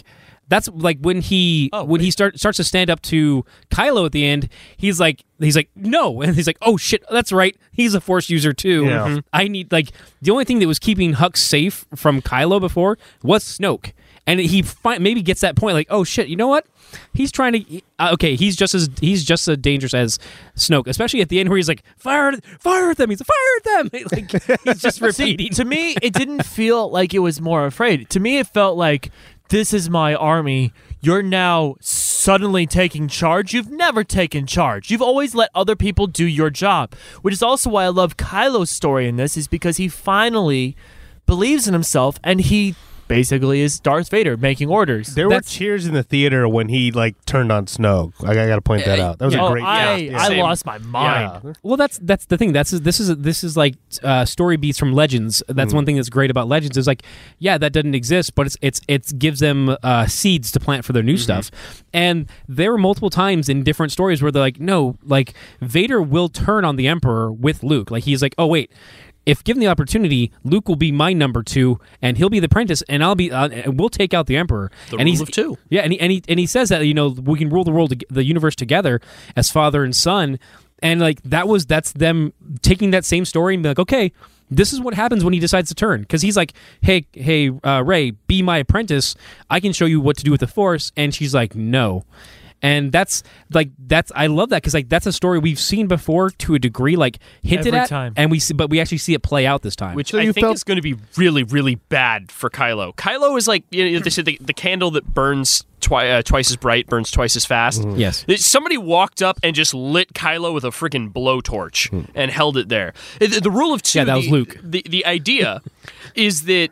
[SPEAKER 2] that's like when he
[SPEAKER 3] Oh,
[SPEAKER 2] when he start, starts to stand up to Kylo at the end, he's like he's like no, and he's like oh shit, that's right, he's a Force user too.
[SPEAKER 1] Yeah.
[SPEAKER 2] Mhm. I need like the only thing that was keeping Hux safe from Kylo before was Snoke, and he fi- maybe gets that point like, oh shit, you know what? He's trying to uh, okay, he's just as he's just as dangerous as Snoke, especially at the end where he's like, fire, fire at them, he's like, fire at them, like he's just repeating.
[SPEAKER 3] To me, it didn't feel like it was more afraid. To me, it felt like this is my army. You're now suddenly taking charge. You've never taken charge. You've always let other people do your job, which is also why I love Kylo's story in this, is because he finally believes in himself and he basically is Darth Vader making orders.
[SPEAKER 1] there were
[SPEAKER 2] that's-
[SPEAKER 1] cheers in the theater when he like turned on Snoke. Like, I got to point that out. That was
[SPEAKER 3] oh,
[SPEAKER 1] a great.
[SPEAKER 3] I,
[SPEAKER 4] yeah,
[SPEAKER 3] I
[SPEAKER 4] same.
[SPEAKER 3] lost my mind.
[SPEAKER 2] Well, that's that's the thing. That's this is this is like uh, story beats from Legends. That's
[SPEAKER 4] Hmm.
[SPEAKER 2] one thing that's great about Legends is like, yeah, that doesn't exist, but it's it's it gives them uh, seeds to plant for their new
[SPEAKER 4] Mm-hmm.
[SPEAKER 2] stuff. And there were multiple times in different stories where they're like, no, like Vader will turn on the Emperor with Luke. Like he's like, oh wait. If given the opportunity, Luke will be my number two, and he'll be the apprentice, and I'll be, uh, and we'll take out the Emperor. The and
[SPEAKER 4] rule
[SPEAKER 2] he's,
[SPEAKER 4] of two.
[SPEAKER 2] yeah, and he, and he and he says that you know we can rule the world, the universe together as father and son, and like that was that's them taking that same story and be like, okay, this is what happens when he decides to turn because he's like, hey, hey, uh, Ray, be my apprentice. I can show you what to do with the Force, and she's like, no. and that's like that's I love that because like that's a story we've seen before to a degree, like hinted
[SPEAKER 3] Every
[SPEAKER 2] at,
[SPEAKER 3] time.
[SPEAKER 2] and we see, but we actually see it play out this time.
[SPEAKER 4] which
[SPEAKER 1] So
[SPEAKER 4] I
[SPEAKER 1] you
[SPEAKER 4] think
[SPEAKER 1] felt-
[SPEAKER 4] is going to be really, really bad for Kylo. Kylo is like you know, they said the, the candle that burns twi- uh, twice as bright burns twice as fast.
[SPEAKER 2] Yes.
[SPEAKER 4] It- Somebody walked up and just lit Kylo with a freaking blowtorch and held it there. Uh, The, the rule of two.
[SPEAKER 2] Yeah, that was
[SPEAKER 4] the-
[SPEAKER 2] Luke.
[SPEAKER 4] The the idea is that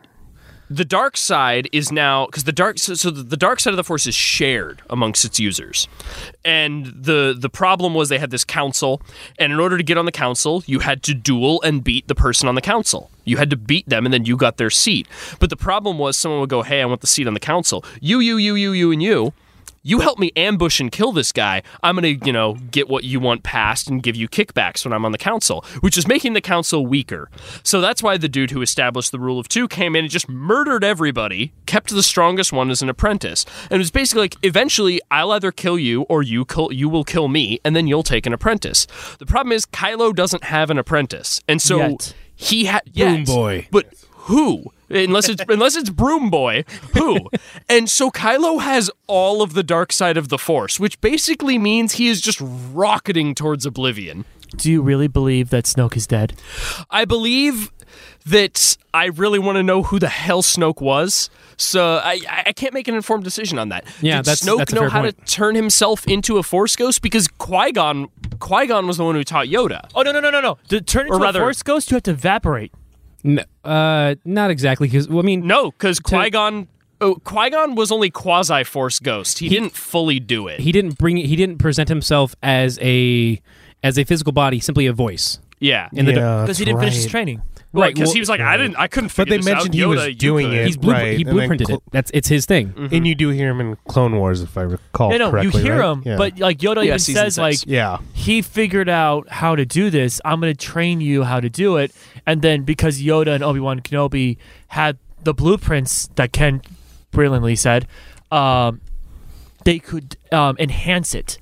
[SPEAKER 4] the dark side is now because the dark so, so the dark side of the force is shared amongst its users and the the problem was they had this council and in order to get on the council you had to duel and beat the person on the council you had to beat them and then you got their seat but the problem was someone would go hey i want the seat on the council you you you you you and you you help me ambush and kill this guy. I'm going to, you know, get what you want passed and give you kickbacks when I'm on the council, which is making the council weaker. So that's why the dude who established the rule of two came in and just murdered everybody, kept the strongest one as an apprentice. And it was basically like, eventually, I'll either kill you or you, kill, you will kill me, and then you'll take an apprentice. The problem is, Kylo doesn't have an apprentice. And so
[SPEAKER 3] Yet.
[SPEAKER 4] he had. Boom
[SPEAKER 1] Boy.
[SPEAKER 4] But who? Unless it's unless it's Broom Boy, who? and so Kylo has all of the dark side of the Force, which basically means he is just rocketing towards oblivion.
[SPEAKER 3] Do you really believe that Snoke is dead?
[SPEAKER 4] I believe that I really want to know who the hell Snoke was, so I I I can't make an informed decision on that.
[SPEAKER 2] Yeah,
[SPEAKER 4] Did
[SPEAKER 2] that's-
[SPEAKER 4] Snoke
[SPEAKER 2] that's a
[SPEAKER 4] know
[SPEAKER 2] fair
[SPEAKER 4] how
[SPEAKER 2] point.
[SPEAKER 4] to turn himself into a Force ghost because Qui Gon Qui Gon was the one who taught Yoda.
[SPEAKER 3] Oh no no no no no! To turn into
[SPEAKER 4] rather-
[SPEAKER 3] a Force ghost, you have to evaporate.
[SPEAKER 2] N- uh, not exactly because well, I mean,
[SPEAKER 4] No, because Qui Gon. Oh, Qui Gon was only quasi Force ghost. He, didn't fully do it.
[SPEAKER 2] he didn't bring he didn't present himself as a as a physical body, simply a voice.
[SPEAKER 4] yeah,
[SPEAKER 2] In the
[SPEAKER 1] yeah,
[SPEAKER 3] Because he
[SPEAKER 1] that's
[SPEAKER 3] didn't finish his
[SPEAKER 1] right.
[SPEAKER 3] training.
[SPEAKER 4] right.
[SPEAKER 2] Right,
[SPEAKER 4] Because
[SPEAKER 2] well-
[SPEAKER 4] he was like, I didn't, I couldn't.
[SPEAKER 1] But
[SPEAKER 4] figure
[SPEAKER 1] they
[SPEAKER 4] this
[SPEAKER 1] mentioned
[SPEAKER 4] out.
[SPEAKER 1] he was
[SPEAKER 4] Yoda, you
[SPEAKER 1] doing
[SPEAKER 4] could.
[SPEAKER 1] it.
[SPEAKER 2] He's blueprint,
[SPEAKER 1] Right,
[SPEAKER 2] he
[SPEAKER 1] and then
[SPEAKER 2] blueprinted
[SPEAKER 1] cl-
[SPEAKER 2] it. That's it's his thing.
[SPEAKER 1] And you do hear him in Clone Wars, if I recall
[SPEAKER 3] No, no,
[SPEAKER 1] correctly.
[SPEAKER 3] you hear
[SPEAKER 1] right?
[SPEAKER 3] him,
[SPEAKER 1] Yeah.
[SPEAKER 3] but like Yoda
[SPEAKER 4] Yeah,
[SPEAKER 3] even
[SPEAKER 4] season
[SPEAKER 3] says,
[SPEAKER 4] six.
[SPEAKER 3] like,
[SPEAKER 1] yeah,
[SPEAKER 3] he figured out how to do this. I'm going to train you how to do it. And then because Yoda and Obi Wan Kenobi had the blueprints that Ken brilliantly said, um, they could um, enhance it.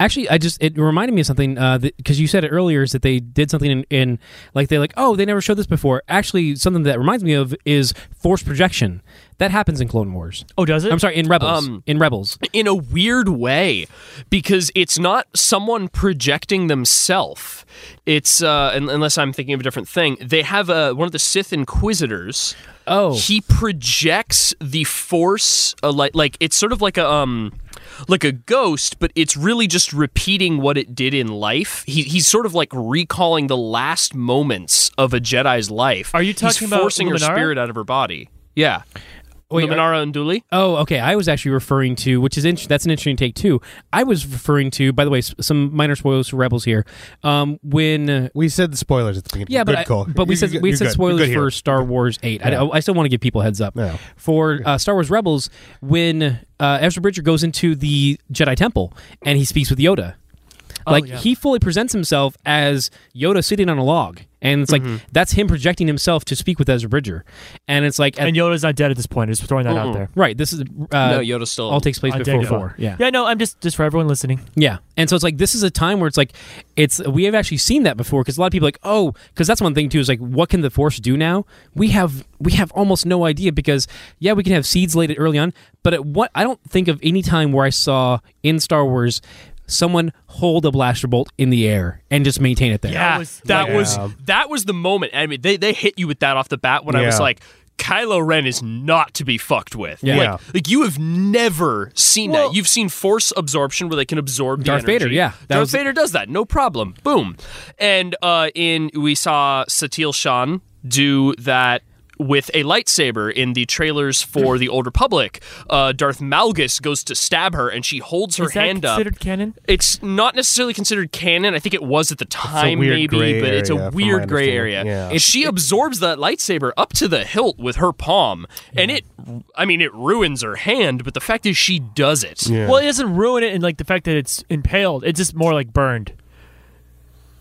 [SPEAKER 2] Actually, I just it reminded me of something because you said it earlier is that they did something in, in like they're like oh they never showed this before. Actually, something that reminds me of is force projection that happens in Clone Wars.
[SPEAKER 3] Oh, does it?
[SPEAKER 2] I'm sorry, in Rebels. in Rebels,
[SPEAKER 4] in a weird way because it's not someone projecting themselves. It's uh, un- unless I'm thinking of a different thing. They have uh one of the Sith Inquisitors.
[SPEAKER 2] Oh.
[SPEAKER 4] he projects the Force uh, like like it's sort of like a um like a ghost, but it's really just repeating what it did in life. He, he's sort of like recalling the last moments of a Jedi's life.
[SPEAKER 3] Are you
[SPEAKER 4] He's
[SPEAKER 3] talking about
[SPEAKER 4] forcing her
[SPEAKER 3] Luminara?
[SPEAKER 4] spirit out of her body? Yeah.
[SPEAKER 2] Wait, are-
[SPEAKER 4] Luminara Unduli?
[SPEAKER 2] Oh, okay. I was actually referring to, which is int- that's an interesting take too. I was referring to, by the way, s- some minor spoilers for Rebels here. Um, when uh,
[SPEAKER 1] we said the spoilers at the beginning.
[SPEAKER 2] yeah,
[SPEAKER 1] good
[SPEAKER 2] but
[SPEAKER 1] call.
[SPEAKER 2] I, but we
[SPEAKER 1] You're
[SPEAKER 2] said
[SPEAKER 1] good-
[SPEAKER 2] we
[SPEAKER 1] you're
[SPEAKER 2] said
[SPEAKER 1] good. You're
[SPEAKER 2] spoilers
[SPEAKER 1] good here.
[SPEAKER 2] for Star Wars Eight. I, I still want to give people a heads up
[SPEAKER 1] Yeah.
[SPEAKER 2] for uh, Star Wars Rebels when uh, Ezra Bridger goes into the Jedi Temple and he speaks with Yoda.
[SPEAKER 1] Oh,
[SPEAKER 2] Like
[SPEAKER 3] yeah.
[SPEAKER 2] he fully presents himself as Yoda sitting on a log, and it's like
[SPEAKER 1] Mm-hmm.
[SPEAKER 2] that's him projecting himself to speak with Ezra Bridger, and it's like at-
[SPEAKER 3] and Yoda's not dead at this point. Just throwing that out there.
[SPEAKER 2] right. This is uh,
[SPEAKER 4] No, Yoda's still-
[SPEAKER 2] all takes place
[SPEAKER 3] On
[SPEAKER 2] before
[SPEAKER 3] Dagobah.
[SPEAKER 2] four. Yeah,
[SPEAKER 3] Yeah, no, I'm just just for everyone listening.
[SPEAKER 2] yeah, and so it's like this is a time where it's like it's we have actually seen that before because a lot of people are like oh because that's one thing too is like what can the force do now we have we have almost no idea because yeah we can have seeds laid early on but at what I don't think of any time where I saw in Star Wars someone hold a blaster bolt in the air and just maintain it there
[SPEAKER 4] Yeah,
[SPEAKER 3] was-
[SPEAKER 4] that
[SPEAKER 1] Yeah.
[SPEAKER 4] was that was the moment. I mean, they they hit you with that off the bat when I was
[SPEAKER 1] Yeah.
[SPEAKER 4] like. Kylo Ren is not to be fucked with.
[SPEAKER 2] Yeah.
[SPEAKER 4] Like,
[SPEAKER 1] Yeah.
[SPEAKER 4] like, you have never seen
[SPEAKER 3] Well-
[SPEAKER 4] that. You've seen force absorption where they can absorb the
[SPEAKER 2] Darth Vader,
[SPEAKER 4] energy.
[SPEAKER 2] yeah. That
[SPEAKER 4] Darth
[SPEAKER 2] was-
[SPEAKER 4] Vader does that, no problem. Boom. And uh, in we saw Satil Shan do that with a lightsaber in the trailers for the Old Republic. Uh, Darth Malgus goes to stab her, and she holds her
[SPEAKER 3] Is that
[SPEAKER 4] hand up.
[SPEAKER 3] considered canon?
[SPEAKER 4] It's not necessarily considered canon. I think it was at the time,
[SPEAKER 1] weird
[SPEAKER 4] maybe,
[SPEAKER 1] gray
[SPEAKER 4] but it's
[SPEAKER 1] area,
[SPEAKER 4] a
[SPEAKER 1] from my
[SPEAKER 4] weird gray area.
[SPEAKER 1] understanding. Yeah.
[SPEAKER 4] she absorbs that lightsaber up to the hilt with her palm, and it, I mean, it ruins her hand, but the fact is she does it.
[SPEAKER 1] Yeah.
[SPEAKER 3] Well, it doesn't ruin it in like the fact that it's impaled. It's just more like burned.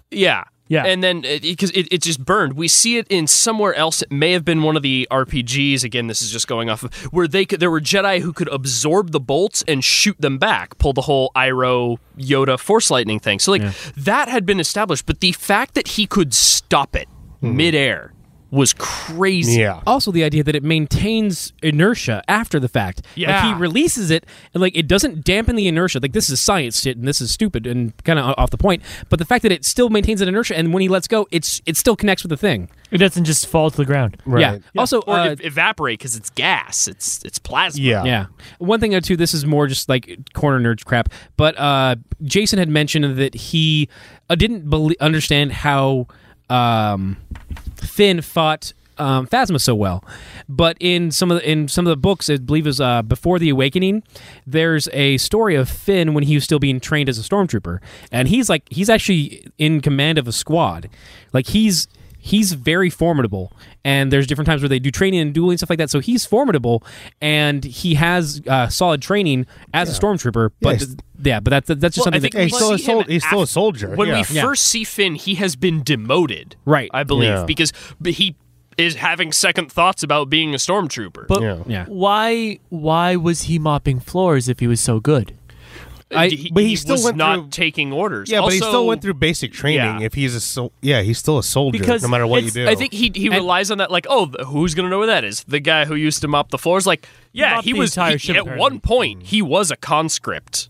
[SPEAKER 4] Yeah.
[SPEAKER 3] Yeah.
[SPEAKER 4] And then because it, it just burned, we see it in somewhere else. It may have been one of the RPGs. Again, this is just going off of where they could. There were Jedi who could absorb the bolts and shoot them back. Pull the whole Iroh Yoda Force lightning thing. So like that had been established, but the fact that he could stop it midair was crazy.
[SPEAKER 1] Yeah.
[SPEAKER 2] Also, the idea that it maintains inertia after the fact.
[SPEAKER 4] Yeah.
[SPEAKER 2] Like, he releases it, and, like, it doesn't dampen the inertia. Like, this is science shit, and this is stupid and kind of off the point. But the fact that it still maintains an inertia, and when he lets go, it's it still connects with the thing.
[SPEAKER 3] It doesn't just fall to the ground.
[SPEAKER 1] Right.
[SPEAKER 2] Yeah. Also,
[SPEAKER 4] Or
[SPEAKER 2] uh,
[SPEAKER 4] ev- evaporate because it's gas. It's it's plasma.
[SPEAKER 1] Yeah.
[SPEAKER 2] yeah. One thing, uh, too, this is more just like corner nerd crap, but uh, Jason had mentioned that he uh, didn't belie- understand how um, Finn fought. Um, Phasma so well, but in some of the, in some of the books, I believe is uh, before the Awakening. There's a story of Finn when he was still being trained as a stormtrooper, and he's like he's actually in command of a squad, like he's he's very formidable and there's different times where they do training and dueling and stuff like that so he's formidable and he has uh, solid training as a stormtrooper but
[SPEAKER 1] Yes.
[SPEAKER 2] yeah but that's that's just
[SPEAKER 4] Well, I
[SPEAKER 2] something
[SPEAKER 4] think
[SPEAKER 2] that
[SPEAKER 1] Yeah, he's
[SPEAKER 4] we
[SPEAKER 1] still a
[SPEAKER 4] see
[SPEAKER 1] sol-
[SPEAKER 4] him
[SPEAKER 1] he's still a
[SPEAKER 4] af-
[SPEAKER 1] soldier,
[SPEAKER 4] When
[SPEAKER 1] yeah.
[SPEAKER 4] we
[SPEAKER 2] Yeah.
[SPEAKER 4] first see Finn, he has been demoted.
[SPEAKER 2] Right.
[SPEAKER 4] I believe
[SPEAKER 1] Yeah.
[SPEAKER 4] because b- he is having second thoughts about being a stormtrooper.
[SPEAKER 3] But
[SPEAKER 1] Yeah.
[SPEAKER 2] Yeah.
[SPEAKER 3] why why was he mopping floors if he was so good?
[SPEAKER 2] I-
[SPEAKER 4] Uh, he,
[SPEAKER 1] but he
[SPEAKER 4] he
[SPEAKER 1] still
[SPEAKER 4] was
[SPEAKER 1] went
[SPEAKER 4] not
[SPEAKER 1] through-
[SPEAKER 4] taking orders.
[SPEAKER 1] Yeah, but he
[SPEAKER 4] Also,
[SPEAKER 1] still went through basic training.
[SPEAKER 4] Yeah.
[SPEAKER 1] If he's a sol- yeah, he's still a soldier
[SPEAKER 3] Because
[SPEAKER 1] no matter what you
[SPEAKER 3] it's-
[SPEAKER 1] do.
[SPEAKER 4] I think he he relies on that. Like, oh, th- who's gonna know where that is? The guy who used to mop the floors. Like, yeah,
[SPEAKER 3] mopped
[SPEAKER 4] he
[SPEAKER 3] the
[SPEAKER 4] was.
[SPEAKER 3] entire
[SPEAKER 4] he-
[SPEAKER 3] ship,
[SPEAKER 4] at
[SPEAKER 3] apparently.
[SPEAKER 4] one point, he was a conscript.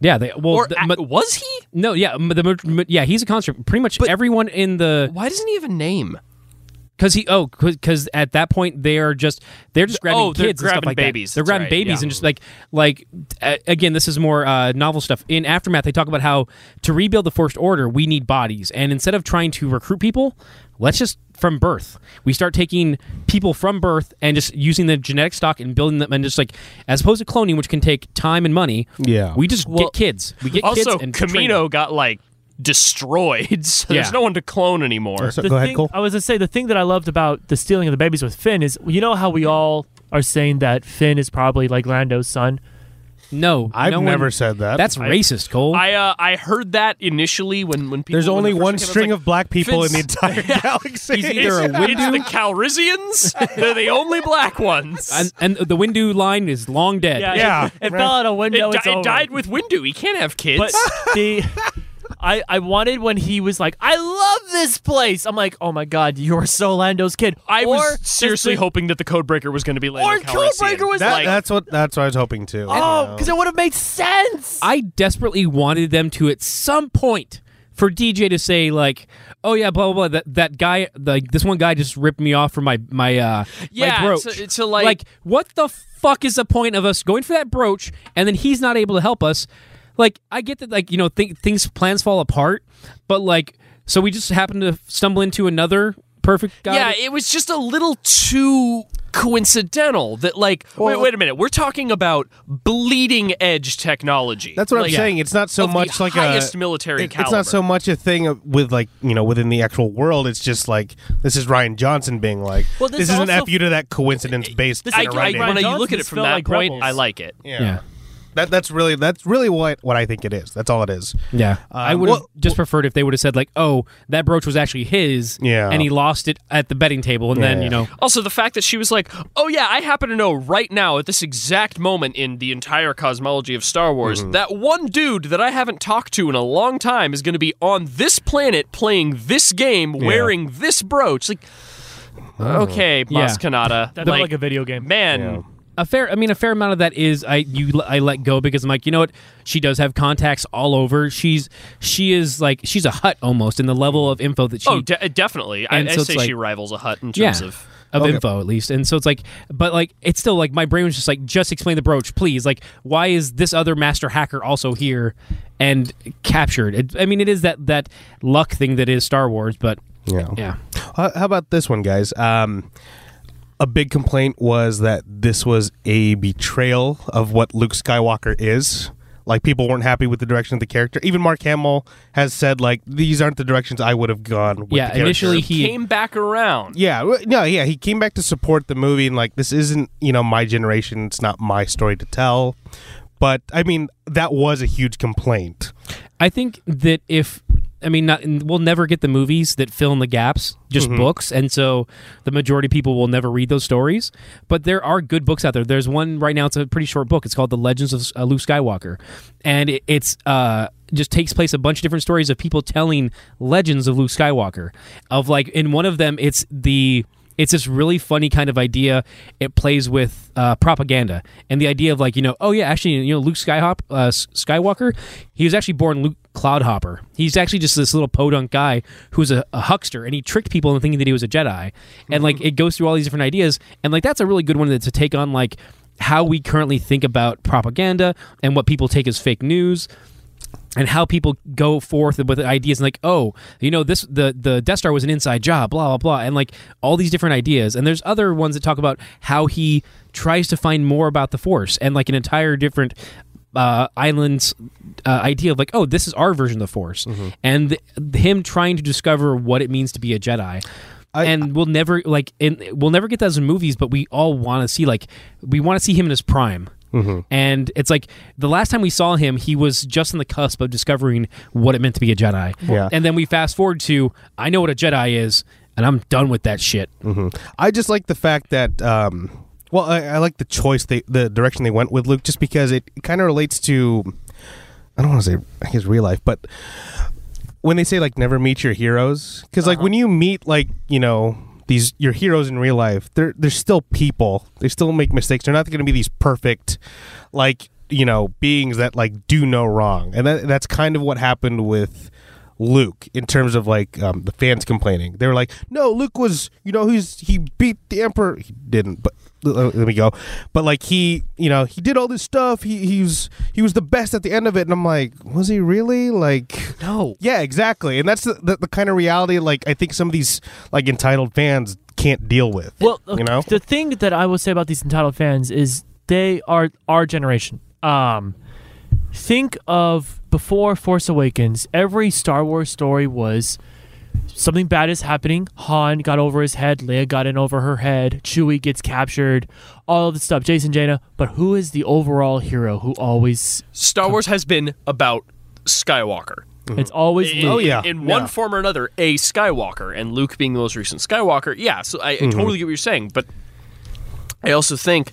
[SPEAKER 2] yeah they, well
[SPEAKER 4] Or
[SPEAKER 2] the-
[SPEAKER 4] a-
[SPEAKER 2] ma-
[SPEAKER 4] was he?
[SPEAKER 2] no yeah ma- the, ma- yeah he's a conscript pretty much everyone in the
[SPEAKER 4] Why doesn't he have a name?
[SPEAKER 2] because he oh because at that point they are just they're just grabbing
[SPEAKER 4] Oh, they're
[SPEAKER 2] kids and
[SPEAKER 4] grabbing
[SPEAKER 2] stuff like
[SPEAKER 4] babies,
[SPEAKER 2] that. they're
[SPEAKER 4] that's
[SPEAKER 2] grabbing
[SPEAKER 4] right,
[SPEAKER 2] babies
[SPEAKER 4] yeah.
[SPEAKER 2] and just like like uh, again this is more uh, novel stuff in aftermath they talk about how to rebuild the first order we need bodies and instead of trying to recruit people let's just from birth we start taking people from birth and just using the genetic stock and building them and just like as opposed to cloning which can take time and money
[SPEAKER 1] Yeah.
[SPEAKER 2] we just
[SPEAKER 3] Well,
[SPEAKER 2] get kids we get
[SPEAKER 4] Also,
[SPEAKER 2] kids and train
[SPEAKER 4] Camino
[SPEAKER 2] them.
[SPEAKER 4] got like destroyed. So
[SPEAKER 2] Yeah.
[SPEAKER 4] there's no one to clone anymore.
[SPEAKER 1] So-
[SPEAKER 3] The
[SPEAKER 1] go ahead,
[SPEAKER 3] thing-
[SPEAKER 1] Cole.
[SPEAKER 3] I was gonna say the thing that I loved about the stealing of the babies with Finn is you know how we all are saying that Finn is probably like Lando's son.
[SPEAKER 2] no
[SPEAKER 1] I've
[SPEAKER 2] no one-
[SPEAKER 1] never said that.
[SPEAKER 2] that's racist Cole
[SPEAKER 4] I uh, I heard that initially when when people.
[SPEAKER 1] There's
[SPEAKER 4] when
[SPEAKER 1] only
[SPEAKER 4] the first
[SPEAKER 1] one
[SPEAKER 4] came out, I was
[SPEAKER 1] string
[SPEAKER 4] like,
[SPEAKER 1] of black people in the
[SPEAKER 4] Vince-
[SPEAKER 1] entire galaxy.
[SPEAKER 2] He's either a
[SPEAKER 4] It's the Calrissians. They're the only black ones.
[SPEAKER 2] and, and the Windu line is long dead.
[SPEAKER 1] Yeah,
[SPEAKER 3] it, it fell out a
[SPEAKER 4] it,
[SPEAKER 3] window.
[SPEAKER 4] di-
[SPEAKER 3] it's
[SPEAKER 4] it
[SPEAKER 3] over.
[SPEAKER 4] died with Windu. He can't have kids.
[SPEAKER 3] But the I I wanted when he was like, I love this place. I'm like, oh my god, you're so Lando's kid.
[SPEAKER 4] I
[SPEAKER 3] Or
[SPEAKER 4] was
[SPEAKER 3] just
[SPEAKER 4] seriously
[SPEAKER 3] the-
[SPEAKER 4] hoping that the Codebreaker was going to be Lando
[SPEAKER 3] Or
[SPEAKER 4] Calrissian.
[SPEAKER 3] Codebreaker was
[SPEAKER 1] That-
[SPEAKER 4] like,
[SPEAKER 1] that's what that's what I was hoping too.
[SPEAKER 3] Oh, because it would have made sense.
[SPEAKER 2] I desperately wanted them to at some point for DJ to say like, "Oh yeah, blah blah blah." That that guy, like this one guy, just ripped me off for my my uh
[SPEAKER 4] Yeah,
[SPEAKER 2] my brooch.
[SPEAKER 4] to- to, like-
[SPEAKER 2] what the fuck is the point of us going for that brooch and then he's not able to help us? Like I get that like you know th- things plans fall apart, but like so we just happen to stumble into another perfect guy.
[SPEAKER 4] yeah,
[SPEAKER 2] that-
[SPEAKER 4] it was just a little too coincidental. That like, wait, wait a minute. We're talking about bleeding edge technology.
[SPEAKER 1] That's what I'm
[SPEAKER 4] Like,
[SPEAKER 1] saying. It's not so
[SPEAKER 4] of the
[SPEAKER 1] much like
[SPEAKER 4] highest
[SPEAKER 1] a
[SPEAKER 4] military
[SPEAKER 1] it- It's not so
[SPEAKER 4] caliber.
[SPEAKER 1] much a thing of- with like you know within the actual world. It's just like this is Ryan Johnson being like,
[SPEAKER 3] Well,
[SPEAKER 1] this,
[SPEAKER 3] this
[SPEAKER 1] is an
[SPEAKER 3] also-
[SPEAKER 1] f you to that coincidence based
[SPEAKER 3] This
[SPEAKER 4] I,
[SPEAKER 3] is
[SPEAKER 4] I,
[SPEAKER 3] Ryan
[SPEAKER 4] when you look
[SPEAKER 3] Johnson
[SPEAKER 4] at it from
[SPEAKER 3] felt
[SPEAKER 4] that
[SPEAKER 3] like
[SPEAKER 4] point,
[SPEAKER 3] Rebels.
[SPEAKER 4] I like it.
[SPEAKER 1] yeah.
[SPEAKER 2] Yeah.
[SPEAKER 1] That that's really that's really what what I think it is. That's all it is.
[SPEAKER 2] Yeah, I
[SPEAKER 1] Um,
[SPEAKER 2] would have
[SPEAKER 1] well-
[SPEAKER 2] just preferred if they would have said like, "Oh, that brooch was actually his,
[SPEAKER 1] Yeah.
[SPEAKER 2] and he lost it at the betting table, and then
[SPEAKER 1] Yeah.
[SPEAKER 2] you know,
[SPEAKER 4] Also, the fact that she was like, "Oh yeah, I happen to know right now at this exact moment in the entire cosmology of Star Wars that one dude that I haven't talked to in a long time is going to be on this planet playing this game wearing this brooch." Like, okay,
[SPEAKER 2] Yeah.
[SPEAKER 4] Mas Kanata,
[SPEAKER 3] That felt like a video game.
[SPEAKER 4] man.
[SPEAKER 2] a fair. I mean, a fair amount of that is I you I let go because I'm like, you know what? She does have contacts all over. She's she is like she's a hut almost in the level of info that she
[SPEAKER 4] Oh, de- definitely. I,
[SPEAKER 2] And
[SPEAKER 4] I
[SPEAKER 2] so it's
[SPEAKER 4] say
[SPEAKER 2] like-
[SPEAKER 4] she rivals a hut in
[SPEAKER 2] yeah
[SPEAKER 4] terms of.
[SPEAKER 2] of info at least. And so it's like, but like it's still like my brain was just like, just explain the brooch, please. Like, why is this other master hacker also here and captured? It, I mean, it is that that luck thing that is Star Wars, but
[SPEAKER 1] Yeah.
[SPEAKER 2] yeah.
[SPEAKER 1] Uh, How, how about this one, guys? Um, a big complaint was that this was a betrayal of what Luke Skywalker is. Like people weren't happy with the direction of the character. Even Mark Hamill has said like these aren't the directions I would have gone. With
[SPEAKER 2] Yeah,
[SPEAKER 1] the character.
[SPEAKER 2] initially he
[SPEAKER 4] Came back around.
[SPEAKER 1] Yeah, w- no, yeah, he came back to support the movie and like this isn't, you know, my generation, it's not my story to tell. But I mean, that was a huge complaint.
[SPEAKER 2] I think that if I mean, not, we'll never get the movies that fill in the gaps, just books. And so the majority of people will never read those stories. But there are good books out there. There's one right now, it's a pretty short book. It's called The Legends of uh, Luke Skywalker. And it, it's uh, just takes place a bunch of different stories of people telling legends of Luke Skywalker. Of like, in one of them, it's the it's this really funny kind of idea. It plays with uh, propaganda and the idea of like you know, oh yeah, actually you know Luke Skyhop, uh, S- Skywalker, he was actually born Luke Cloudhopper. He's actually just this little podunk guy who's a, a huckster and he tricked people into thinking that he was a Jedi. And like it goes through all these different ideas and like that's a really good one to take on like how we currently think about propaganda and what people take as fake news and how people go forth with ideas and like oh you know this the the death star was an inside job blah blah blah and like all these different ideas and there's other ones that talk about how he tries to find more about the force and like an entire different uh, island's uh, idea of like oh this is our version of the force
[SPEAKER 1] Mm-hmm.
[SPEAKER 2] and th- him trying to discover what it means to be a jedi
[SPEAKER 1] I-
[SPEAKER 2] and we'll never like in, we'll never get those in movies but we all want to see like we want to see him in his prime
[SPEAKER 1] Mm-hmm.
[SPEAKER 2] and it's like the last time we saw him he was just on the cusp of discovering what it meant to be a jedi
[SPEAKER 1] Yeah.
[SPEAKER 2] and then we fast forward to i know what a jedi is and i'm done with that shit
[SPEAKER 1] Mm-hmm. I just like the fact that, um, well, I, I like the choice, they, the direction they went with Luke, just because it kind of relates to, I don't want to say his real life, but when they say like never meet your heroes, because like when you meet like you know these your heroes in real life, they're they're still people. They still make mistakes. They're not going to be these perfect, like you know beings that like do no wrong. And that that's kind of what happened with. Luke in terms of like um, the fans complaining. They were like, "No, Luke was you know he's he beat the emperor. He didn't, but uh, let me go. But like he you know he did all this stuff. He he was he was the best at the end of it. And I'm like, was he really like?
[SPEAKER 2] no
[SPEAKER 1] Yeah, exactly. And that's the, the, the kind of reality like I think some of these like entitled fans can't deal with.
[SPEAKER 3] Well,
[SPEAKER 1] you know.
[SPEAKER 3] the thing that I will say about these entitled fans is they are our generation. Um, think of before Force Awakens, every Star Wars story was something bad is happening. Han got over his head. Leia got in over her head. Chewie gets captured. All of the stuff. Jason, Jaina. But who is the overall hero who always?
[SPEAKER 4] Star Wars has been about Skywalker.
[SPEAKER 3] It's always
[SPEAKER 4] In-
[SPEAKER 3] Luke.
[SPEAKER 1] Oh, yeah.
[SPEAKER 4] in one
[SPEAKER 1] Yeah.
[SPEAKER 4] form or another, a Skywalker, and Luke being the most recent Skywalker. Yeah, so I, I
[SPEAKER 1] Mm-hmm.
[SPEAKER 4] totally get what you're saying, but I also think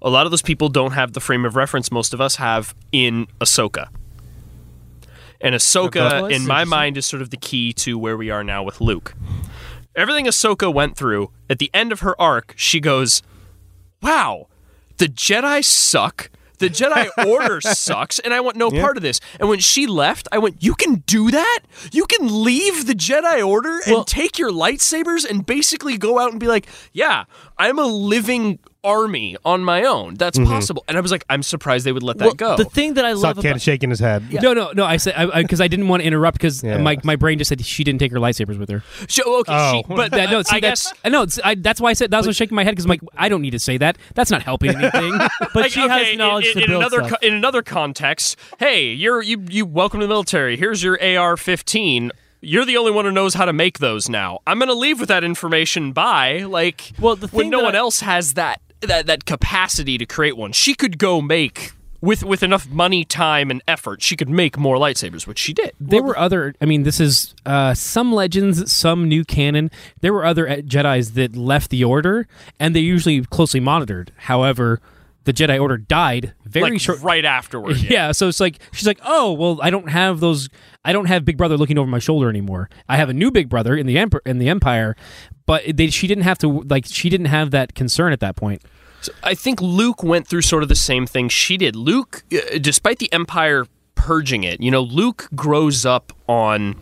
[SPEAKER 4] a lot of those people don't have the frame of reference most of us have in Ahsoka. And
[SPEAKER 1] That's
[SPEAKER 4] Ahsoka, in my
[SPEAKER 1] interesting.
[SPEAKER 4] mind, is sort of the key to where we are now with Luke. Everything Ahsoka went through, at the end of her arc, she goes, Wow, the Jedi suck. The Jedi Order sucks, and I want no part of this. And when she left, I went, You can do that? You can leave the Jedi Order and
[SPEAKER 3] Well-
[SPEAKER 4] take your lightsabers and basically go out and be like, Yeah, I'm a living army on my own. That's possible. And I was like, I'm surprised they would let that
[SPEAKER 3] Mm-hmm.
[SPEAKER 4] go.
[SPEAKER 3] Well, The thing that I love
[SPEAKER 1] Sock
[SPEAKER 3] about
[SPEAKER 1] can shaking his head.
[SPEAKER 2] No, no, no. I said because I, 'cause I didn't want to interrupt because
[SPEAKER 1] Yeah.
[SPEAKER 2] my, my brain just said she didn't take her lightsabers with her.
[SPEAKER 4] She- okay, she-
[SPEAKER 1] Oh.
[SPEAKER 4] but
[SPEAKER 2] That, no, see,
[SPEAKER 4] I
[SPEAKER 2] that's,
[SPEAKER 4] guess.
[SPEAKER 2] I know. it's- I, that's why I said that was shaking my head because I'm like I don't need to say that. That's not helping anything.
[SPEAKER 3] but
[SPEAKER 4] like,
[SPEAKER 3] she
[SPEAKER 4] okay,
[SPEAKER 3] has knowledge
[SPEAKER 4] in,
[SPEAKER 3] to
[SPEAKER 4] in
[SPEAKER 3] build
[SPEAKER 4] another
[SPEAKER 3] stuff.
[SPEAKER 4] co- in another context. Hey, you're you you welcome to the military. Here's your AR-15. You're the only one who knows how to make those now. I'm going to leave with that information. Bye. Like,
[SPEAKER 3] Well, the
[SPEAKER 4] when
[SPEAKER 3] thing
[SPEAKER 4] no
[SPEAKER 3] that
[SPEAKER 4] one
[SPEAKER 3] I-
[SPEAKER 4] else has that that that capacity to create one, she could go make with with enough money, time, and effort. She could make more lightsabers, which she did.
[SPEAKER 2] There were other. I mean, this is uh, some legends, some new canon. There were other uh, Jedi's that left the Order, and they're usually closely monitored. However, the Jedi Order died very
[SPEAKER 4] Like
[SPEAKER 2] short.
[SPEAKER 4] right afterward.
[SPEAKER 2] Yeah. so it's like she's like, "Oh, well, I don't have those. I don't have Big Brother looking over my shoulder anymore. I have a new Big Brother in the emperor in the Empire." But they, she didn't have to like she didn't have that concern at that point.
[SPEAKER 4] So I think Luke went through sort of the same thing she did. Luke, uh, despite the Empire purging it, you know, Luke grows up on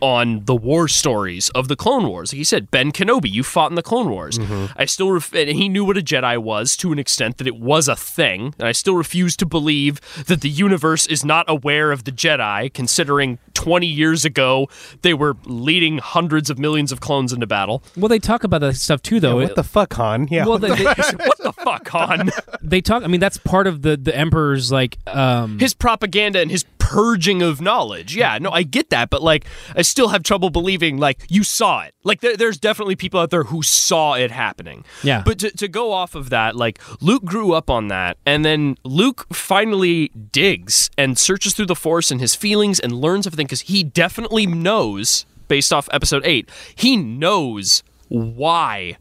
[SPEAKER 4] on the war stories of the Clone Wars. Like he said, Ben Kenobi, you fought in the Clone Wars. I still, ref- and he knew what a Jedi was to an extent that it was a thing, and I still refuse to believe that the universe is not aware of the Jedi, considering 20 years ago they were leading hundreds of millions of clones into battle.
[SPEAKER 2] Well, they talk about that stuff too, though.
[SPEAKER 1] What the fuck, Han? Yeah.
[SPEAKER 2] well, they, they,
[SPEAKER 4] what the fuck, Han?
[SPEAKER 2] they talk. I mean, that's part of the the Emperor's like um,
[SPEAKER 4] his propaganda and his purging of knowledge. Yeah, no, I get that, but like, I still have trouble believing like you saw it. Like there, there's definitely people out there who saw it happening.
[SPEAKER 2] Yeah.
[SPEAKER 4] But to, to go off of that, like Luke grew up on that, and then Luke finally digs and searches through the Force and his feelings and learns everything because he definitely knows, based off Episode Eight, he knows why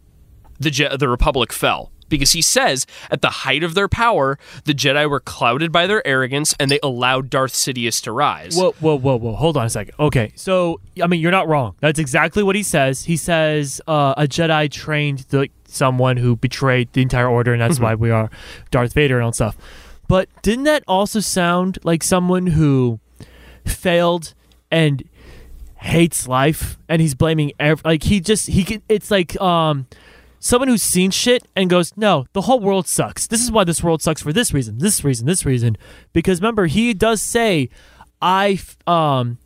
[SPEAKER 4] the Je- the Republic fell because he says at the height of their power, the Jedi were clouded by their arrogance and they allowed Darth Sidious to rise.
[SPEAKER 3] Whoa, whoa, whoa, whoa! Hold on a second. Okay, so I mean, you're not wrong. That's exactly what he says. He says uh, a Jedi trained the, someone who betrayed the entire order, and that's why we are Darth Vader and all that stuff. But didn't that also sound like someone who failed and hates life, and he's blaming ev- like he just he can, it's like um. Someone who's seen shit and goes, no, the whole world sucks. This is why this world sucks for this reason, this reason, this reason. Because remember, he does say, I f- um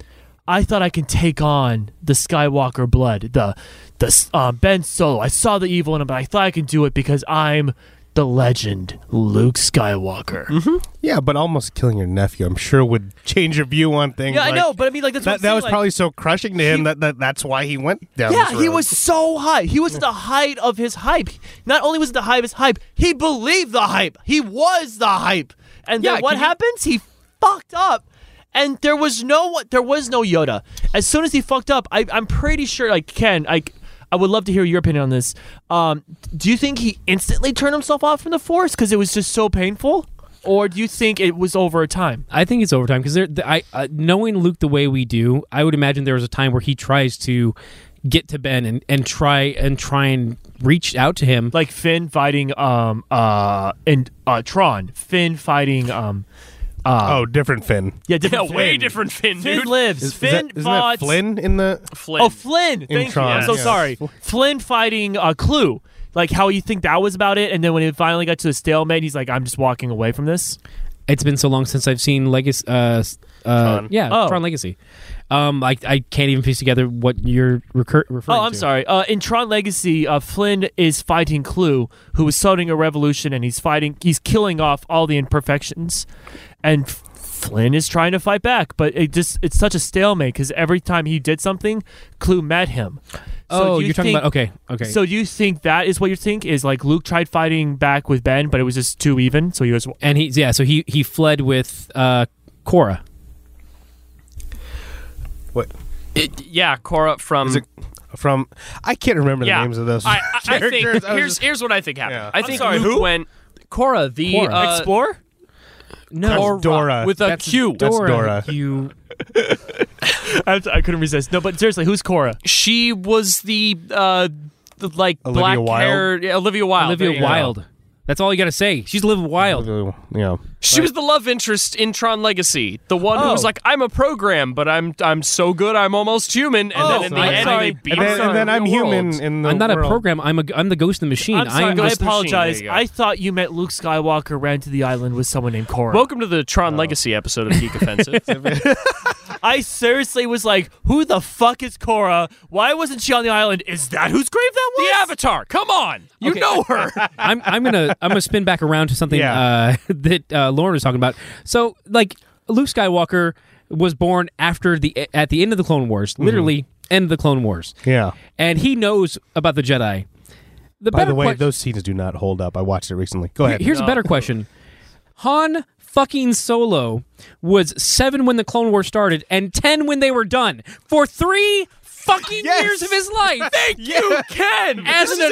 [SPEAKER 3] I thought I can take on the Skywalker blood, the the s- uh, Ben Solo. I saw the evil in him, but I thought I can do it because I'm the legend, Luke Skywalker.
[SPEAKER 1] Yeah, but almost killing your nephew, I'm sure, would change your view on things.
[SPEAKER 3] Yeah,
[SPEAKER 1] like-
[SPEAKER 3] I know, but I mean, like that's what
[SPEAKER 1] That,
[SPEAKER 3] I'm
[SPEAKER 1] that
[SPEAKER 3] saying,
[SPEAKER 1] was
[SPEAKER 3] like-
[SPEAKER 1] probably so crushing to him that, that that's why he went down.
[SPEAKER 3] Yeah,
[SPEAKER 1] this
[SPEAKER 3] he
[SPEAKER 1] road.
[SPEAKER 3] was so high. He was at the height of his hype. Not only was it the height of his hype, he believed the hype. He was the hype. And
[SPEAKER 4] Yeah,
[SPEAKER 3] then what
[SPEAKER 4] can you-
[SPEAKER 3] happens? He fucked up. And there was no there was no Yoda. As soon as he fucked up, I, I'm pretty sure like Ken, I I would love to hear your opinion on this. Um, do you think he instantly turned himself off from the force because it was just so painful? Or do you think it was over time?
[SPEAKER 2] I think it's overtime because there. I uh, knowing Luke the way we do, I would imagine there was a time where he tries to get to Ben and, and try and try and reach out to him.
[SPEAKER 3] Like Finn fighting um uh and uh Tron. Finn fighting um
[SPEAKER 1] Oh, different Finn.
[SPEAKER 3] Yeah, different
[SPEAKER 4] Yeah, way
[SPEAKER 3] Finn.
[SPEAKER 4] different Finn,
[SPEAKER 3] Finn
[SPEAKER 4] dude.
[SPEAKER 3] lives.
[SPEAKER 1] Is- is that-
[SPEAKER 3] Finn
[SPEAKER 1] isn't that
[SPEAKER 3] fought
[SPEAKER 1] Flynn in the?
[SPEAKER 4] Flynn.
[SPEAKER 3] Oh, Flynn. Thank you.
[SPEAKER 1] Tron,
[SPEAKER 3] I'm so
[SPEAKER 1] yes.
[SPEAKER 3] sorry. Flynn fighting uh, Clue. Like how you think that was about it, and then when it finally got to a stalemate, he's like, "I'm just walking away from this."
[SPEAKER 2] It's been so long since I've seen Legacy. Uh, s- uh,
[SPEAKER 4] Tron.
[SPEAKER 2] Yeah,
[SPEAKER 3] Oh.
[SPEAKER 2] Tron Legacy. Um, I, I can't even piece together what you're recur- referring
[SPEAKER 3] Oh,
[SPEAKER 2] to.
[SPEAKER 3] I'm sorry. Uh, in Tron Legacy, uh, Flynn is fighting Clue, who is starting a revolution, and he's fighting. He's killing off all the imperfections, and F- Flynn is trying to fight back, but it just—it's such a stalemate because every time he did something, Clue met him. So
[SPEAKER 2] Oh,
[SPEAKER 3] do you
[SPEAKER 2] you're talking
[SPEAKER 3] think-
[SPEAKER 2] about okay, okay.
[SPEAKER 3] So do you think that is what you think is like Luke tried fighting back with Ben, but it was just too even. So he was
[SPEAKER 2] and he yeah, so he he fled with uh Cora.
[SPEAKER 1] What
[SPEAKER 4] It- yeah, Cora from.
[SPEAKER 1] is it? From I can't remember
[SPEAKER 4] yeah.
[SPEAKER 1] the names of those
[SPEAKER 4] I, I- I think,
[SPEAKER 1] characters. I was
[SPEAKER 4] here's,
[SPEAKER 1] just-
[SPEAKER 4] here's what I think happened.
[SPEAKER 1] Yeah.
[SPEAKER 4] I
[SPEAKER 1] I'm
[SPEAKER 4] think
[SPEAKER 3] sorry,
[SPEAKER 4] Luke
[SPEAKER 3] who?
[SPEAKER 4] went. Cora, the.
[SPEAKER 2] Cora.
[SPEAKER 4] Uh,
[SPEAKER 3] explore.
[SPEAKER 2] No,
[SPEAKER 1] Cora. Dora.
[SPEAKER 4] With a
[SPEAKER 2] that's
[SPEAKER 4] Q.
[SPEAKER 1] That's
[SPEAKER 2] Dora,
[SPEAKER 1] Dora.
[SPEAKER 2] You
[SPEAKER 3] I, I couldn't resist. No, but seriously, who's Cora?
[SPEAKER 4] She was the. Uh, the, like
[SPEAKER 1] Olivia
[SPEAKER 4] black hair, yeah, Olivia Wilde. there you
[SPEAKER 2] Olivia
[SPEAKER 4] go.
[SPEAKER 2] Wilde. That's all you got to say. She's Liv Wild.
[SPEAKER 1] yeah.
[SPEAKER 4] She was the love interest in Tron Legacy, the one who
[SPEAKER 3] Oh.
[SPEAKER 4] was like, "I'm a program, but I'm I'm so good, I'm almost human." And then
[SPEAKER 3] Oh,
[SPEAKER 4] in the
[SPEAKER 3] I'm
[SPEAKER 4] end,
[SPEAKER 3] sorry.
[SPEAKER 4] they beat
[SPEAKER 1] And
[SPEAKER 4] her
[SPEAKER 1] then,
[SPEAKER 4] in
[SPEAKER 1] and then
[SPEAKER 4] the
[SPEAKER 1] I'm
[SPEAKER 4] real
[SPEAKER 1] human
[SPEAKER 4] world.
[SPEAKER 1] in the.
[SPEAKER 2] I'm not a
[SPEAKER 1] world.
[SPEAKER 2] program. I'm a I'm the Ghost in the Machine.
[SPEAKER 3] I'm sorry,
[SPEAKER 2] I am
[SPEAKER 3] I
[SPEAKER 2] Ghost in the Machine.
[SPEAKER 3] apologize.
[SPEAKER 4] Machine, there you
[SPEAKER 3] I thought you meant Luke Skywalker ran to the island with someone named Cora.
[SPEAKER 4] Welcome to the Tron
[SPEAKER 1] Oh.
[SPEAKER 4] Legacy episode of Geek Offensive.
[SPEAKER 3] I seriously was like, "Who the fuck is Cora? Why wasn't she on the island? Is that whose grave that was?"
[SPEAKER 4] the Avatar. Come on, you know her.
[SPEAKER 2] I'm I'm gonna I'm gonna spin back around to something
[SPEAKER 1] Yeah.
[SPEAKER 2] uh, that uh, Lauren was talking about. So like Luke Skywalker was born after the at the end of the Clone Wars, literally end of the Clone Wars,
[SPEAKER 1] Mm-hmm. Yeah.
[SPEAKER 2] and he knows about the Jedi. The
[SPEAKER 1] By
[SPEAKER 2] better
[SPEAKER 1] the way,
[SPEAKER 2] que-
[SPEAKER 1] those scenes do not hold up. I watched it recently. Go ahead.
[SPEAKER 2] here's a better question: Han fucking Solo was seven when the Clone Wars started and ten when they were done for three fucking
[SPEAKER 1] Yes.
[SPEAKER 2] years of his life. Thank
[SPEAKER 4] you can.
[SPEAKER 2] As
[SPEAKER 4] this
[SPEAKER 2] an-
[SPEAKER 4] is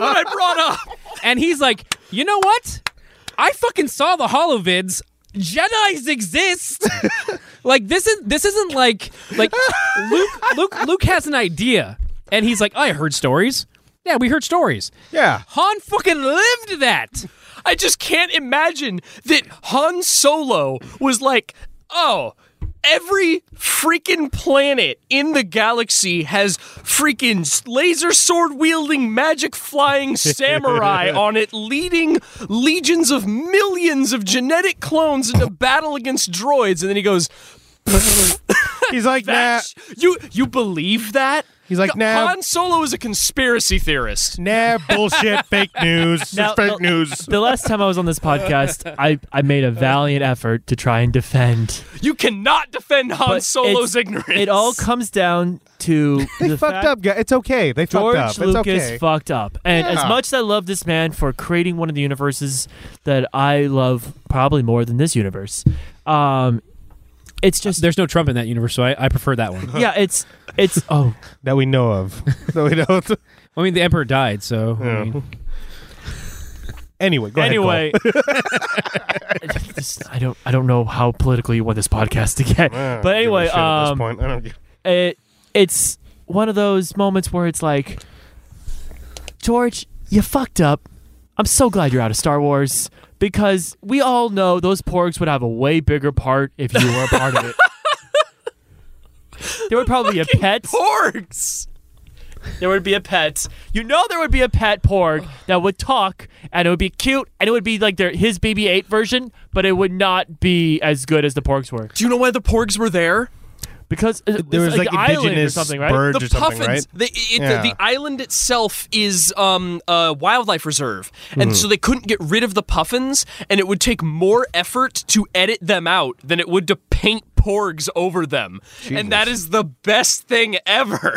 [SPEAKER 4] what I brought up.
[SPEAKER 2] and he's like, you know what? I fucking saw the holovids. Jedi's exist. like this is this isn't like like Luke Luke Luke has an idea, and he's like, I heard stories. Yeah, we heard stories.
[SPEAKER 1] Yeah.
[SPEAKER 2] Han fucking lived that.
[SPEAKER 4] I just can't imagine that Han Solo was like, oh, every freaking planet in the galaxy has freaking laser sword wielding, magic flying samurai on it, leading legions of millions of genetic clones into battle against droids. And then he goes,
[SPEAKER 1] He's like that.
[SPEAKER 4] that sh- you you believe that?
[SPEAKER 1] He's like, nah,
[SPEAKER 4] Han Solo is a conspiracy theorist.
[SPEAKER 1] nah, bullshit, fake news, It's
[SPEAKER 3] Now,
[SPEAKER 1] fake
[SPEAKER 3] the-
[SPEAKER 1] news.
[SPEAKER 3] The last time I was on this podcast, I, I made a valiant effort to try and defend.
[SPEAKER 4] You cannot defend Han
[SPEAKER 3] But
[SPEAKER 4] Solo's
[SPEAKER 3] it's-
[SPEAKER 4] ignorance.
[SPEAKER 3] It all comes down to
[SPEAKER 1] They
[SPEAKER 3] the
[SPEAKER 1] fucked
[SPEAKER 3] fact
[SPEAKER 1] up, guy. It's okay. They
[SPEAKER 3] George
[SPEAKER 1] fucked up. It's
[SPEAKER 3] Lucas
[SPEAKER 1] okay.
[SPEAKER 3] fucked up. And as
[SPEAKER 1] Yeah.
[SPEAKER 3] much as I love this man for creating one of the universes that I love probably more than this universe, um, it's just
[SPEAKER 2] There's no Trump in that universe, so I, I prefer that one.
[SPEAKER 3] yeah, it's it's oh
[SPEAKER 1] that we know of. that we know. Of.
[SPEAKER 2] I mean, the emperor died, so I
[SPEAKER 1] Yeah.
[SPEAKER 2] mean,
[SPEAKER 1] Anyway, go ahead, Cole.
[SPEAKER 3] anyway. This- I don't I don't know how political you want this podcast to get,
[SPEAKER 1] I don't
[SPEAKER 3] but
[SPEAKER 1] give a
[SPEAKER 3] anyway,
[SPEAKER 1] shit at this
[SPEAKER 3] um,
[SPEAKER 1] point. I don't give-
[SPEAKER 3] it it's one of those moments where it's like George, you fucked up. I'm so glad you're out of Star Wars because we all know those porgs would have a way bigger part if you were a part of it. There would probably be a pet.
[SPEAKER 4] Porgs.
[SPEAKER 3] There would be a pet. You know, there would be a pet porg that would talk, and it would be cute, and it would be like their his BB-8 version, but it would not be as good as the porgs were
[SPEAKER 4] Do you know why the Porgs were there?
[SPEAKER 3] because it-
[SPEAKER 1] there
[SPEAKER 3] it's
[SPEAKER 1] was like,
[SPEAKER 3] an island
[SPEAKER 1] indigenous
[SPEAKER 3] or something, right?
[SPEAKER 1] birds
[SPEAKER 4] the
[SPEAKER 1] or something,
[SPEAKER 4] puffins.
[SPEAKER 1] right?
[SPEAKER 4] The, it,
[SPEAKER 1] Yeah.
[SPEAKER 4] the, the island itself is um, a wildlife reserve, and so they couldn't get rid of the puffins, and it would take more effort to edit them out than it would to paint porgs over them, and that is the best thing ever.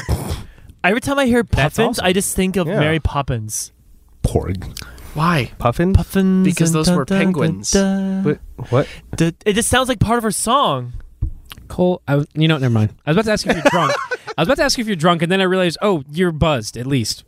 [SPEAKER 3] Every time I hear
[SPEAKER 2] That's
[SPEAKER 3] puffins,
[SPEAKER 2] awesome.
[SPEAKER 3] I just think of
[SPEAKER 1] Yeah.
[SPEAKER 3] Mary Poppins.
[SPEAKER 1] Porg.
[SPEAKER 4] Why?
[SPEAKER 1] Puffin?
[SPEAKER 3] Puffins
[SPEAKER 4] Because
[SPEAKER 3] and
[SPEAKER 4] those were penguins.
[SPEAKER 3] dun-
[SPEAKER 1] What? what?
[SPEAKER 3] dun- It just sounds like part of her song.
[SPEAKER 2] Cole, I, was- you know, never mind. I was about to ask if you're drunk. I was about to ask if you're drunk, and then I realized, oh, you're buzzed at least.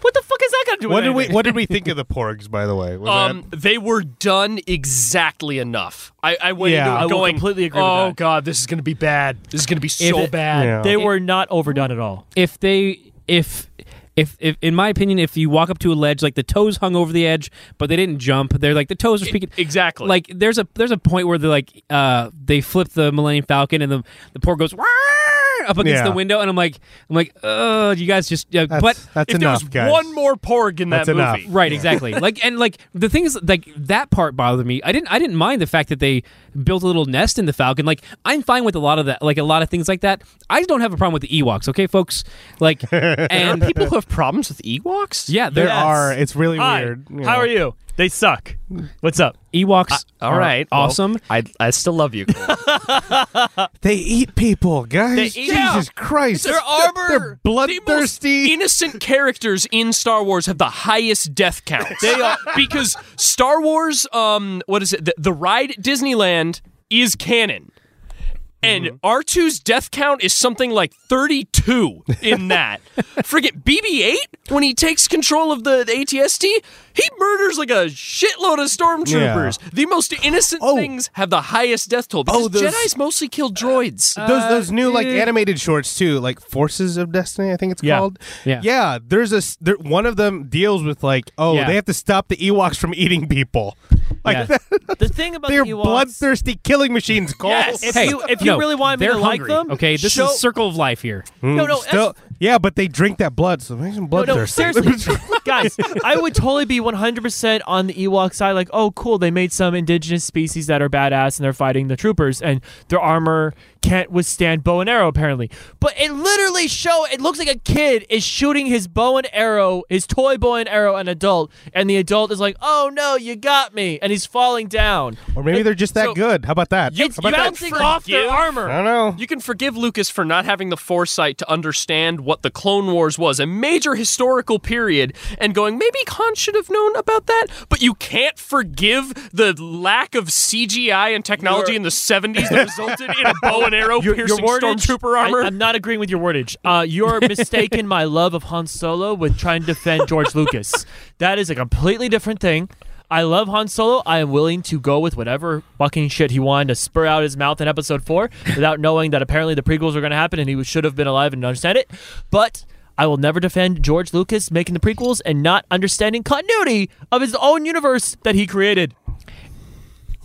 [SPEAKER 3] What the fuck is that gonna do?
[SPEAKER 1] What
[SPEAKER 3] with
[SPEAKER 1] did we
[SPEAKER 3] anything?
[SPEAKER 1] what did we think of the porgs by the way? Was
[SPEAKER 4] Um, they were done exactly enough. I, I went
[SPEAKER 1] Yeah.
[SPEAKER 4] into it
[SPEAKER 1] I will
[SPEAKER 4] going
[SPEAKER 3] completely agree with
[SPEAKER 4] Oh
[SPEAKER 3] that."
[SPEAKER 4] god, this is gonna be bad. This is gonna be so
[SPEAKER 2] it-
[SPEAKER 4] bad.
[SPEAKER 1] Yeah.
[SPEAKER 3] They were not overdone at all.
[SPEAKER 2] If they, if, if, if, in my opinion, if you walk up to a ledge, like the toes hung over the edge, but they didn't jump. They're like the toes are speaking.
[SPEAKER 4] Exactly.
[SPEAKER 2] Like there's a there's a point where they're like uh they flip the Millennium Falcon and the the porg goes "Wah!" up against
[SPEAKER 1] Yeah.
[SPEAKER 2] the window and I'm like I'm like uh you guys just uh,
[SPEAKER 1] that,
[SPEAKER 2] but
[SPEAKER 1] that's, that's
[SPEAKER 4] if
[SPEAKER 1] enough,
[SPEAKER 4] there was
[SPEAKER 1] guys.
[SPEAKER 4] one more porg in
[SPEAKER 1] That's
[SPEAKER 4] that
[SPEAKER 1] enough.
[SPEAKER 4] movie.
[SPEAKER 2] Right, exactly. like and like the thing is like that part bothered me. I didn't I didn't mind the fact that they built a little nest in the Falcon. Like I'm fine with a lot of that like a lot of things like that. I don't have a problem with the Ewoks, okay folks? Like and people
[SPEAKER 4] who have problems with Ewoks?
[SPEAKER 2] Yeah,
[SPEAKER 1] there
[SPEAKER 2] they're
[SPEAKER 3] Yes.
[SPEAKER 1] are. It's really
[SPEAKER 3] Hi,
[SPEAKER 1] weird.
[SPEAKER 3] how are you? They suck. What's up?
[SPEAKER 2] Ewoks.
[SPEAKER 4] All
[SPEAKER 2] are
[SPEAKER 4] right. well,
[SPEAKER 2] Awesome.
[SPEAKER 4] I I still love you.
[SPEAKER 1] They eat people, guys.
[SPEAKER 4] They eat-
[SPEAKER 1] Jesus
[SPEAKER 4] Yeah.
[SPEAKER 1] Christ.
[SPEAKER 4] They're armor.
[SPEAKER 1] They're
[SPEAKER 4] The most
[SPEAKER 1] bloodthirsty.
[SPEAKER 4] innocent characters in Star Wars have the highest death count. they are because Star Wars. Um, what is it? The, the ride at Disneyland is canon. And
[SPEAKER 1] Mm-hmm.
[SPEAKER 4] R2's death count is something like 32 in that. Forget BB 8, when he takes control of the, the ATST, he murders like a shitload of stormtroopers. The most innocent
[SPEAKER 1] Oh.
[SPEAKER 4] things have the highest death toll because
[SPEAKER 1] Oh, those- Uh,
[SPEAKER 4] Jedi's mostly kill droids.
[SPEAKER 1] those those new like animated shorts too, like Forces of Destiny, I think it's
[SPEAKER 3] Yeah.
[SPEAKER 1] called.
[SPEAKER 2] Yeah.
[SPEAKER 1] yeah. There's a s- there, one of them deals with like, oh,
[SPEAKER 2] Yeah.
[SPEAKER 1] they have to stop the Ewoks from eating people. Like
[SPEAKER 2] Yeah.
[SPEAKER 3] The thing about
[SPEAKER 1] they're
[SPEAKER 3] the Ewoks,
[SPEAKER 1] bloodthirsty killing machines. Cole.
[SPEAKER 4] Yes.
[SPEAKER 3] If
[SPEAKER 2] Hey,
[SPEAKER 3] you if you
[SPEAKER 2] no,
[SPEAKER 3] really want me
[SPEAKER 2] they're
[SPEAKER 3] to like
[SPEAKER 2] hungry,
[SPEAKER 3] them,
[SPEAKER 2] Okay, this
[SPEAKER 3] show,
[SPEAKER 2] is circle of life here.
[SPEAKER 3] no no
[SPEAKER 1] Still- yeah, but they drink that blood, so make them
[SPEAKER 3] No, no,
[SPEAKER 1] bloodthirsty.
[SPEAKER 3] seriously, guys, I would totally be 100% on the Ewok side. Like, oh, cool, they made some indigenous species that are badass and they're fighting the troopers, and their armor can't withstand bow and arrow, apparently. But it literally show it looks like a kid is shooting his bow and arrow, his toy bow and arrow, at an adult, and the adult is like, oh no, you got me, and he's falling down.
[SPEAKER 1] or maybe they're just that
[SPEAKER 4] so-
[SPEAKER 1] good. How about that?
[SPEAKER 3] It's
[SPEAKER 1] How about that?
[SPEAKER 3] bouncing off their
[SPEAKER 4] forgive?
[SPEAKER 1] I
[SPEAKER 3] armor.
[SPEAKER 1] don't know.
[SPEAKER 4] You can forgive Lucas for not having the foresight to understand what the Clone Wars was, a major historical period, and going, maybe Khan should have known about that, but you can't forgive the lack of CGI and technology in the 70s that resulted in a bow and arrow piercing stormtrooper armor.
[SPEAKER 3] I, am not agreeing with your wordage. Uh, you're mistaken my love of Han Solo with trying to defend George Lucas. That is a completely different thing. I love Han Solo. I am willing to go with whatever fucking shit he wanted to spur out his mouth in episode four without knowing that apparently the prequels were going to happen and he should have been alive and understand it. But I will never defend George Lucas making the prequels and not understanding continuity of his own universe that he created.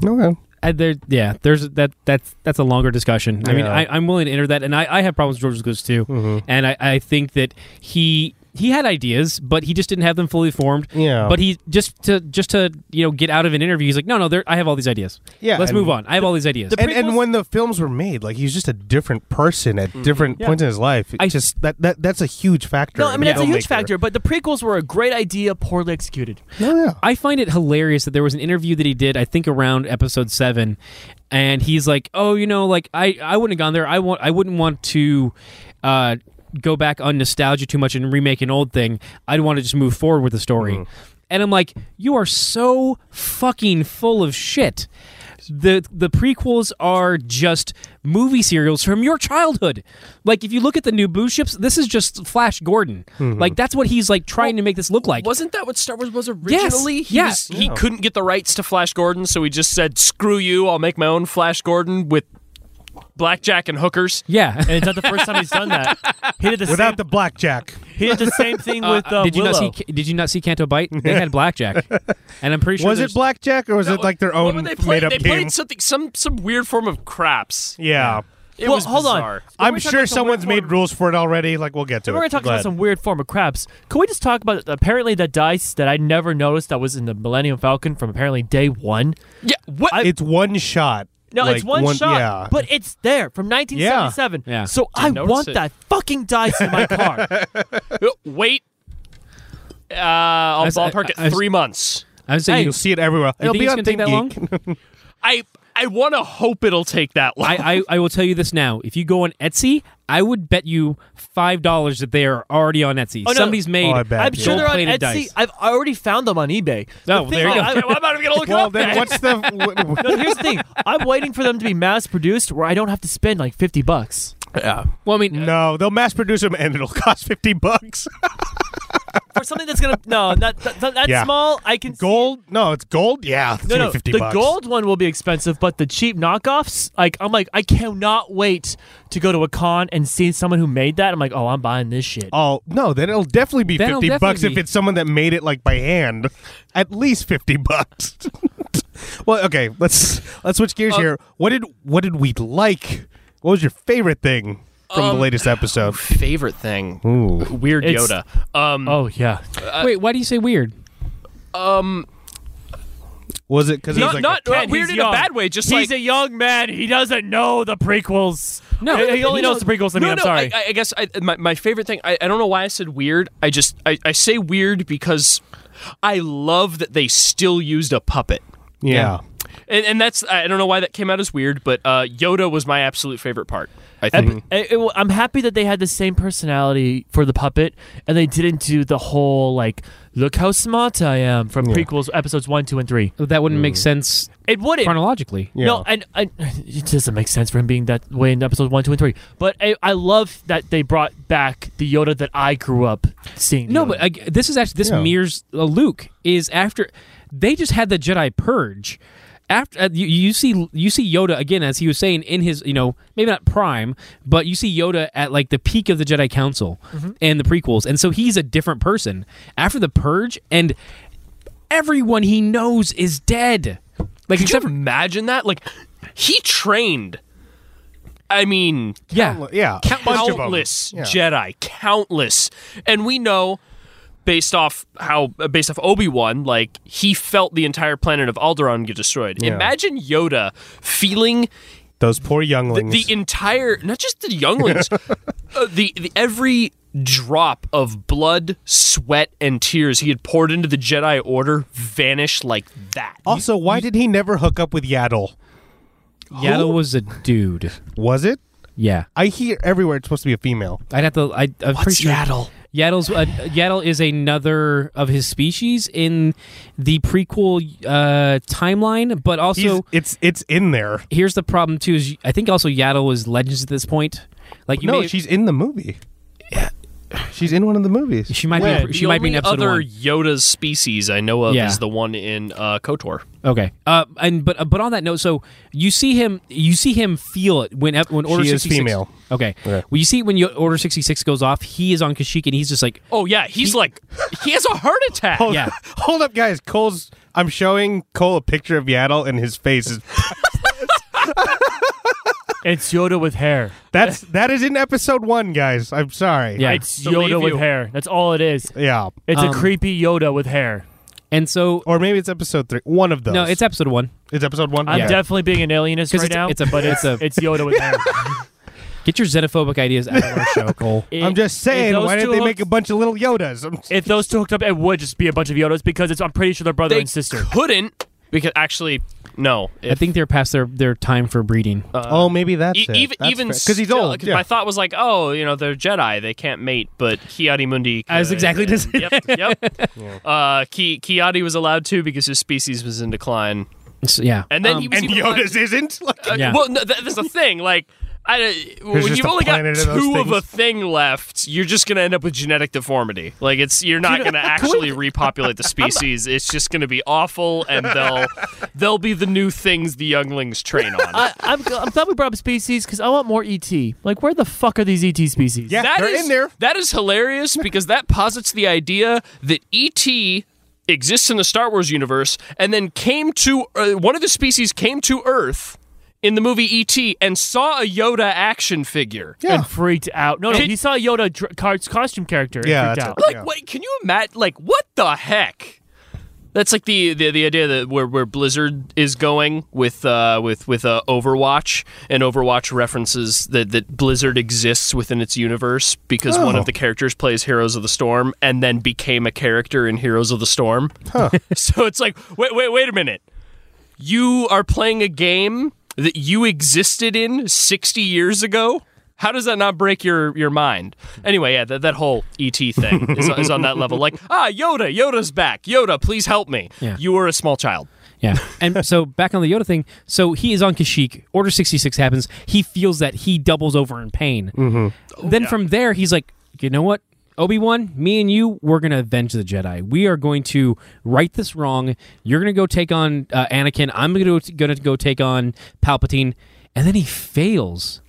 [SPEAKER 1] Okay.
[SPEAKER 2] I, there, yeah, there's that. That's that's a longer discussion. I
[SPEAKER 1] Yeah.
[SPEAKER 2] mean,
[SPEAKER 1] Mm-hmm.
[SPEAKER 2] I, I'm willing to enter that, and I, I have problems with George Lucas too, and I, I think that he he had ideas, but he just didn't have them fully formed.
[SPEAKER 1] Yeah.
[SPEAKER 2] But he just to just to you know get out of an interview, he's like, no, no, there, I have all these ideas.
[SPEAKER 1] Yeah,
[SPEAKER 2] let's
[SPEAKER 1] and
[SPEAKER 2] move on. I have all these ideas.
[SPEAKER 1] and, and when the films were made, like he's just a different person at
[SPEAKER 3] Mm-hmm.
[SPEAKER 1] different points in his life. I just that, that that's a huge factor.
[SPEAKER 3] No, I
[SPEAKER 1] in
[SPEAKER 3] mean that's a huge
[SPEAKER 1] filmmaker.
[SPEAKER 3] factor, but the prequels were a great idea, poorly executed.
[SPEAKER 1] No, Oh, yeah.
[SPEAKER 2] I find it hilarious that there was an interview that he did, I think around episode seven, and he's like, "Oh, you know, like I, I wouldn't have gone there. I want, I wouldn't want to, uh, go back on nostalgia too much and remake an old thing. I'd want to just move forward with the story." And I'm like, "You are so fucking full of shit." The the prequels are just movie serials from your childhood. Like if you look at the new Boo ships, this is just Flash Gordon. Like that's what he's like trying to make this look like.
[SPEAKER 4] Wasn't that what Star Wars was originally? He
[SPEAKER 2] yeah.
[SPEAKER 4] was-
[SPEAKER 1] Oh.
[SPEAKER 4] he couldn't get the rights to Flash Gordon, so he just said, "Screw you! I'll make my own Flash Gordon with blackjack and hookers."
[SPEAKER 2] Yeah.
[SPEAKER 3] And it's not the first time he's done that. He did the
[SPEAKER 1] without
[SPEAKER 3] same,
[SPEAKER 1] the blackjack.
[SPEAKER 3] he did the same thing with uh,
[SPEAKER 2] did you
[SPEAKER 3] Willow.
[SPEAKER 2] not see? Did you not see Canto Bite? They had blackjack, and I'm pretty sure
[SPEAKER 1] Was it
[SPEAKER 2] there's-
[SPEAKER 1] blackjack or was it like their
[SPEAKER 4] What
[SPEAKER 1] own
[SPEAKER 4] were they
[SPEAKER 1] made
[SPEAKER 4] playing?
[SPEAKER 1] up
[SPEAKER 4] They
[SPEAKER 1] game?
[SPEAKER 4] played something, some some weird form of craps.
[SPEAKER 1] yeah.
[SPEAKER 4] It
[SPEAKER 3] well,
[SPEAKER 4] was
[SPEAKER 3] hold
[SPEAKER 4] bizarre.
[SPEAKER 3] on.
[SPEAKER 1] I'm
[SPEAKER 3] We're talking
[SPEAKER 1] sure
[SPEAKER 3] about some
[SPEAKER 1] someone's
[SPEAKER 3] weird
[SPEAKER 1] made
[SPEAKER 3] form-
[SPEAKER 1] rules for it already. Like we'll get to
[SPEAKER 3] We're
[SPEAKER 1] it.
[SPEAKER 3] going to talk
[SPEAKER 1] Go
[SPEAKER 3] about
[SPEAKER 1] ahead.
[SPEAKER 3] some weird form of craps. Can we just talk about apparently the dice that I never noticed that was in the Millennium Falcon from apparently day one?
[SPEAKER 4] Yeah, what?
[SPEAKER 3] I-
[SPEAKER 1] It's one shot.
[SPEAKER 3] No, it's
[SPEAKER 1] Like,
[SPEAKER 3] one, shot,
[SPEAKER 1] Yeah.
[SPEAKER 3] but it's there from 1977.
[SPEAKER 2] Yeah.
[SPEAKER 3] So I
[SPEAKER 4] Didn't notice
[SPEAKER 3] want
[SPEAKER 4] it.
[SPEAKER 3] that fucking dice in my car.
[SPEAKER 4] Wait. Uh, I'll
[SPEAKER 2] I was-
[SPEAKER 4] ballpark
[SPEAKER 2] I- I
[SPEAKER 4] it
[SPEAKER 2] was-
[SPEAKER 4] three months.
[SPEAKER 2] I would say
[SPEAKER 1] Hey,
[SPEAKER 2] you,
[SPEAKER 1] you'll see it everywhere. It'll
[SPEAKER 2] think
[SPEAKER 1] be
[SPEAKER 2] it's
[SPEAKER 1] on
[SPEAKER 2] gonna take that
[SPEAKER 1] ThinkGeek.
[SPEAKER 4] I I want to hope it'll take that long.
[SPEAKER 2] I, I I will tell you this now. If you go on Etsy, I would bet you five dollars that they are already on Etsy.
[SPEAKER 3] Oh, no.
[SPEAKER 2] Somebody's made.
[SPEAKER 1] Oh, I bet.
[SPEAKER 3] I'm sure
[SPEAKER 1] Gold
[SPEAKER 3] they're on Etsy.
[SPEAKER 2] plated dice.
[SPEAKER 3] I've already found them on eBay. The
[SPEAKER 2] Oh,
[SPEAKER 3] thing-
[SPEAKER 2] there you go.
[SPEAKER 3] I-
[SPEAKER 4] am not even gonna look it
[SPEAKER 1] Well,
[SPEAKER 4] up.
[SPEAKER 1] then
[SPEAKER 4] man.
[SPEAKER 1] what's the? w-
[SPEAKER 3] no, here's the thing. I'm waiting for them to be mass produced where I don't have to spend like 50 bucks.
[SPEAKER 2] Well, I mean, uh,
[SPEAKER 1] no, they'll mass produce them and it'll cost fifty bucks.
[SPEAKER 3] For something that's going to. No, not, that, that, that
[SPEAKER 1] Yeah.
[SPEAKER 3] small, I can. see-
[SPEAKER 1] Gold? No, it's gold. Yeah, it's
[SPEAKER 3] No,
[SPEAKER 1] gonna
[SPEAKER 3] no.
[SPEAKER 1] be fifty
[SPEAKER 3] The
[SPEAKER 1] bucks.
[SPEAKER 3] gold one will be expensive, but the cheap knockoffs, like, I'm like, I cannot wait to go to a con and see someone who made that. I'm like, oh, I'm buying this shit.
[SPEAKER 1] Oh no, then it'll definitely be
[SPEAKER 2] Then it'll
[SPEAKER 1] fifty bucks
[SPEAKER 2] definitely
[SPEAKER 1] if
[SPEAKER 2] be-
[SPEAKER 1] it's someone that made it like by hand. At least fifty bucks. well, okay, let's let's switch
[SPEAKER 2] Uh,
[SPEAKER 1] gears here. What did what did we like? What was your favorite thing from
[SPEAKER 2] Um,
[SPEAKER 1] the latest episode?
[SPEAKER 4] favorite thing?
[SPEAKER 1] Ooh.
[SPEAKER 4] Weird
[SPEAKER 3] It's-
[SPEAKER 4] Yoda. Um,
[SPEAKER 3] Oh, yeah.
[SPEAKER 2] wait, why do you say weird?
[SPEAKER 1] Was it because it was
[SPEAKER 4] not
[SPEAKER 1] like
[SPEAKER 4] not,
[SPEAKER 1] a-
[SPEAKER 4] not
[SPEAKER 3] And
[SPEAKER 4] weird
[SPEAKER 3] he's
[SPEAKER 4] in
[SPEAKER 3] young.
[SPEAKER 4] a bad way. Just
[SPEAKER 3] he's
[SPEAKER 4] like
[SPEAKER 3] a young man. He doesn't know the prequels.
[SPEAKER 2] No.
[SPEAKER 3] he, he only
[SPEAKER 2] He
[SPEAKER 3] knows the prequels. I mean,
[SPEAKER 4] no,
[SPEAKER 3] I'm
[SPEAKER 4] no,
[SPEAKER 3] sorry.
[SPEAKER 4] I, I guess I, my, my favorite thing, I, I don't know why I said weird. I just, I, I say weird because I love that they still used a puppet.
[SPEAKER 1] yeah.
[SPEAKER 4] And, and that's, I don't know why that came out as weird, but uh, Yoda was my absolute favorite part. I
[SPEAKER 3] Ep-
[SPEAKER 4] think.
[SPEAKER 1] Mm-hmm.
[SPEAKER 3] it- it- I'm happy that they had the same personality for the puppet, and they didn't do the whole like, look how smart I am from prequels episodes one, two, and three.
[SPEAKER 2] That wouldn't make sense
[SPEAKER 3] It wouldn't.
[SPEAKER 2] chronologically.
[SPEAKER 3] No, and, and it doesn't make sense for him being that way in episodes one, two, and three. But I, I love that they brought back the Yoda that I grew up seeing.
[SPEAKER 2] No,
[SPEAKER 3] Yoda.
[SPEAKER 2] but I, this is actually this
[SPEAKER 1] Yeah.
[SPEAKER 2] mirrors uh, Luke is after they just had the Jedi purge. After uh, you, you see you see Yoda again as he was saying in his you know maybe not prime but you see Yoda at like the peak of the Jedi Council
[SPEAKER 4] Mm-hmm.
[SPEAKER 2] and the prequels and so he's a different person after the purge and everyone he knows is dead like
[SPEAKER 4] Could you
[SPEAKER 2] except for,
[SPEAKER 4] imagine that? Like, he trained. I mean,
[SPEAKER 2] yeah
[SPEAKER 1] Yeah. a bunch of 'em.
[SPEAKER 4] countless
[SPEAKER 1] Yeah.
[SPEAKER 4] Jedi, countless, and we know based off how uh, based off Obi Wan, like he felt the entire planet of Alderaan get destroyed.
[SPEAKER 1] Yeah.
[SPEAKER 4] Imagine Yoda feeling
[SPEAKER 1] Those poor younglings.
[SPEAKER 4] the entire, not just the younglings, uh, the, the every drop of blood, sweat, and tears he had poured into the Jedi Order vanished like that.
[SPEAKER 1] also, why did he never hook up with Yaddle?
[SPEAKER 2] Yaddle was a dude
[SPEAKER 1] Was it?
[SPEAKER 2] yeah
[SPEAKER 1] I hear everywhere it's supposed to be a female.
[SPEAKER 2] I'd have to I I'm pretty sure
[SPEAKER 4] Yaddle?
[SPEAKER 2] Yaddle's uh, Yaddle is another of his species in the prequel uh, timeline, but
[SPEAKER 1] He's,
[SPEAKER 2] also
[SPEAKER 1] it's it's in there.
[SPEAKER 2] here's the problem too. Is I think also Yaddle is Legends at this point. Like you
[SPEAKER 1] no,
[SPEAKER 2] may,
[SPEAKER 1] she's in the movie. She's in one of the movies.
[SPEAKER 2] she might be
[SPEAKER 4] the
[SPEAKER 2] she might be in
[SPEAKER 4] only
[SPEAKER 2] episode
[SPEAKER 4] other
[SPEAKER 2] one.
[SPEAKER 4] Yoda's species I know of
[SPEAKER 2] Yeah.
[SPEAKER 4] is the one in uh, Kotor.
[SPEAKER 2] Okay, uh, and but uh, but on that note, so you see him you see him feel it when ep- when Order
[SPEAKER 1] She is
[SPEAKER 2] 66,
[SPEAKER 1] female.
[SPEAKER 2] Okay,
[SPEAKER 1] Okay.
[SPEAKER 2] well you see when Yo- Order sixty six goes off, he is on Kashyyyk and he's just like
[SPEAKER 4] Oh yeah, he's like he has a heart attack.
[SPEAKER 1] Hold,
[SPEAKER 2] Yeah.
[SPEAKER 1] hold up, guys. Cole's. I'm showing Cole a picture of Yaddle, and his face is.
[SPEAKER 3] It's Yoda with hair.
[SPEAKER 1] That's that is in episode one, guys. I'm sorry.
[SPEAKER 2] Yeah.
[SPEAKER 3] It's
[SPEAKER 4] believe
[SPEAKER 3] Yoda with
[SPEAKER 4] you.
[SPEAKER 3] hair. That's all it is.
[SPEAKER 1] yeah.
[SPEAKER 3] It's
[SPEAKER 2] Um,
[SPEAKER 3] a creepy Yoda with hair.
[SPEAKER 2] And so,
[SPEAKER 1] Or maybe it's episode three. One of those.
[SPEAKER 2] no, it's episode one.
[SPEAKER 1] it's episode one.
[SPEAKER 3] I'm
[SPEAKER 1] yeah.
[SPEAKER 3] definitely being an alienist
[SPEAKER 2] 'Cause
[SPEAKER 3] right
[SPEAKER 2] it's-
[SPEAKER 3] now.
[SPEAKER 2] it's a-
[SPEAKER 3] but
[SPEAKER 2] it's
[SPEAKER 3] it's,
[SPEAKER 2] a-
[SPEAKER 3] it's Yoda with hair.
[SPEAKER 2] Get your xenophobic ideas out of our show, Cole.
[SPEAKER 1] I'm just saying. Why didn't they make a bunch of little Yodas? I'm-
[SPEAKER 3] If those two hooked up, it would just be a bunch of Yodas because it's. I'm pretty sure they're brother
[SPEAKER 4] They
[SPEAKER 3] and sister.
[SPEAKER 4] couldn't because actually, no.
[SPEAKER 2] I think they're past their, their time for breeding.
[SPEAKER 1] oh, maybe that's
[SPEAKER 4] E-
[SPEAKER 1] it.
[SPEAKER 4] even
[SPEAKER 1] That's
[SPEAKER 4] even
[SPEAKER 1] fair. he's
[SPEAKER 4] still,
[SPEAKER 1] old.
[SPEAKER 4] 'cause
[SPEAKER 1] Yeah.
[SPEAKER 4] My thought was like, oh, you know, they're Jedi, they can't mate, but Kiadi Mundi.
[SPEAKER 2] I was
[SPEAKER 4] could,
[SPEAKER 2] exactly
[SPEAKER 4] and-
[SPEAKER 2] just-
[SPEAKER 4] Yep. Yep. uh, Ki- Kiadi was allowed to because his species was in decline,
[SPEAKER 2] So, yeah.
[SPEAKER 4] and then he was
[SPEAKER 1] and
[SPEAKER 4] even allowed-
[SPEAKER 1] Yoda's isn't. Like,
[SPEAKER 4] Uh,
[SPEAKER 2] Yeah.
[SPEAKER 4] Well, no, th- that's the thing. Like, I, uh, when
[SPEAKER 1] just
[SPEAKER 4] you've
[SPEAKER 1] a
[SPEAKER 4] only got
[SPEAKER 1] planet of those
[SPEAKER 4] two of a
[SPEAKER 1] things.
[SPEAKER 4] thing left, you're just gonna end up with genetic deformity. Like, it's you're not gonna actually repopulate the species. It's just gonna be awful, and they'll they'll be the new things the younglings train on.
[SPEAKER 1] Uh,
[SPEAKER 3] I, I'm, gl- I'm glad we brought up species because I want more ET. Like, where the fuck are these ET species?
[SPEAKER 1] Yeah.
[SPEAKER 4] That
[SPEAKER 1] They're
[SPEAKER 4] is-
[SPEAKER 1] in there.
[SPEAKER 4] That is hilarious because that posits the idea that ET exists in the Star Wars universe and then came to uh, one of the species came to Earth in the movie ET and saw a Yoda action figure.
[SPEAKER 1] Yeah.
[SPEAKER 3] And freaked out. No, no,
[SPEAKER 4] Did-
[SPEAKER 3] he saw a Yoda dr- car- costume character. and
[SPEAKER 1] Yeah,
[SPEAKER 3] freaked
[SPEAKER 1] that's
[SPEAKER 3] out.
[SPEAKER 1] it.
[SPEAKER 4] Like, wait, can you imagine? Like, what the heck? That's like the, the, the idea that where, where Blizzard is going with uh, with with uh, Overwatch and Overwatch references that, that Blizzard exists within its universe because one
[SPEAKER 1] Oh.
[SPEAKER 4] of the characters plays Heroes of the Storm and then became a character in Heroes of the Storm. so it's like wait wait wait a minute, you are playing a game that you existed in sixty years ago. How does that not break your, your mind? Anyway, yeah, that, that whole ET thing is, is on that level. Like, ah, Yoda, Yoda's back. Yoda, please help me.
[SPEAKER 2] Yeah.
[SPEAKER 4] You were a small child.
[SPEAKER 2] Yeah. And so back on the Yoda thing, so he is on Kashyyyk. Order 66 happens. He feels that he doubles over in pain. Mm-hmm. Then from there, he's like, you know what? Obi-Wan, me and you, we're going to avenge the Jedi. We are going to right this wrong. You're going to go take on uh, Anakin. I'm going to going to go take on Palpatine. And then he fails.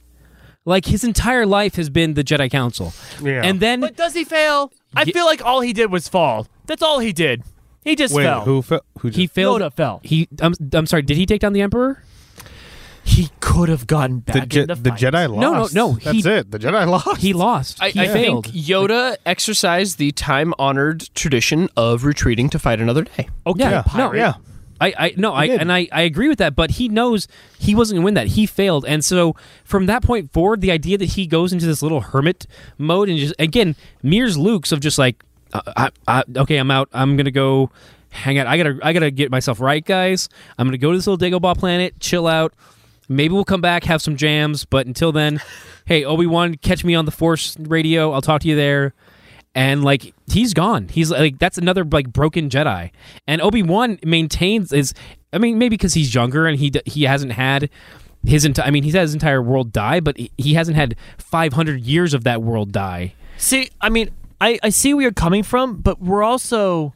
[SPEAKER 2] Like his entire life has been the Jedi Council.
[SPEAKER 1] Yeah.
[SPEAKER 2] And then
[SPEAKER 3] But does he fail? I
[SPEAKER 2] Ye-
[SPEAKER 3] feel like all he did was fall. That's all he did. He just
[SPEAKER 1] Wait,
[SPEAKER 3] fell.
[SPEAKER 1] who? Fe- who?
[SPEAKER 2] he
[SPEAKER 1] Just,
[SPEAKER 2] failed.
[SPEAKER 3] Yoda fell.
[SPEAKER 2] He I'm, I'm sorry, did he take down the Emperor?
[SPEAKER 3] He could have gotten back
[SPEAKER 1] the, Je-
[SPEAKER 3] in the,
[SPEAKER 1] the
[SPEAKER 3] fight.
[SPEAKER 1] Jedi
[SPEAKER 2] No, no,
[SPEAKER 1] lost.
[SPEAKER 2] no,
[SPEAKER 1] That's
[SPEAKER 2] he-
[SPEAKER 1] it. The Jedi lost.
[SPEAKER 2] He lost.
[SPEAKER 4] I,
[SPEAKER 2] he
[SPEAKER 4] I
[SPEAKER 2] failed.
[SPEAKER 4] think Yoda exercised the time honored tradition of retreating to fight another day.
[SPEAKER 3] Okay,
[SPEAKER 2] Yeah.
[SPEAKER 3] pirate.
[SPEAKER 2] No.
[SPEAKER 1] yeah.
[SPEAKER 2] I, I no, I
[SPEAKER 1] did.
[SPEAKER 2] and I, I agree with that, but he knows he wasn't gonna win that. He failed. And so from that point forward, the idea that he goes into this little hermit mode and just again, mirrors Luke's of just like uh, I, I, okay, I'm out. I'm gonna go hang out. I gotta I gotta get myself right, guys. I'm gonna go to this little Dagobah planet, chill out. Maybe we'll come back, have some jams, but until then, hey, Obi Wan, catch me on the Force radio. I'll talk to you there. and like he's gone. He's like that's another like broken Jedi. And Obi Wan maintains is, I mean, maybe because he's younger and he d- he hasn't had his entire. I mean, he's had his entire world die, but he- he hasn't had 500 years of that world die.
[SPEAKER 3] See, I mean, I, I see where you're coming from, but we're also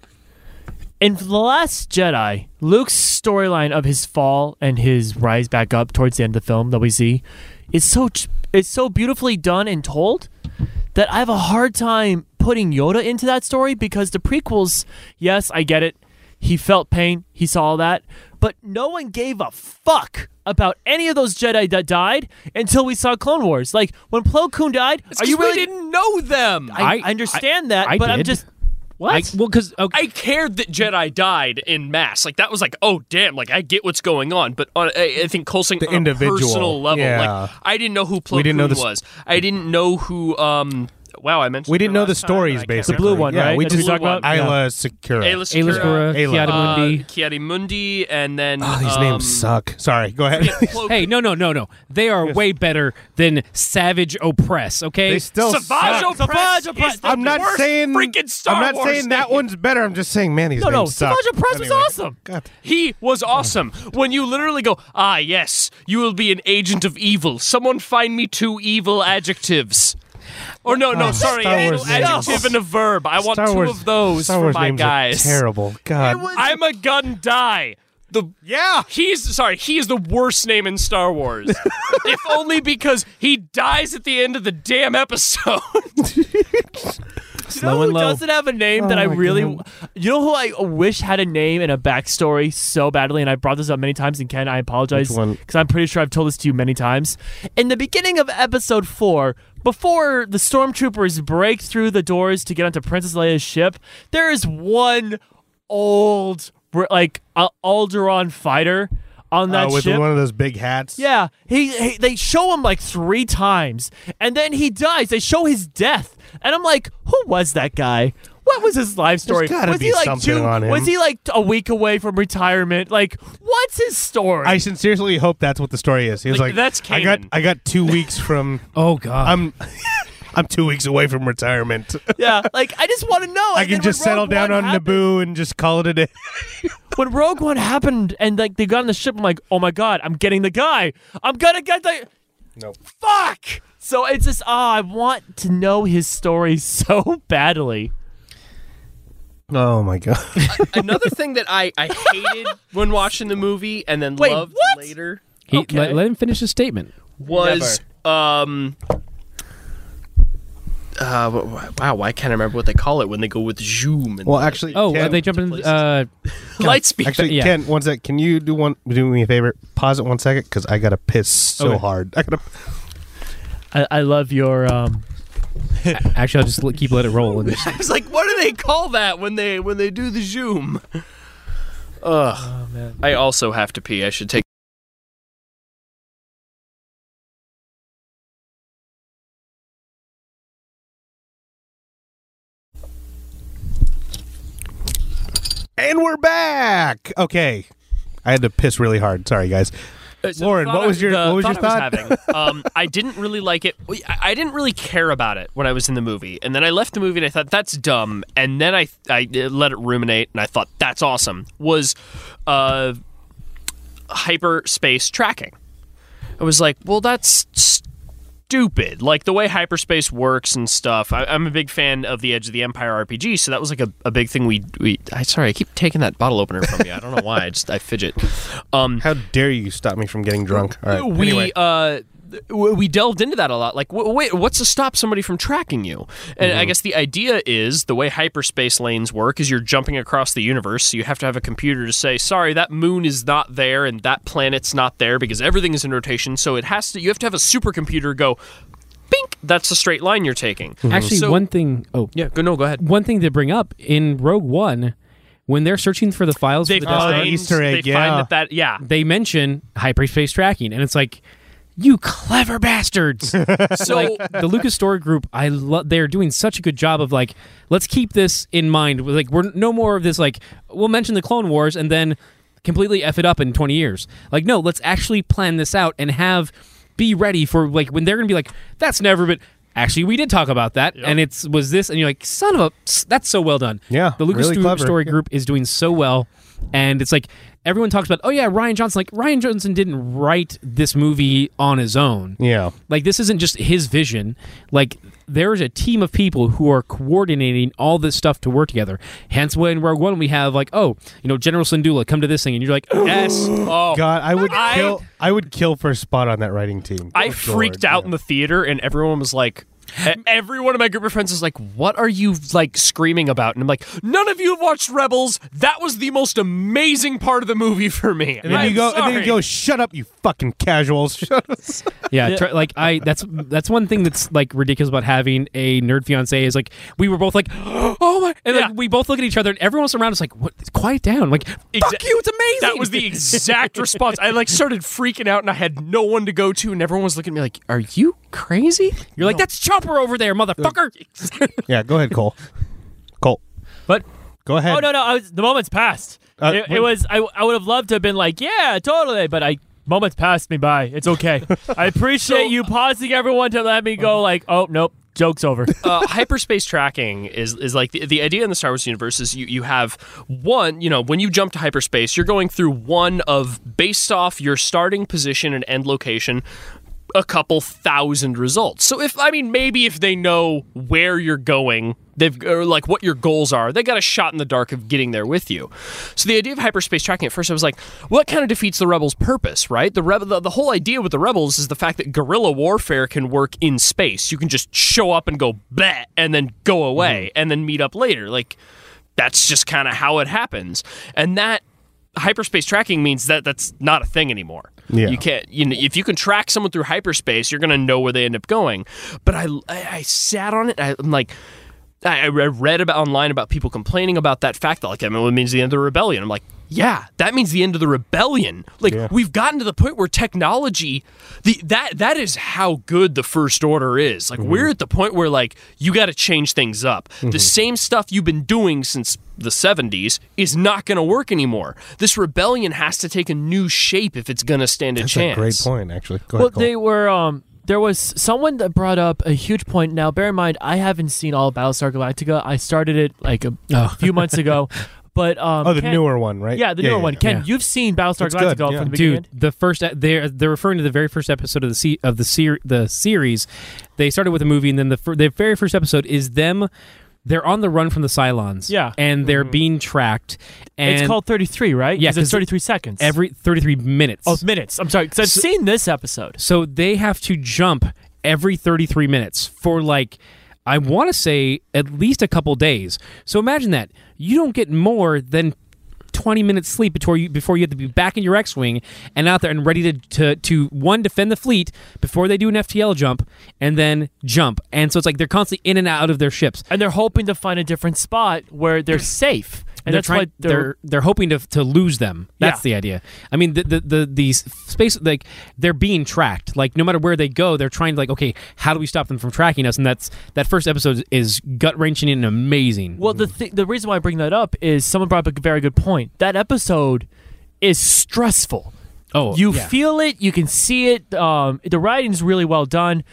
[SPEAKER 3] in the last Jedi, Luke's storyline of his fall and his rise back up towards the end of the film that we see is so ch- is so beautifully done and told that I have a hard time putting Yoda into that story because the prequels, yes, I get it. He felt pain, he saw all that, but no one gave a fuck about any of those Jedi that died until we saw Clone Wars. Like when Plo Koon died, are you really
[SPEAKER 4] didn't know them. I,
[SPEAKER 3] I,
[SPEAKER 2] I-
[SPEAKER 3] I understand that,
[SPEAKER 2] I
[SPEAKER 3] but I'm
[SPEAKER 2] did.
[SPEAKER 3] just
[SPEAKER 2] I,
[SPEAKER 3] what?
[SPEAKER 2] well, oh, because okay,
[SPEAKER 4] cared that Jedi died in mass. Like that was like, oh damn! Like I get what's going on, but on, I, I think Coulson
[SPEAKER 1] The
[SPEAKER 4] on
[SPEAKER 1] individual,
[SPEAKER 4] a personal level,
[SPEAKER 1] yeah.
[SPEAKER 4] like I didn't know who Plo
[SPEAKER 1] We didn't know
[SPEAKER 4] Koon
[SPEAKER 1] the s-
[SPEAKER 4] was. I didn't know who. Um, wow, I mentioned
[SPEAKER 1] We didn't
[SPEAKER 4] her
[SPEAKER 1] know the
[SPEAKER 4] last time, but I
[SPEAKER 1] stories.
[SPEAKER 4] can't
[SPEAKER 1] Basically,
[SPEAKER 4] remember.
[SPEAKER 3] blue one,
[SPEAKER 1] yeah,
[SPEAKER 3] right?
[SPEAKER 1] We
[SPEAKER 3] That's
[SPEAKER 1] just
[SPEAKER 4] what you're talking
[SPEAKER 1] Ayla
[SPEAKER 3] about?
[SPEAKER 1] Secura.
[SPEAKER 4] Ayla
[SPEAKER 2] Ayla Secura,
[SPEAKER 4] Secura,
[SPEAKER 1] Ayla.
[SPEAKER 4] uh,
[SPEAKER 2] Mundi.
[SPEAKER 4] Kiadi Mundi, and then
[SPEAKER 1] Oh, these
[SPEAKER 4] um,
[SPEAKER 1] names suck. Sorry. Go ahead.
[SPEAKER 4] Plo-
[SPEAKER 2] hey, no, no, no, no, they are way better than Savage Oppress. Okay,
[SPEAKER 1] They still
[SPEAKER 4] Savage
[SPEAKER 1] suck.
[SPEAKER 4] Opress.
[SPEAKER 3] Savage Opress.
[SPEAKER 4] is the
[SPEAKER 1] I'm not
[SPEAKER 4] worst
[SPEAKER 1] saying
[SPEAKER 4] freaking Star
[SPEAKER 1] I'm not
[SPEAKER 4] Wars
[SPEAKER 1] saying that
[SPEAKER 4] name.
[SPEAKER 1] one's better. I'm just saying, man, these
[SPEAKER 3] No, no,
[SPEAKER 1] names suck.
[SPEAKER 3] Savage Opress was
[SPEAKER 1] Anyway.
[SPEAKER 3] awesome.
[SPEAKER 1] God. Oh.
[SPEAKER 4] He was awesome. When you literally go, ah, yes, you will be an agent of evil. Someone find me two evil adjectives. Or no, no,
[SPEAKER 1] Oh,
[SPEAKER 4] sorry,
[SPEAKER 1] Star
[SPEAKER 4] an
[SPEAKER 1] Wars
[SPEAKER 4] adjective
[SPEAKER 1] names.
[SPEAKER 4] and a verb. I want
[SPEAKER 1] Star
[SPEAKER 4] two
[SPEAKER 1] Wars,
[SPEAKER 4] of those
[SPEAKER 1] Star
[SPEAKER 4] for
[SPEAKER 1] Wars
[SPEAKER 4] my
[SPEAKER 1] names
[SPEAKER 4] guys.
[SPEAKER 1] Are terrible. God. Uh,
[SPEAKER 4] I'm a gun die. The
[SPEAKER 1] yeah.
[SPEAKER 4] he's sorry, he is the worst name in Star Wars. if only because he dies at the end of the damn episode.
[SPEAKER 3] You know
[SPEAKER 2] Slow and
[SPEAKER 3] who
[SPEAKER 2] low.
[SPEAKER 3] doesn't have a name
[SPEAKER 1] Oh
[SPEAKER 3] that I really? You know who I wish had a name and a backstory so badly, and I brought this up many times. And Ken, I apologize
[SPEAKER 1] Which one?
[SPEAKER 3] because I'm pretty sure I've told this to you many times. In the beginning of episode four, before the stormtroopers break through the doors to get onto Princess Leia's ship, there is one old, like, uh, Alderaan fighter on that
[SPEAKER 1] Uh, with
[SPEAKER 3] ship.
[SPEAKER 1] one of those big hats.
[SPEAKER 3] Yeah, he, he they show him like three times, and then he dies. They show his death, and I'm like, who was that guy? What was his life story?
[SPEAKER 1] gotta
[SPEAKER 3] was
[SPEAKER 1] be
[SPEAKER 3] he like
[SPEAKER 1] something on him.
[SPEAKER 3] Was he like a week away from retirement? Like, what's his story?
[SPEAKER 1] I sincerely hope that's what the story is. He was like,
[SPEAKER 4] Like, that's
[SPEAKER 1] I got
[SPEAKER 4] canon."
[SPEAKER 1] I got two weeks from
[SPEAKER 2] Oh God.
[SPEAKER 1] I'm I'm two weeks away from retirement.
[SPEAKER 3] yeah, like I just want to know.
[SPEAKER 1] I
[SPEAKER 3] And
[SPEAKER 1] can
[SPEAKER 3] then when
[SPEAKER 1] just settle
[SPEAKER 3] Rogue
[SPEAKER 1] down
[SPEAKER 3] One
[SPEAKER 1] on
[SPEAKER 3] happened-
[SPEAKER 1] Naboo and just call it a day.
[SPEAKER 3] When Rogue One happened, and like they got on the ship, I'm like, oh my god, I'm getting the guy. I'm gonna get the.
[SPEAKER 1] Nope.
[SPEAKER 3] Fuck. So it's just ah, I want to know his story so badly.
[SPEAKER 1] Oh my god.
[SPEAKER 4] Another thing that I, I hated when watching the movie and then
[SPEAKER 3] Wait,
[SPEAKER 4] loved
[SPEAKER 3] what?
[SPEAKER 4] later
[SPEAKER 2] He,
[SPEAKER 3] okay.
[SPEAKER 2] let, let him finish his statement.
[SPEAKER 4] was um uh, wh- wh- wow, I can't remember what they call it when they go with zoom. And
[SPEAKER 1] Well, actually,
[SPEAKER 2] Oh,
[SPEAKER 1] Ken,
[SPEAKER 2] are they jumping? Uh,
[SPEAKER 4] light speed.
[SPEAKER 1] actually,
[SPEAKER 2] yeah.
[SPEAKER 1] Ken, one sec. Can you do one? Do me a favor. Pause it one second because I gotta piss so
[SPEAKER 2] Okay.
[SPEAKER 1] hard. I gotta.
[SPEAKER 3] I, I love your um.
[SPEAKER 2] actually, I'll just l- keep let it roll. And just,
[SPEAKER 4] I was like, what do they call that when they when they do the zoom? Ugh. I also have to pee. I should take.
[SPEAKER 1] And we're back. Okay, I had to piss really hard. Sorry, guys. Lauren, what was your- what was your
[SPEAKER 4] Uh, I um, I didn't really like it. I- I didn't really care about it when I was in the movie, and then I left the movie and I thought that's dumb. And then I I uh, let it ruminate and I thought that's awesome. Was uh, hyperspace tracking. I was like, well, that's stupid. Like the way hyperspace works and stuff. I, I'm a big fan of the Edge of the Empire RPG, so that was like a, a big thing we we. I sorry, I keep taking that bottle opener from you. I don't know why. I just I fidget. Um,
[SPEAKER 1] How dare you stop me from getting drunk? All right.
[SPEAKER 4] we
[SPEAKER 1] anyway.
[SPEAKER 4] uh th- w- we delved into that a lot like w- wait what's to stop somebody from tracking you and i guess the idea is the way hyperspace lanes work is you're jumping across the universe so you have to have a computer to say sorry that moon is not there and that planet's not there because everything is in rotation so it has to you have to have a supercomputer go bink that's the straight line you're taking
[SPEAKER 1] Mm-hmm.
[SPEAKER 2] actually,
[SPEAKER 4] So-
[SPEAKER 2] one thing. Oh,
[SPEAKER 4] yeah go no go ahead
[SPEAKER 2] one thing to bring up in Rogue One, when they're searching for the files,
[SPEAKER 4] they
[SPEAKER 2] for the
[SPEAKER 1] Oh,
[SPEAKER 2] Death
[SPEAKER 4] find,
[SPEAKER 2] Star,
[SPEAKER 1] Easter egg,
[SPEAKER 4] they
[SPEAKER 1] yeah.
[SPEAKER 4] find that, that yeah
[SPEAKER 2] they mention hyperspace tracking, and it's like, you clever bastards.
[SPEAKER 4] so
[SPEAKER 2] the Lucas Story Group, I love. They're doing such a good job of like, let's keep this in mind. We're Like, we're no more of this. Like, we'll mention the Clone Wars and then completely f it up in twenty years. Like, no, let's actually plan this out and have be ready for like when they're gonna be like, that's never been. Actually, we did talk about that, and it's was this, and you're like, son of a, that's so well done.
[SPEAKER 1] Yeah,
[SPEAKER 2] the Lucas
[SPEAKER 1] really
[SPEAKER 2] Stu-
[SPEAKER 1] clever.
[SPEAKER 2] Story
[SPEAKER 1] Yeah.
[SPEAKER 2] Group is doing so well, and it's like everyone talks about, oh yeah, Ryan Johnson. Like Ryan Johnson didn't write this movie on his own.
[SPEAKER 1] yeah.
[SPEAKER 2] Like this isn't just his vision. Like there is a team of people who are coordinating all this stuff to work together. Hence, why in Rogue One we have like, oh, you know, General Syndulla, come to this thing, and you're like, yes,
[SPEAKER 4] oh
[SPEAKER 1] God, I would
[SPEAKER 4] I-
[SPEAKER 1] kill. I would kill for a spot on that writing team.
[SPEAKER 4] I
[SPEAKER 1] Good
[SPEAKER 4] freaked
[SPEAKER 1] Lord,
[SPEAKER 4] out
[SPEAKER 1] Oh, yeah.
[SPEAKER 4] in the theater, and everyone was like, e- every one of my group of friends was like, "What are you like screaming about?" And I'm like, "None of you have watched Rebels. That was the most amazing part of the movie for me."
[SPEAKER 1] And then
[SPEAKER 4] I'm
[SPEAKER 1] you go, and then
[SPEAKER 4] sorry.
[SPEAKER 1] you go, shut up, you fucking casuals. Shut up.
[SPEAKER 2] yeah. try- like I, that's that's one thing that's like ridiculous about having a nerd fiance is like we were both like, oh my, and
[SPEAKER 4] Yeah.
[SPEAKER 2] like we both look at each other, and everyone else around is like, what? Quiet down, like fuck
[SPEAKER 4] Exa-
[SPEAKER 2] you, it's amazing.
[SPEAKER 4] That was the exact response. I like started freaking out, and I had no one to go to, and everyone was looking at me like, "Are you crazy?"
[SPEAKER 2] You're like, that's Chopper over there, motherfucker.
[SPEAKER 1] yeah, go ahead, Cole. Cole,
[SPEAKER 3] But
[SPEAKER 1] go ahead.
[SPEAKER 3] Oh no, no, I was, the moment's passed.
[SPEAKER 1] Uh,
[SPEAKER 3] it,
[SPEAKER 1] when-
[SPEAKER 3] it was. I, I would have loved to have been like, yeah, totally, but I moments passed me by. It's okay. I appreciate you pausing everyone to let me go. Like, oh nope, joke's over.
[SPEAKER 4] uh, hyperspace tracking is is like the, the idea in the Star Wars universe is you you have one you know when you jump to hyperspace you're going through one of based off your starting position and end location a couple thousand results. So if I mean maybe if they know where you're going, they've or like what your goals are, they got a shot in the dark of getting there with you. So the idea of hyperspace tracking at first I was like, what kind of defeats the rebels' purpose, right? The rebel the, the whole idea with the rebels is the fact that guerrilla warfare can work in space. You can just show up and go bet and then go away and then meet up later. Like that's just kind of how it happens. And that hyperspace tracking means that that's not a thing anymore.
[SPEAKER 1] Yeah.
[SPEAKER 4] You can't you know, if you can track someone through hyperspace, you're going to know where they end up going. But I I, I sat on it. I, I'm like I, I read about online about people complaining about that fact that like I mean, it means the end of the rebellion. I'm like yeah, that means the end of the rebellion. Like
[SPEAKER 1] Yeah.
[SPEAKER 4] we've gotten to the point where technology, the that that is how good the first order is. Like we're at the point where like you got to change things up. The same stuff you've been doing since the 70s is not going to work anymore. This rebellion has to take a new shape if it's going to stand a
[SPEAKER 1] That's
[SPEAKER 4] chance.
[SPEAKER 1] a great point, actually. Go
[SPEAKER 3] Well,
[SPEAKER 1] ahead, Cole.
[SPEAKER 3] they were. Um, there was someone that brought up a huge point. Now, bear in mind, I haven't seen all of Battlestar Galactica. I started it like a
[SPEAKER 2] Oh.
[SPEAKER 3] few months ago, but um,
[SPEAKER 1] oh, the
[SPEAKER 3] Ken-
[SPEAKER 1] newer one, right?
[SPEAKER 3] Yeah, the newer one. Ken,
[SPEAKER 2] yeah.
[SPEAKER 3] you've seen Battlestar
[SPEAKER 1] It's
[SPEAKER 3] Galactica
[SPEAKER 1] good,
[SPEAKER 3] from
[SPEAKER 1] yeah.
[SPEAKER 3] the beginning.
[SPEAKER 2] Dude, the first e, they're they're referring to the very first episode of the se- of the ser- the series. They started with a movie, and then the fir- the very first episode is them. They're on the run from the Cylons.
[SPEAKER 3] Yeah.
[SPEAKER 2] and they're being tracked. And
[SPEAKER 3] it's called 33, right?
[SPEAKER 2] Yeah,
[SPEAKER 3] 'Cause it's
[SPEAKER 2] 'cause
[SPEAKER 3] 33 seconds.
[SPEAKER 2] every thirty three minutes.
[SPEAKER 3] oh, minutes. I'm sorry, because I've seen this episode.
[SPEAKER 2] So they have to jump every 33 minutes for like I want to say at least a couple days. So imagine that. You don't get more than 20 minutes sleep before you before you have to be back in your X-wing and out there and ready to to, to one defend the fleet before they do an FTL jump and then jump. And so it's like they're constantly in and out of their ships.
[SPEAKER 3] And they're hoping to find a different spot where they're safe. And
[SPEAKER 2] they're
[SPEAKER 3] that's
[SPEAKER 2] trying.
[SPEAKER 3] why
[SPEAKER 2] They're, they're hoping to to lose them. That's
[SPEAKER 3] Yeah.
[SPEAKER 2] the idea. I mean, the the the these space like they're being tracked. Like no matter where they go, they're trying to like okay, how do we stop them from tracking us? And that's that first episode is gut wrenching and amazing.
[SPEAKER 3] Well, the th- the reason why I bring that up is someone brought up a very good point. That episode is stressful.
[SPEAKER 2] oh,
[SPEAKER 3] you
[SPEAKER 2] yeah.
[SPEAKER 3] feel it, you can see it. Um, the writing's really well done,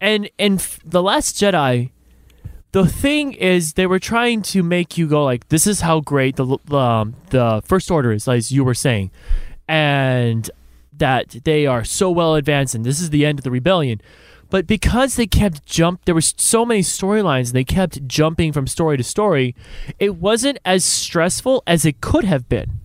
[SPEAKER 3] and and f- the Last Jedi. The thing is, they were trying to make you go like, "This is how great the l- um, the First Order is," as you were saying, and that they are so well advanced, and this is the end of the rebellion. But because they kept jump, there were so many storylines, and they kept jumping from story to story. It wasn't as stressful as it could have been.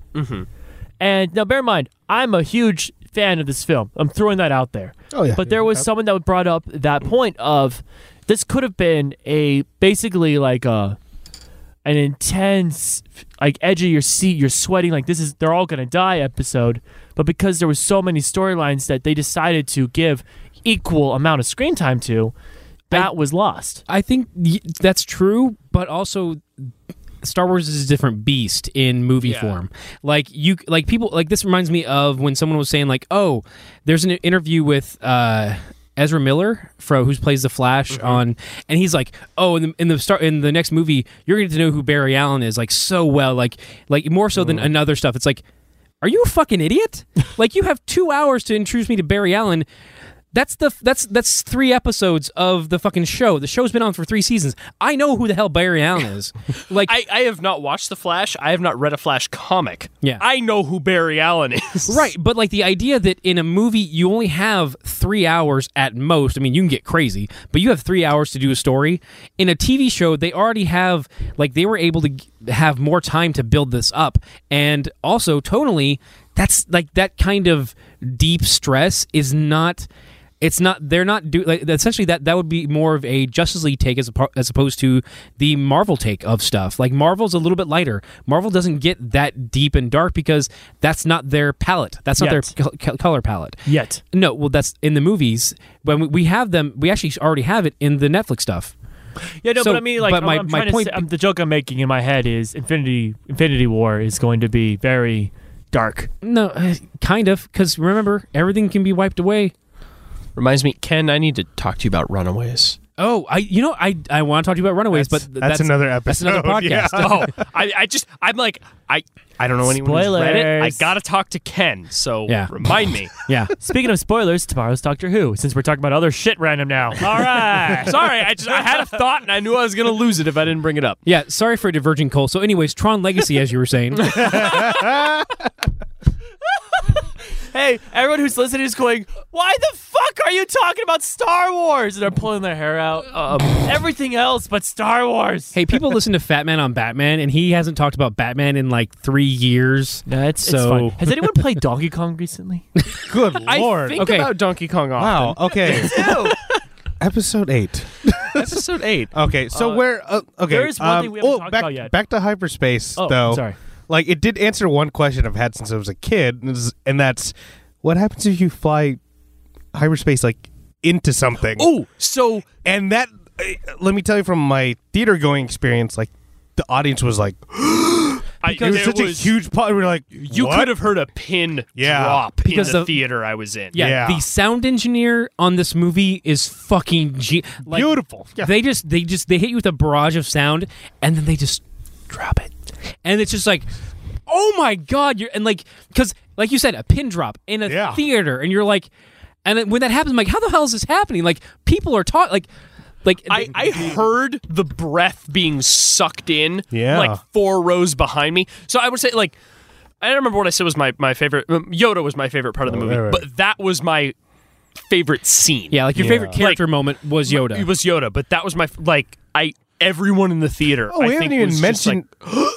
[SPEAKER 3] And now, bear in mind, I'm a huge fan of this film. I'm throwing that out there.
[SPEAKER 1] Oh, yeah.
[SPEAKER 3] But there was someone that brought up that point of this could have been a basically like a an intense, like edge of your seat, you're sweating, like this is they're all gonna die episode. But because there was so many storylines that they decided to give equal amount of screen time to, that was lost.
[SPEAKER 2] I think y- that's true, but also Star Wars is a different beast in movie
[SPEAKER 4] Yeah.
[SPEAKER 2] form. Like you, like people, like this reminds me of when someone was saying like, "Oh, there's an interview with." uh Ezra Miller, fro who plays the Flash on, and he's like, "Oh, in the, in the start in the next movie, you're going to know who Barry Allen is like so well, like like more so than another stuff." It's like, are you a fucking idiot? like you have two hours to introduce me to Barry Allen. That's the that's that's three episodes of the fucking show. The show's been on for three seasons. I know who the hell Barry Allen is. Like
[SPEAKER 4] I, I have not watched The Flash. I have not read a Flash comic.
[SPEAKER 2] Yeah.
[SPEAKER 4] I know who Barry Allen is.
[SPEAKER 2] Right, but like the idea that in a movie you only have three hours at most. I mean, you can get crazy, but you have three hours to do a story. In a TV show, they already have like they were able to g- have more time to build this up, and also tonally, that's like that kind of deep stress is not. It's not. They're not do like essentially that. That would be more of a Justice League take as oppo- as opposed to the Marvel take of stuff. Like Marvel's a little bit lighter. Marvel doesn't get that deep and dark because that's not their palette. That's not
[SPEAKER 3] Yet.
[SPEAKER 2] their col- col- color palette.
[SPEAKER 3] Yet.
[SPEAKER 2] No, well, that's in the movies. When we- we have them, we actually already have it in the Netflix stuff.
[SPEAKER 3] Yeah, no,
[SPEAKER 2] So-
[SPEAKER 3] but I mean, like,
[SPEAKER 2] but
[SPEAKER 3] I'm-
[SPEAKER 2] my-
[SPEAKER 3] I'm
[SPEAKER 2] my
[SPEAKER 3] trying to
[SPEAKER 2] point
[SPEAKER 3] say- I'm- the joke I'm making in my head is Infinity Infinity War is going to be very dark.
[SPEAKER 2] No, eh, kind of, because remember, everything can be wiped away.
[SPEAKER 4] Reminds me, Ken, I need to talk to you about Runaways.
[SPEAKER 2] Oh, I, you know, I, I want to talk to you about Runaways,
[SPEAKER 1] That's-
[SPEAKER 2] but th-
[SPEAKER 1] that's another
[SPEAKER 2] That's another
[SPEAKER 1] episode, yeah.
[SPEAKER 2] podcast.
[SPEAKER 4] oh, I, I just, I'm like, I, I don't know anyone who's read it. I
[SPEAKER 3] Spoilers.
[SPEAKER 4] gotta talk to Ken, so
[SPEAKER 2] Yeah.
[SPEAKER 4] remind me.
[SPEAKER 2] yeah.
[SPEAKER 3] Speaking of spoilers, tomorrow's Doctor Who. Since we're talking about other shit random now. All right.
[SPEAKER 4] Sorry, I just, I had a thought and I knew I was gonna lose it if I didn't bring it up.
[SPEAKER 2] Yeah, sorry for diverging, Cole. So, anyways, Tron Legacy, as you were saying.
[SPEAKER 3] hey, hey, everyone who's listening is going, why the fuck are you talking about Star Wars? And they're pulling their hair out. Um, everything else but Star Wars.
[SPEAKER 2] Hey, people listen to Fat Man on Batman, and he hasn't talked about Batman in like three years.
[SPEAKER 3] No, it's, it's
[SPEAKER 2] So-
[SPEAKER 3] fine. Has anyone played Donkey Kong recently?
[SPEAKER 1] Good
[SPEAKER 4] I
[SPEAKER 1] lord.
[SPEAKER 4] think
[SPEAKER 2] Okay.
[SPEAKER 4] about Donkey Kong often.
[SPEAKER 1] wow. Okay.
[SPEAKER 3] Ew.
[SPEAKER 1] Episode eight.
[SPEAKER 4] Episode eight.
[SPEAKER 1] Okay. So
[SPEAKER 3] Uh,
[SPEAKER 1] where? Uh, okay.
[SPEAKER 3] there is one
[SPEAKER 1] um,
[SPEAKER 3] thing we haven't
[SPEAKER 1] oh,
[SPEAKER 3] talked
[SPEAKER 1] back,
[SPEAKER 3] about yet.
[SPEAKER 1] Back to hyperspace,
[SPEAKER 3] Oh,
[SPEAKER 1] though.
[SPEAKER 3] sorry.
[SPEAKER 1] Like it did answer one question I've had since I was a kid, and this- and that's what happens if you fly hyperspace like into something.
[SPEAKER 4] Oh, so
[SPEAKER 1] and that uh, let me tell you from my theater going experience, like the audience was like,
[SPEAKER 4] I,
[SPEAKER 1] it was
[SPEAKER 4] there
[SPEAKER 1] such a huge part. We were like,
[SPEAKER 4] You
[SPEAKER 1] what?
[SPEAKER 4] could have heard a pin
[SPEAKER 1] Yeah.
[SPEAKER 4] drop
[SPEAKER 2] Because
[SPEAKER 4] in the,
[SPEAKER 2] the-
[SPEAKER 4] theater I was in.
[SPEAKER 2] Yeah,
[SPEAKER 1] Yeah.
[SPEAKER 2] the sound engineer on this movie is fucking ge- like,
[SPEAKER 1] beautiful. Yeah.
[SPEAKER 2] They just they just they hit you with a barrage of sound, and then they just drop it, and it's just like, oh my god, you're and like because like you said, a pin drop in a
[SPEAKER 1] Yeah.
[SPEAKER 2] theater, and you're like, and then when that happens, I'm like, how the hell is this happening? Like people are talking like. Like
[SPEAKER 4] I, I heard the breath being sucked in
[SPEAKER 1] Yeah.
[SPEAKER 4] like four rows behind me. So I would say like I don't remember what I said was my, my favorite um, Yoda was my favorite part of the movie,
[SPEAKER 1] right, right.
[SPEAKER 4] but that was my favorite scene.
[SPEAKER 2] yeah, like your
[SPEAKER 1] Yeah.
[SPEAKER 2] favorite character
[SPEAKER 4] Like-
[SPEAKER 2] moment was Yoda.
[SPEAKER 4] It was Yoda, but that was my f- like I everyone in the theater.
[SPEAKER 1] Oh, we
[SPEAKER 4] I
[SPEAKER 1] haven't
[SPEAKER 4] think
[SPEAKER 1] even
[SPEAKER 4] was just like,
[SPEAKER 1] mentioned.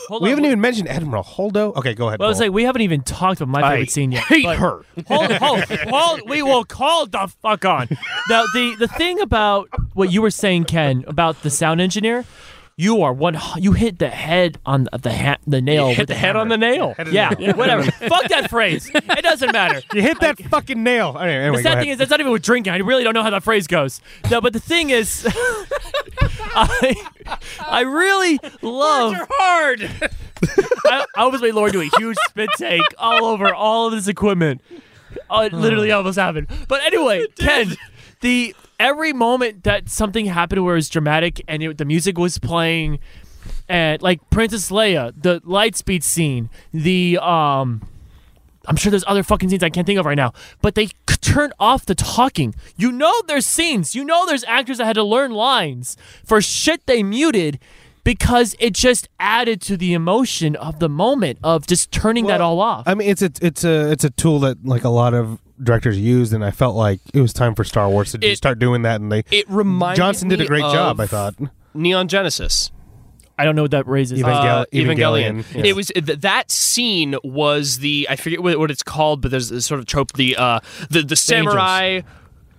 [SPEAKER 3] Hold
[SPEAKER 1] we
[SPEAKER 3] on,
[SPEAKER 1] haven't
[SPEAKER 3] wait.
[SPEAKER 1] even mentioned Admiral Holdo. Okay, go ahead.
[SPEAKER 3] Well, I was
[SPEAKER 1] Paul.
[SPEAKER 3] like, we haven't even talked about my favorite scene yet.
[SPEAKER 4] hate
[SPEAKER 3] but-
[SPEAKER 4] her.
[SPEAKER 3] Hold, hold, hold. We will call the fuck on. Now, the the thing about what you were saying, Ken, about the sound engineer, you are one. You hit the head on the the, ha- the nail.
[SPEAKER 4] hit
[SPEAKER 3] with
[SPEAKER 4] the head on
[SPEAKER 3] hammer.
[SPEAKER 4] the nail.
[SPEAKER 1] Head of
[SPEAKER 3] Yeah,
[SPEAKER 1] nail.
[SPEAKER 3] whatever. fuck that phrase. It doesn't matter.
[SPEAKER 1] you hit that fucking nail. All right, anyway, go
[SPEAKER 3] The sad
[SPEAKER 1] ahead.
[SPEAKER 3] thing is, that's not even with drinking. I really don't know how that phrase goes. No, but the thing is, I, I really love.
[SPEAKER 4] Hard.
[SPEAKER 3] I, I almost made Lauren do a huge spit take all over all of this equipment. Uh, it literally almost happened. But anyway, Ken, the every moment that something happened where it was dramatic and it, the music was playing, and like Princess Leia, the lightspeed scene, the um. I'm sure there's other fucking scenes I can't think of right now, but they c- turn off the talking. You know there's scenes. You know there's actors that had to learn lines for shit they muted because it just added to the emotion of the moment of just turning that
[SPEAKER 1] Well,
[SPEAKER 3] all off.
[SPEAKER 1] I mean, it's a it's a it's a tool that like a lot of directors used, and I felt like it was time for Star Wars to just
[SPEAKER 4] It-
[SPEAKER 1] start doing that. And they
[SPEAKER 4] It reminded
[SPEAKER 1] Johnson did a
[SPEAKER 4] me
[SPEAKER 1] great job, I
[SPEAKER 4] of
[SPEAKER 1] thought.
[SPEAKER 4] Neon Genesis.
[SPEAKER 3] I don't know what that raises.
[SPEAKER 1] Even-
[SPEAKER 3] Uh,
[SPEAKER 1] Evangel- Evangelion.
[SPEAKER 4] Evangelion.
[SPEAKER 1] Yes.
[SPEAKER 4] It was th- that scene was the I forget what, what it's called, but there's this sort of trope the uh, the the samurai.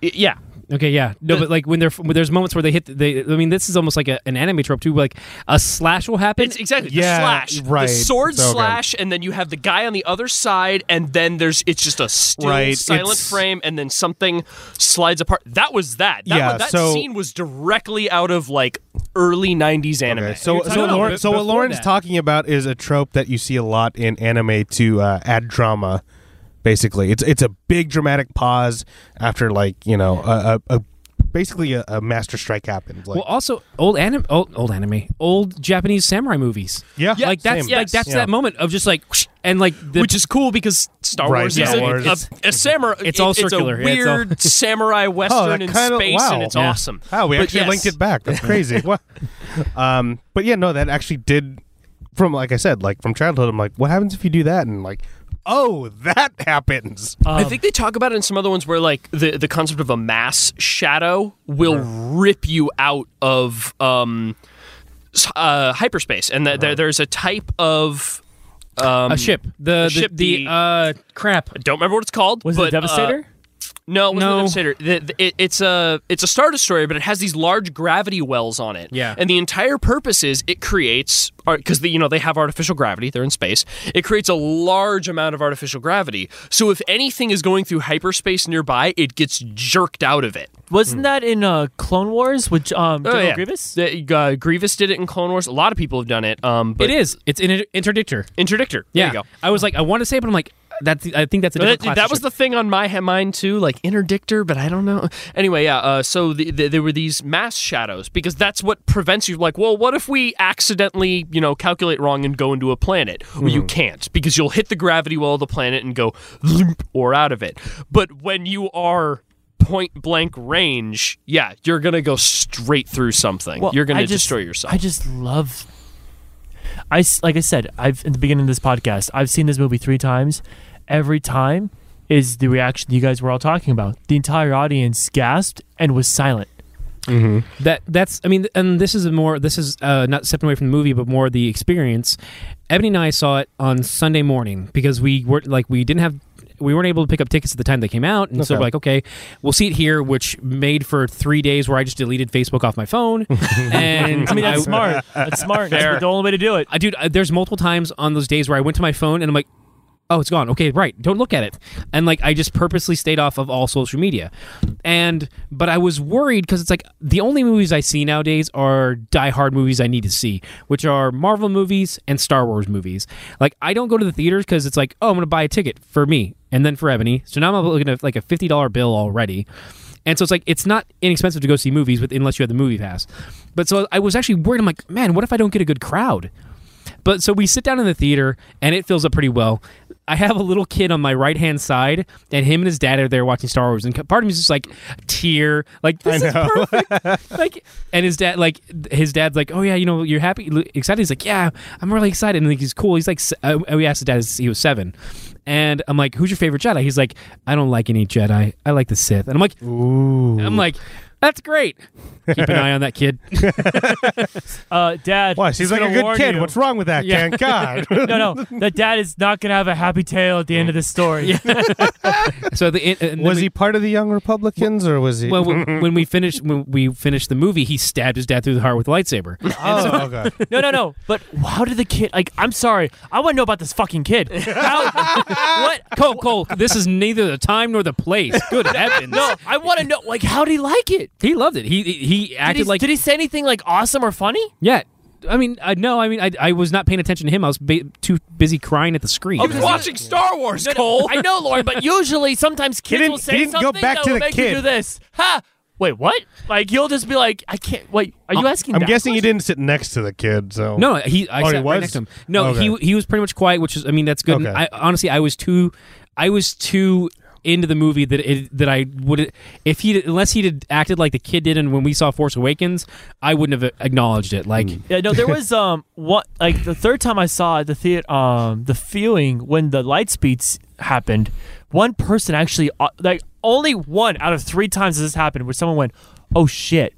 [SPEAKER 4] I- yeah,
[SPEAKER 2] Okay, yeah, no, but like when there when there's moments where they hit, they I mean, this is almost like a, an anime trope too. Like a slash will happen.
[SPEAKER 4] it's exactly
[SPEAKER 1] Yeah,
[SPEAKER 4] the slash,
[SPEAKER 1] right.
[SPEAKER 4] the sword
[SPEAKER 1] It's okay.
[SPEAKER 4] slash, and then you have the guy on the other side, and then there's it's just a still
[SPEAKER 1] Right,
[SPEAKER 4] silent
[SPEAKER 1] it's-
[SPEAKER 4] frame, and then something slides apart. That was that. that
[SPEAKER 1] Yeah,
[SPEAKER 4] was- that
[SPEAKER 1] so-
[SPEAKER 4] scene was directly out of like early '90s anime.
[SPEAKER 1] Okay, so
[SPEAKER 2] You're
[SPEAKER 1] so,
[SPEAKER 2] talking- no,
[SPEAKER 1] Lauren,
[SPEAKER 2] but
[SPEAKER 1] so what
[SPEAKER 2] before
[SPEAKER 1] Lauren's
[SPEAKER 2] that-
[SPEAKER 1] talking about is a trope that you see a lot in anime to uh, add drama. Basically, it's it's a big dramatic pause after like you know a, a, a basically a, a master strike happens. Like,
[SPEAKER 2] Well, also old anime, old, old anime, old Japanese samurai movies.
[SPEAKER 1] Yeah. Yeah,
[SPEAKER 2] like that's
[SPEAKER 1] same.
[SPEAKER 2] like that's
[SPEAKER 1] Yes. Yeah.
[SPEAKER 2] that moment of just like whoosh, and like the,
[SPEAKER 4] which is cool because Star
[SPEAKER 1] Right,
[SPEAKER 4] Wars
[SPEAKER 1] Star
[SPEAKER 4] is a-
[SPEAKER 1] Wars.
[SPEAKER 4] A, a samurai.
[SPEAKER 2] it's all
[SPEAKER 4] it- it's a
[SPEAKER 2] circular. Yeah, it's all-
[SPEAKER 4] weird samurai
[SPEAKER 1] Oh,
[SPEAKER 4] western
[SPEAKER 1] that
[SPEAKER 4] in
[SPEAKER 1] kinda-
[SPEAKER 4] space,
[SPEAKER 1] wow.
[SPEAKER 4] and it's
[SPEAKER 1] Yeah.
[SPEAKER 4] awesome.
[SPEAKER 1] Wow, we
[SPEAKER 4] But
[SPEAKER 1] actually
[SPEAKER 4] yes.
[SPEAKER 1] linked it back. That's crazy. what? Um, but yeah, no, that actually did. From like I said, like from childhood, I'm like, what happens if you do that? And like, oh, that happens.
[SPEAKER 3] Um,
[SPEAKER 4] I think they talk about it in some other ones where like the the concept of a mass shadow will rip you out of um s- uh hyperspace, and that there, there's a type of um,
[SPEAKER 2] a ship, the the,
[SPEAKER 4] ship,
[SPEAKER 2] the,
[SPEAKER 4] the-
[SPEAKER 2] uh crap.
[SPEAKER 4] Don't remember what it's called.
[SPEAKER 3] was
[SPEAKER 4] but,
[SPEAKER 3] it Devastator?
[SPEAKER 4] Uh, no, it wasn't
[SPEAKER 2] No.
[SPEAKER 4] a Devastator. The- the- it- it's a it's a star destroyer, but it has these large gravity wells on it.
[SPEAKER 2] Yeah.
[SPEAKER 4] and the entire purpose is it creates because you know they have artificial gravity. They're in space. It creates a large amount of artificial gravity. So if anything is going through hyperspace nearby, it gets jerked out of it.
[SPEAKER 3] Wasn't that in uh, Clone Wars with um,
[SPEAKER 2] Oh,
[SPEAKER 3] General
[SPEAKER 4] yeah.
[SPEAKER 3] Grievous?
[SPEAKER 4] The- uh, Grievous did it in Clone Wars. A lot of people have done it. Um, but
[SPEAKER 2] It is. It's an inter- interdictor.
[SPEAKER 4] Interdictor.
[SPEAKER 2] Yeah,
[SPEAKER 4] There you go.
[SPEAKER 2] I was like, I want to say, it, but I'm like, that's I think that's a
[SPEAKER 4] That,
[SPEAKER 2] different class
[SPEAKER 4] that
[SPEAKER 2] of
[SPEAKER 4] was
[SPEAKER 2] ship.
[SPEAKER 4] the thing on my he- mind too, like interdictor, but I don't know. Anyway, yeah. Uh, so the, the, there were these mass shadows because that's what prevents you. Like, well, what if we accidentally, you know, calculate wrong and go into a planet? Well,
[SPEAKER 3] Hmm.
[SPEAKER 4] you can't because you'll hit the gravity well of the planet and go loop or out of it. But when you are point blank range, yeah, you're gonna go straight through something.
[SPEAKER 3] Well,
[SPEAKER 4] you're gonna
[SPEAKER 3] I just-
[SPEAKER 4] destroy yourself.
[SPEAKER 3] I just love. I s- like I said, I've in the beginning of this podcast, I've seen this movie three times. Every time, is the reaction you guys were all talking about. The entire audience gasped and was silent.
[SPEAKER 2] That that's I mean, and this is a more this is uh, not stepping away from the movie, but more the experience. Ebony and I saw it on Sunday morning because we were like we didn't have we weren't able to pick up tickets at the time they came out, and so
[SPEAKER 1] Okay.
[SPEAKER 2] we're like, okay, we'll see it here, which made for three days where I just deleted Facebook off my phone. and
[SPEAKER 3] I mean, that's smart. That's smart.
[SPEAKER 4] Fair.
[SPEAKER 3] That's the only way to do it.
[SPEAKER 2] I, dude, I, there's multiple times on those days where I went to my phone and I'm like, oh, it's gone. Okay, right. Don't look at it. And like, I just purposely stayed off of all social media. And, but I was worried because it's like the only movies I see nowadays are Die Hard movies I need to see, which are Marvel movies and Star Wars movies. Like, I don't go to the theaters because it's like, oh, I'm going to buy a ticket for me and then for Ebony. So now I'm looking at like a $50 bill already. And so it's like it's not inexpensive to go see movies with unless you have the movie pass. But so I was actually worried. I'm like, man, what if I don't get a good crowd? But so we sit down in the theater and it fills up pretty well. I have a little kid on my right hand side, and him and his dad are there watching Star Wars. And part of me is just like tear, like this is perfect. like, and his dad, like his dad's like, oh yeah, you know, you're happy, excited. He's like, yeah, I'm really excited. And like, he's cool. He's like, se- uh, we asked the dad, he was seven, and I'm like, who's your favorite Jedi? He's like, I don't like any Jedi. I like the Sith. And I'm like,
[SPEAKER 1] Ooh.
[SPEAKER 2] I'm like, that's great. Keep an eye on that kid.
[SPEAKER 3] Uh, Dad.
[SPEAKER 1] Why? She's
[SPEAKER 3] just
[SPEAKER 1] like a
[SPEAKER 3] gonna
[SPEAKER 1] good
[SPEAKER 3] warn
[SPEAKER 1] kid.
[SPEAKER 3] you.
[SPEAKER 1] What's wrong with that,
[SPEAKER 2] Yeah.
[SPEAKER 1] Ken? God.
[SPEAKER 3] No, no. That dad is not going to have a happy tale at the end of this story.
[SPEAKER 2] So the and then
[SPEAKER 1] was
[SPEAKER 2] we-
[SPEAKER 1] he part of the Young Republicans or was he?
[SPEAKER 2] Well, when when we finished when we finished the movie, he stabbed his dad through the heart with a lightsaber.
[SPEAKER 1] oh, okay.
[SPEAKER 3] No, no, no. But how did the kid? Like, I'm sorry. I want to know about this fucking kid. How, what?
[SPEAKER 2] Cole, Cole, this is neither the time nor the place. Good heavens!
[SPEAKER 3] No, I want to know. Like, how did he like it?
[SPEAKER 2] he loved it. He he
[SPEAKER 3] Did
[SPEAKER 2] acted
[SPEAKER 3] he,
[SPEAKER 2] like
[SPEAKER 3] did he say anything like awesome or funny?
[SPEAKER 2] yeah. I mean, I no, I mean, I, I was not paying attention to him. I was ba- too busy crying at the screen.
[SPEAKER 3] Oh,
[SPEAKER 4] I was watching Star Wars, Cole.
[SPEAKER 3] I know, Lauren, but usually sometimes kids
[SPEAKER 1] didn't-
[SPEAKER 3] will
[SPEAKER 1] he
[SPEAKER 3] say
[SPEAKER 1] didn't go
[SPEAKER 3] something
[SPEAKER 1] back
[SPEAKER 3] that
[SPEAKER 1] to
[SPEAKER 3] will
[SPEAKER 1] the
[SPEAKER 3] make
[SPEAKER 1] kid.
[SPEAKER 3] you do this. Ha! Wait, what? Like you'll just be like, I can't. Wait, are you asking?
[SPEAKER 1] I'm
[SPEAKER 3] that
[SPEAKER 1] guessing you
[SPEAKER 3] question?
[SPEAKER 1] didn't sit next to the kid, so
[SPEAKER 2] No, he. I
[SPEAKER 1] Oh, he
[SPEAKER 2] sat right
[SPEAKER 1] was?
[SPEAKER 2] next to him. No,
[SPEAKER 1] Okay.
[SPEAKER 2] he he was pretty much quiet, which is. I mean, that's good.
[SPEAKER 1] Okay.
[SPEAKER 2] I, honestly, I was too. I was too into the movie that it, that I would if he unless he had acted like the kid did and when we saw Force Awakens, I wouldn't have acknowledged it. Like
[SPEAKER 1] Hmm.
[SPEAKER 3] Yeah, no, there was um what like the third time I saw it, the theater um the feeling when the light speeds happened, one person actually uh, like only one out of three times this happened where someone went, "Oh shit,"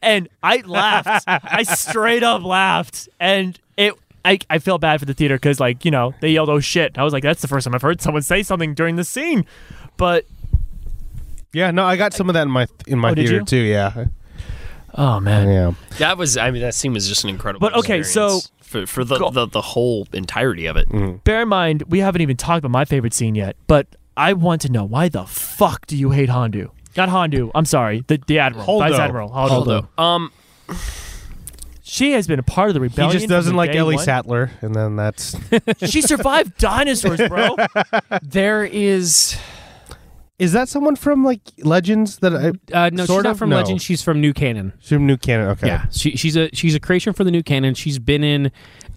[SPEAKER 3] and I laughed. I straight up laughed, and it. I, I felt bad for the theater because like you know they yelled oh shit I was like that's the first time I've heard someone say something during the scene, but
[SPEAKER 1] yeah, no, I got some of that in my in my
[SPEAKER 3] Oh, did
[SPEAKER 1] theater
[SPEAKER 3] you?
[SPEAKER 1] too. Yeah,
[SPEAKER 3] oh man
[SPEAKER 1] yeah.
[SPEAKER 4] That was, I mean, that scene was just an incredible.
[SPEAKER 3] But, okay, so-
[SPEAKER 4] experience for, for the,
[SPEAKER 3] Go-
[SPEAKER 4] the the whole entirety of it,
[SPEAKER 3] bear in mind we haven't even talked about my favorite scene yet, but I want to know why the fuck do you hate Hondu? Not Hondu. I'm sorry, the the admiral,
[SPEAKER 1] Holdo.
[SPEAKER 3] vice admiral. Holdo.
[SPEAKER 2] Holdo.
[SPEAKER 4] um,
[SPEAKER 3] She has been a part of the
[SPEAKER 1] He
[SPEAKER 3] rebellion.
[SPEAKER 1] just
[SPEAKER 3] from
[SPEAKER 1] doesn't
[SPEAKER 3] the
[SPEAKER 1] like
[SPEAKER 3] day
[SPEAKER 1] Ellie
[SPEAKER 3] one.
[SPEAKER 1] Sattler, and then that's
[SPEAKER 3] She survived dinosaurs, bro.
[SPEAKER 4] there is
[SPEAKER 1] is that someone from like Legends that I
[SPEAKER 2] uh, no,
[SPEAKER 1] sort
[SPEAKER 2] she's not
[SPEAKER 1] of?
[SPEAKER 2] from
[SPEAKER 1] No.
[SPEAKER 2] Legend. She's from New Canon.
[SPEAKER 1] she's from New Canon? Okay,
[SPEAKER 2] Yeah, she, she's a she's a creation for the New Canon. She's been in,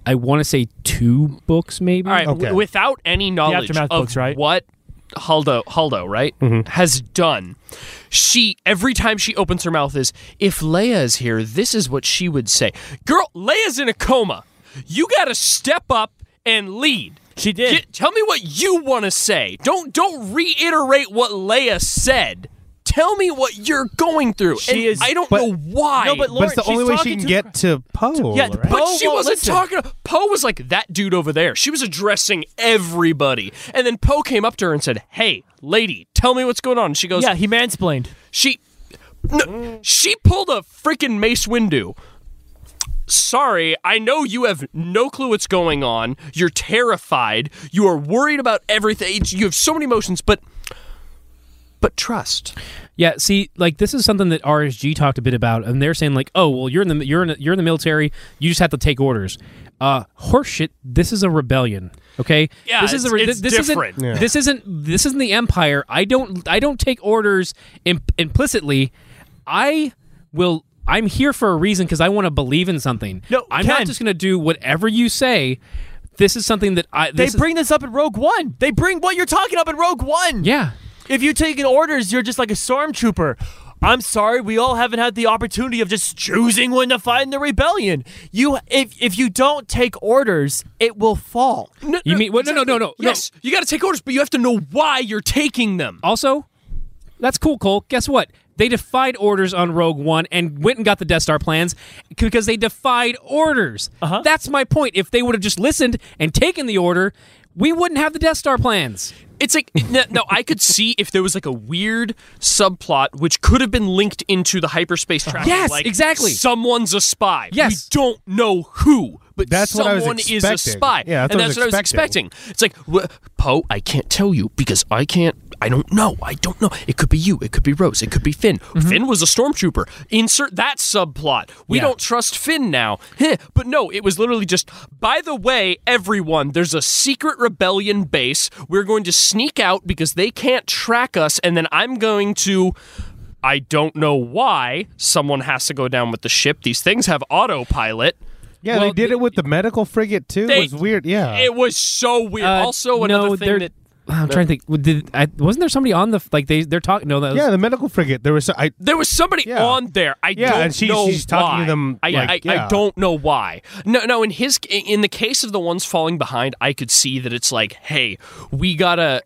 [SPEAKER 2] I want to say two books maybe.
[SPEAKER 4] all right w-
[SPEAKER 1] Okay.
[SPEAKER 4] without any knowledge of
[SPEAKER 3] Aftermath books, right?
[SPEAKER 4] what Haldo Haldo right has done. She every time she opens her mouth is if Leia is here, this is what she would say. Girl, Leia's in a coma. You got to step up and lead.
[SPEAKER 3] She did.
[SPEAKER 4] Get- tell me what you want to say. Don't don't reiterate what Leia said. Tell me what you're going through.
[SPEAKER 3] She
[SPEAKER 4] And
[SPEAKER 3] is-
[SPEAKER 4] I don't
[SPEAKER 1] but-
[SPEAKER 4] know why.
[SPEAKER 3] No, but
[SPEAKER 1] but it's
[SPEAKER 3] Lauren,
[SPEAKER 1] the only
[SPEAKER 3] she's
[SPEAKER 1] way she
[SPEAKER 3] talking
[SPEAKER 1] can
[SPEAKER 3] to-
[SPEAKER 1] get to Poe.
[SPEAKER 3] Yeah,
[SPEAKER 1] right?
[SPEAKER 3] but-
[SPEAKER 4] But
[SPEAKER 3] Poe
[SPEAKER 4] she
[SPEAKER 3] won't
[SPEAKER 4] wasn't
[SPEAKER 3] listen.
[SPEAKER 4] talking. To, Poe was like that dude over there. She was addressing everybody, and then Poe came up to her and said, "Hey, lady, tell me what's going on." And she goes,
[SPEAKER 3] Yeah, he mansplained.
[SPEAKER 4] "She, no, she pulled a freaking Mace Windu." Sorry, I know you have no clue what's going on. You're terrified. You are worried about everything. You have so many emotions, but but trust.
[SPEAKER 2] Yeah, see, like this is something that RSG talked a bit about, and they're saying like, "Oh, well, you're in the you're in you're in the military. You just have to take orders." Uh, horseshit. This is a rebellion. Okay.
[SPEAKER 4] Yeah,
[SPEAKER 2] This is
[SPEAKER 4] it's-
[SPEAKER 2] a re-
[SPEAKER 4] it's
[SPEAKER 2] this isn't-
[SPEAKER 4] different.
[SPEAKER 1] Yeah.
[SPEAKER 2] This isn't this isn't the empire. I don't I don't take orders imp- implicitly. I will. I'm here for a reason because I want to believe in something.
[SPEAKER 3] No,
[SPEAKER 2] I'm not
[SPEAKER 3] Ken.
[SPEAKER 2] just going to do whatever you say. This is something that I.
[SPEAKER 3] They
[SPEAKER 2] This is-
[SPEAKER 3] bring this up in Rogue One. They bring what you're talking up in Rogue One.
[SPEAKER 2] yeah.
[SPEAKER 3] If you take in orders, you're just like a stormtrooper. I'm sorry, we all haven't had the opportunity of just choosing when to find the rebellion. You, if if you don't take orders, it will fall.
[SPEAKER 4] No,
[SPEAKER 2] You mean- well, no, no, no, no, no.
[SPEAKER 4] Yes, you got to take orders, but you have to know why you're taking them.
[SPEAKER 2] Also, that's cool, Cole. Guess what? They defied orders on Rogue One and went and got the Death Star plans c- because they defied orders. Uh-huh. That's my point. If they would have just listened and taken the order, we wouldn't have the Death Star plans.
[SPEAKER 4] It's like no, no, I could see if there was like a weird subplot which could have been linked into the hyperspace traffic.
[SPEAKER 2] Yes,
[SPEAKER 4] like,
[SPEAKER 2] exactly.
[SPEAKER 4] Someone's a spy.
[SPEAKER 2] Yes.
[SPEAKER 4] we don't know who, but
[SPEAKER 1] That's what I
[SPEAKER 4] someone
[SPEAKER 1] was
[SPEAKER 4] is a
[SPEAKER 1] expecting.
[SPEAKER 4] spy.
[SPEAKER 1] Yeah, that's
[SPEAKER 4] and
[SPEAKER 1] what I
[SPEAKER 4] that's
[SPEAKER 1] was
[SPEAKER 4] what I was expecting. It's like wh- Poe, I can't tell you because I can't. I don't know. I don't know. It could be you. It could be Rose. It could be Finn.
[SPEAKER 1] Mm-hmm.
[SPEAKER 4] Finn was a stormtrooper. Insert that subplot. We
[SPEAKER 2] Yeah.
[SPEAKER 4] don't trust Finn now. Heh. But no, it was literally just, by the way, everyone, there's a secret rebellion base. We're going to sneak out because they can't track us, and then I'm going to. I don't know why someone has to go down with the ship. These things have autopilot.
[SPEAKER 1] Yeah,
[SPEAKER 2] Well,
[SPEAKER 1] they did
[SPEAKER 2] the-
[SPEAKER 1] it with the medical frigate too.
[SPEAKER 4] They-
[SPEAKER 1] it was weird. Yeah,
[SPEAKER 4] It was so weird.
[SPEAKER 2] Uh,
[SPEAKER 4] also,
[SPEAKER 2] no,
[SPEAKER 4] another thing
[SPEAKER 2] they're-
[SPEAKER 4] that
[SPEAKER 2] I'm trying to think. Well, Did, I, wasn't there somebody on the f- like they they're talking? No, that was,
[SPEAKER 1] yeah, the medical frigate. There was so- I
[SPEAKER 4] There was somebody
[SPEAKER 1] Yeah.
[SPEAKER 4] on there. I
[SPEAKER 1] Yeah,
[SPEAKER 4] don't
[SPEAKER 1] and she's-
[SPEAKER 4] know
[SPEAKER 1] she's talking to
[SPEAKER 4] why.
[SPEAKER 1] them,
[SPEAKER 4] I,
[SPEAKER 1] like,
[SPEAKER 4] I, I
[SPEAKER 1] yeah.
[SPEAKER 4] don't know why. No, no. In his, in the case of the ones falling behind, I could see that it's like, hey, we gotta.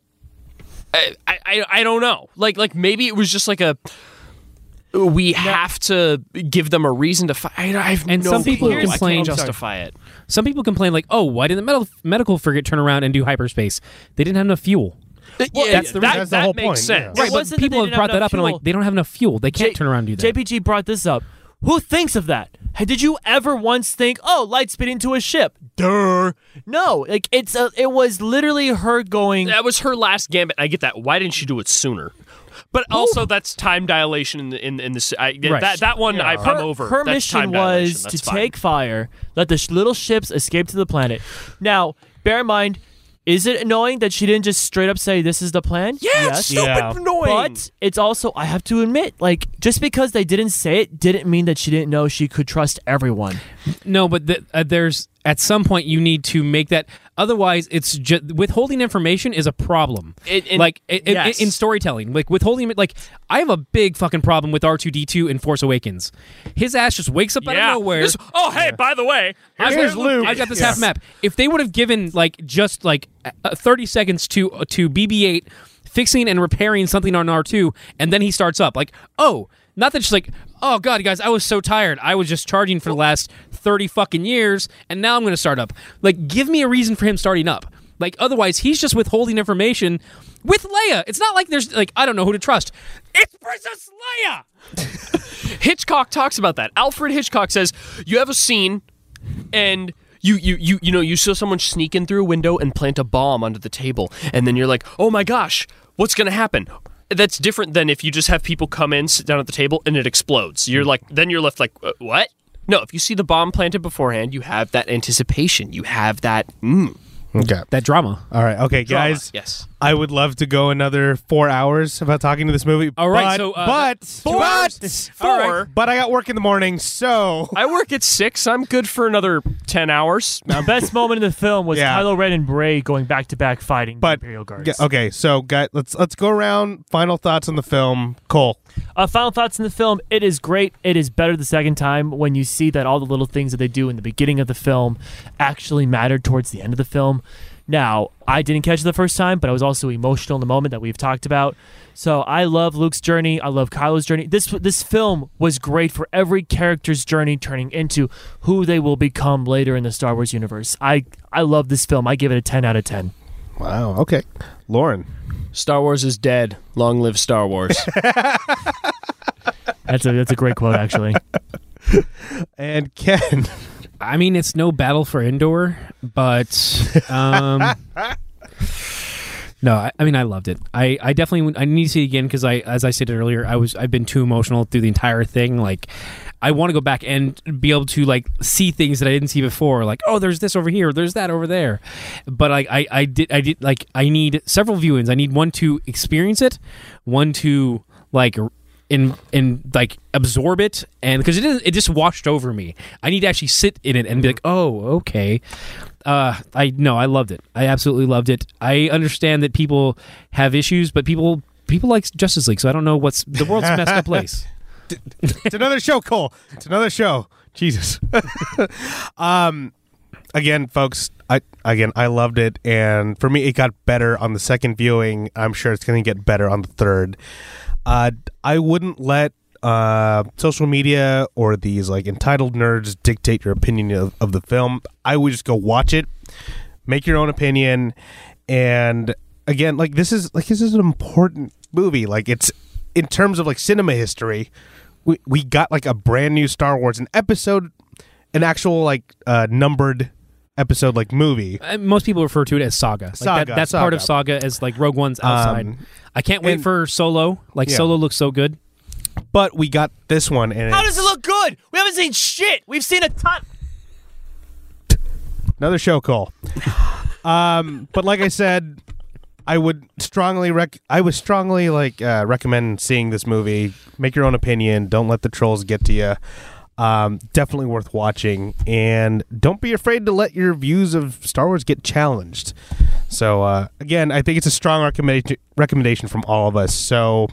[SPEAKER 4] I, I, I don't know. Like, like maybe it was just like a. We have to give them a reason to fight. I have
[SPEAKER 2] And
[SPEAKER 4] no
[SPEAKER 2] some people
[SPEAKER 4] clue. I can't
[SPEAKER 2] complain-
[SPEAKER 4] justify it.
[SPEAKER 2] Some people complain like, "Oh, why didn't the medical medical frigate turn around and do hyperspace? They didn't have enough fuel."
[SPEAKER 4] yeah,
[SPEAKER 2] that's the
[SPEAKER 1] reason-
[SPEAKER 4] that,
[SPEAKER 1] That's the
[SPEAKER 4] that
[SPEAKER 1] whole
[SPEAKER 4] makes
[SPEAKER 1] point, yeah.
[SPEAKER 4] sense.
[SPEAKER 3] Right,
[SPEAKER 2] But
[SPEAKER 3] wasn't that they
[SPEAKER 2] people have
[SPEAKER 3] didn't
[SPEAKER 2] brought
[SPEAKER 3] have
[SPEAKER 2] that up
[SPEAKER 3] enough
[SPEAKER 2] and
[SPEAKER 3] fuel.
[SPEAKER 2] like they don't have enough fuel. They can't
[SPEAKER 3] J-
[SPEAKER 2] turn around and do that.
[SPEAKER 3] JPG brought this up. Who thinks of that? Hey, Did you ever once think, "Oh, light speed into a ship"? Duh. No, like it's a, it was literally her going.
[SPEAKER 4] That was her last gambit. I get that. Why didn't she do it sooner? But also, that's time dilation in the in, in this. I,
[SPEAKER 2] Right.
[SPEAKER 4] That that one, I,
[SPEAKER 3] her,
[SPEAKER 4] I'm over.
[SPEAKER 3] her
[SPEAKER 4] That's
[SPEAKER 3] mission
[SPEAKER 4] time dilation.
[SPEAKER 3] was to
[SPEAKER 4] That's fine.
[SPEAKER 3] take fire, let the sh- little ships escape to the planet. Now, bear in mind, is it annoying that she didn't just straight up say this is the plan?
[SPEAKER 4] Yeah, it's stupid
[SPEAKER 1] Yeah.
[SPEAKER 4] annoying.
[SPEAKER 3] But it's also I have to admit, like just because they didn't say it didn't mean that she didn't know she could trust everyone.
[SPEAKER 2] No, but th- uh, there's at some point you need to make that. Otherwise, it's just withholding information is a problem.
[SPEAKER 4] It- it-
[SPEAKER 2] like i- i-
[SPEAKER 4] yes.
[SPEAKER 2] in storytelling, like withholding, like I have a big fucking problem with R two D two in Force Awakens. His ass just wakes up out
[SPEAKER 4] yeah.
[SPEAKER 2] of nowhere.
[SPEAKER 4] This- oh, hey, by the way,
[SPEAKER 2] I've
[SPEAKER 1] Here's
[SPEAKER 2] got, Luke.
[SPEAKER 1] Luke.
[SPEAKER 2] I've got this
[SPEAKER 1] Yeah.
[SPEAKER 2] half map. If they would have given like just like uh, uh, thirty seconds to uh, to BB-8 fixing and repairing something on R2, and then he starts up like, oh, not that she's like, oh god, guys, I was so tired. I was just charging for the last thirty fucking years, and now I'm going to start up. Like, give me a reason for him starting up. Like, otherwise, he's just withholding information with Leia. It's not like there's like I don't know who to trust. It's Princess Leia.
[SPEAKER 4] Hitchcock talks about that. Alfred Hitchcock says you have a scene, and you you you you know you saw someone sneak in through a window and plant a bomb under the table, and then you're like, oh my gosh, what's gonna happen? That's different than if you just have people come in, sit down at the table, and it explodes. You're like, then you're left like, "Uh, what? No, if you see the bomb planted beforehand, you have that anticipation. You have that. Mm.
[SPEAKER 1] okay.
[SPEAKER 2] That drama.
[SPEAKER 1] All right, okay, guys.
[SPEAKER 4] yes.
[SPEAKER 1] I would love to go another four hours about talking to this movie.
[SPEAKER 2] All
[SPEAKER 1] but,
[SPEAKER 2] right, so, uh,
[SPEAKER 1] but
[SPEAKER 4] hours?
[SPEAKER 1] but
[SPEAKER 4] Four?
[SPEAKER 1] All right, but I got work in the morning, so
[SPEAKER 4] I work at six. I'm good for another ten hours.
[SPEAKER 3] The best moment in the film was
[SPEAKER 1] Yeah.
[SPEAKER 3] Kylo Ren and Bray going back to back fighting
[SPEAKER 1] but
[SPEAKER 3] the Imperial Guards.
[SPEAKER 1] Yeah, okay, so guys, let's let's go around. Final thoughts on the film, Cole.
[SPEAKER 3] Uh, final thoughts in the film. It is great. It is better the second time when you see that all the little things that they do in the beginning of the film actually matter towards the end of the film. Now, I didn't catch it the first time, but I was also emotional in the moment that we've talked about. So I love Luke's journey. I love Kylo's journey. This this film was great for every character's journey turning into who they will become later in the Star Wars universe. I I love this film. I give it a ten out of ten.
[SPEAKER 1] Wow. Okay, Lauren.
[SPEAKER 4] Star Wars is dead. Long live Star Wars.
[SPEAKER 3] That's a that's a great quote actually.
[SPEAKER 1] And Ken,
[SPEAKER 2] I mean, it's no battle for Endor, but um, no, I, I mean, I loved it. I, I definitely would- I need to see it again because I, as I stated earlier, I was I've been too emotional through the entire thing. Like, I want to go back and be able to like see things that I didn't see before. Like, oh, there's this over here, there's that over there. But like, I I did I did like I need several viewings. I need one to experience it, one to like and and like absorb it and because it didn't- it just washed over me i need to actually sit in it and be like oh okay uh i no i loved it i absolutely loved it i understand that people have issues but people people like Justice League, so I don't know what's the world's messed up place.
[SPEAKER 1] it's another show, Cole. It's another show. Jesus. um, again, folks. I again, I loved it, and for me, it got better on the second viewing. I'm sure it's going to get better on the third. Uh, I wouldn't let uh, social media or these like entitled nerds dictate your opinion of, of the film. I would just go watch it, make your own opinion, and again, like this is like this is an important movie. Like it's in terms of like cinema history, we we got like a brand new Star Wars, an episode, an actual like uh, numbered episode like movie.
[SPEAKER 2] Uh, Most people refer to it as Saga. Like
[SPEAKER 1] Saga,
[SPEAKER 2] that, that's part of
[SPEAKER 1] Saga. Um,
[SPEAKER 2] Saga as like Rogue One's outside. I can't wait
[SPEAKER 1] and-
[SPEAKER 2] for Solo. Like
[SPEAKER 1] Yeah.
[SPEAKER 2] Solo looks so good.
[SPEAKER 1] But we got this one, and
[SPEAKER 3] How
[SPEAKER 1] it's
[SPEAKER 3] does it look good? We haven't seen shit. We've seen a ton.
[SPEAKER 1] another show call. um, but like I said. I would strongly rec. I would strongly like uh, recommend seeing this movie. Make your own opinion. Don't let the trolls get to you. Um, definitely worth watching, and don't be afraid to let your views of Star Wars get challenged. So uh, again, I think it's a strong recommendation recommendation from all of us. So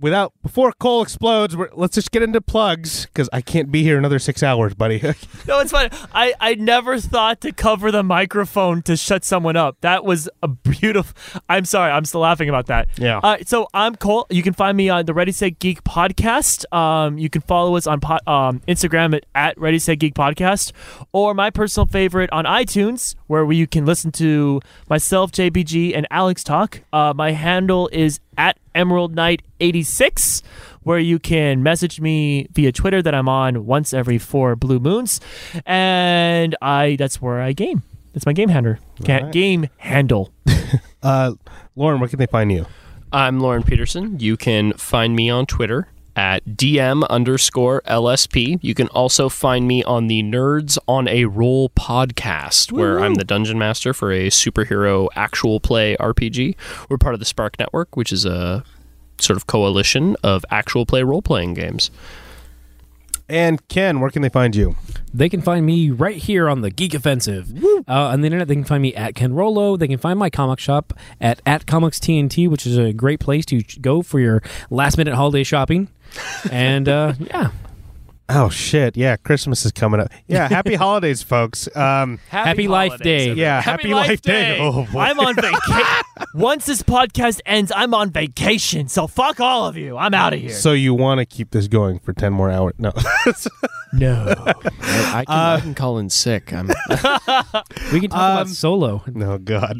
[SPEAKER 1] without before Cole explodes, we're, let's just get into plugs because I can't be here another six hours, buddy.
[SPEAKER 3] No, it's fine. I, I never thought to cover the microphone to shut someone up. That was a beautiful. I'm sorry. I'm still laughing about that.
[SPEAKER 1] Yeah.
[SPEAKER 3] Uh, so I'm Cole. You can find me on the Ready Set Geek podcast. Um, you can follow us on po- um, Instagram at, at Ready Set Geek podcast, or my personal favorite on iTunes, where we, you can listen to myself, JBG, and Alex talk. Uh, my handle is at Emerald Knight 86, where you can message me via Twitter that I'm on once every four blue moons, and I that's where I game. That's my game handler. Ca- Game handle.
[SPEAKER 1] uh, Lauren, where can they find you?
[SPEAKER 4] I'm Lauren Peterson. You can find me on Twitter at DM underscore LSP. You can also find me on the Nerds on a Roll podcast, where I'm the dungeon master for a superhero actual play RPG. We're part of the Spark Network, which is a sort of coalition of actual play role playing games.
[SPEAKER 1] And Ken, where can they find you?
[SPEAKER 2] They can find me right here on the Geek Offensive. Uh, on the internet, they can find me at Ken Rolo. They can find my comic shop at, at Comics TNT, which is a great place to ch- go for your last minute holiday shopping. and uh, yeah,
[SPEAKER 1] Oh shit! Yeah, Christmas is coming up. Yeah, happy holidays, folks. Um,
[SPEAKER 2] Happy Life
[SPEAKER 4] holidays,
[SPEAKER 2] Day.
[SPEAKER 4] everyone.
[SPEAKER 1] yeah,
[SPEAKER 4] Happy
[SPEAKER 1] happy, life,
[SPEAKER 4] Life
[SPEAKER 1] day.
[SPEAKER 4] Day.
[SPEAKER 1] Oh boy.
[SPEAKER 3] I'm on vacation. Once this podcast ends, I'm on vacation. So fuck all of you. I'm out of here.
[SPEAKER 1] So you want to keep this going for ten more hours? No.
[SPEAKER 3] no.
[SPEAKER 4] I, can, I can call in sick. I'm
[SPEAKER 2] we can talk about Solo.
[SPEAKER 1] No, Oh, God.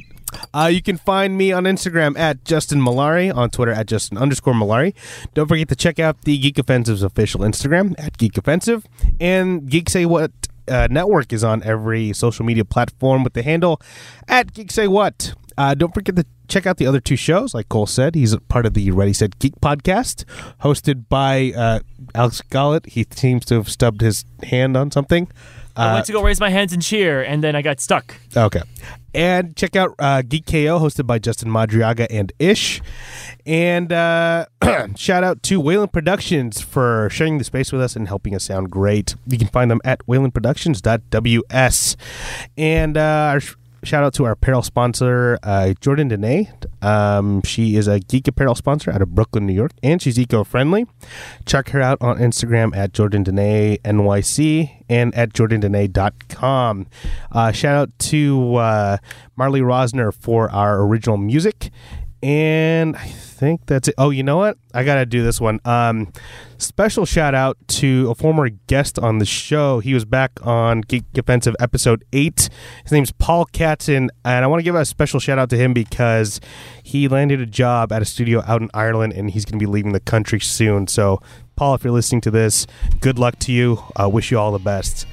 [SPEAKER 1] Uh, you can find me on Instagram at Justin Malari, on Twitter at Justin underscore Malari. Don't forget to check out the Geek Offensive's official Instagram at Geek Offensive. And Geek Say What uh, Network is on every social media platform with the handle at Geek Say What. Uh, don't forget to check out the other two shows. Like Cole said, he's a part of the Ready Set Geek podcast, hosted by uh, Alex Gollett. He seems to have stubbed his hand on something. Uh,
[SPEAKER 3] I went to go raise my hands and cheer, and then I got stuck.
[SPEAKER 1] Okay. And check out uh, Geek KO, hosted by Justin Madriaga and Ish. And uh, shout out to Wayland Productions for sharing the space with us and helping us sound great. You can find them at waylandproductions.ws. And uh, our sh- shout out to our apparel sponsor, uh, Jordan Dene. Um, she is a geek apparel sponsor out of Brooklyn, New York, and she's eco friendly. Check her out on Instagram at Jordan Dene NYC and at jordandene.com. Uh, shout out to uh, Marley Rosner for our original music. And I think that's it. Oh, you know what? I got to do this one. Um, special shout out to a former guest on the show. He was back on Geek Offensive episode 8. His name's Paul Katzen. And I want to give a special shout out to him because he landed a job at a studio out in Ireland and he's going to be leaving the country soon. So, Paul, if you're listening to this, good luck to you. I wish you all the best.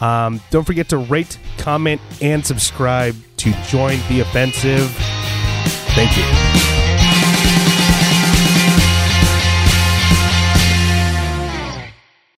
[SPEAKER 1] Um, don't forget to rate, comment, and subscribe to join the offensive. Thank you.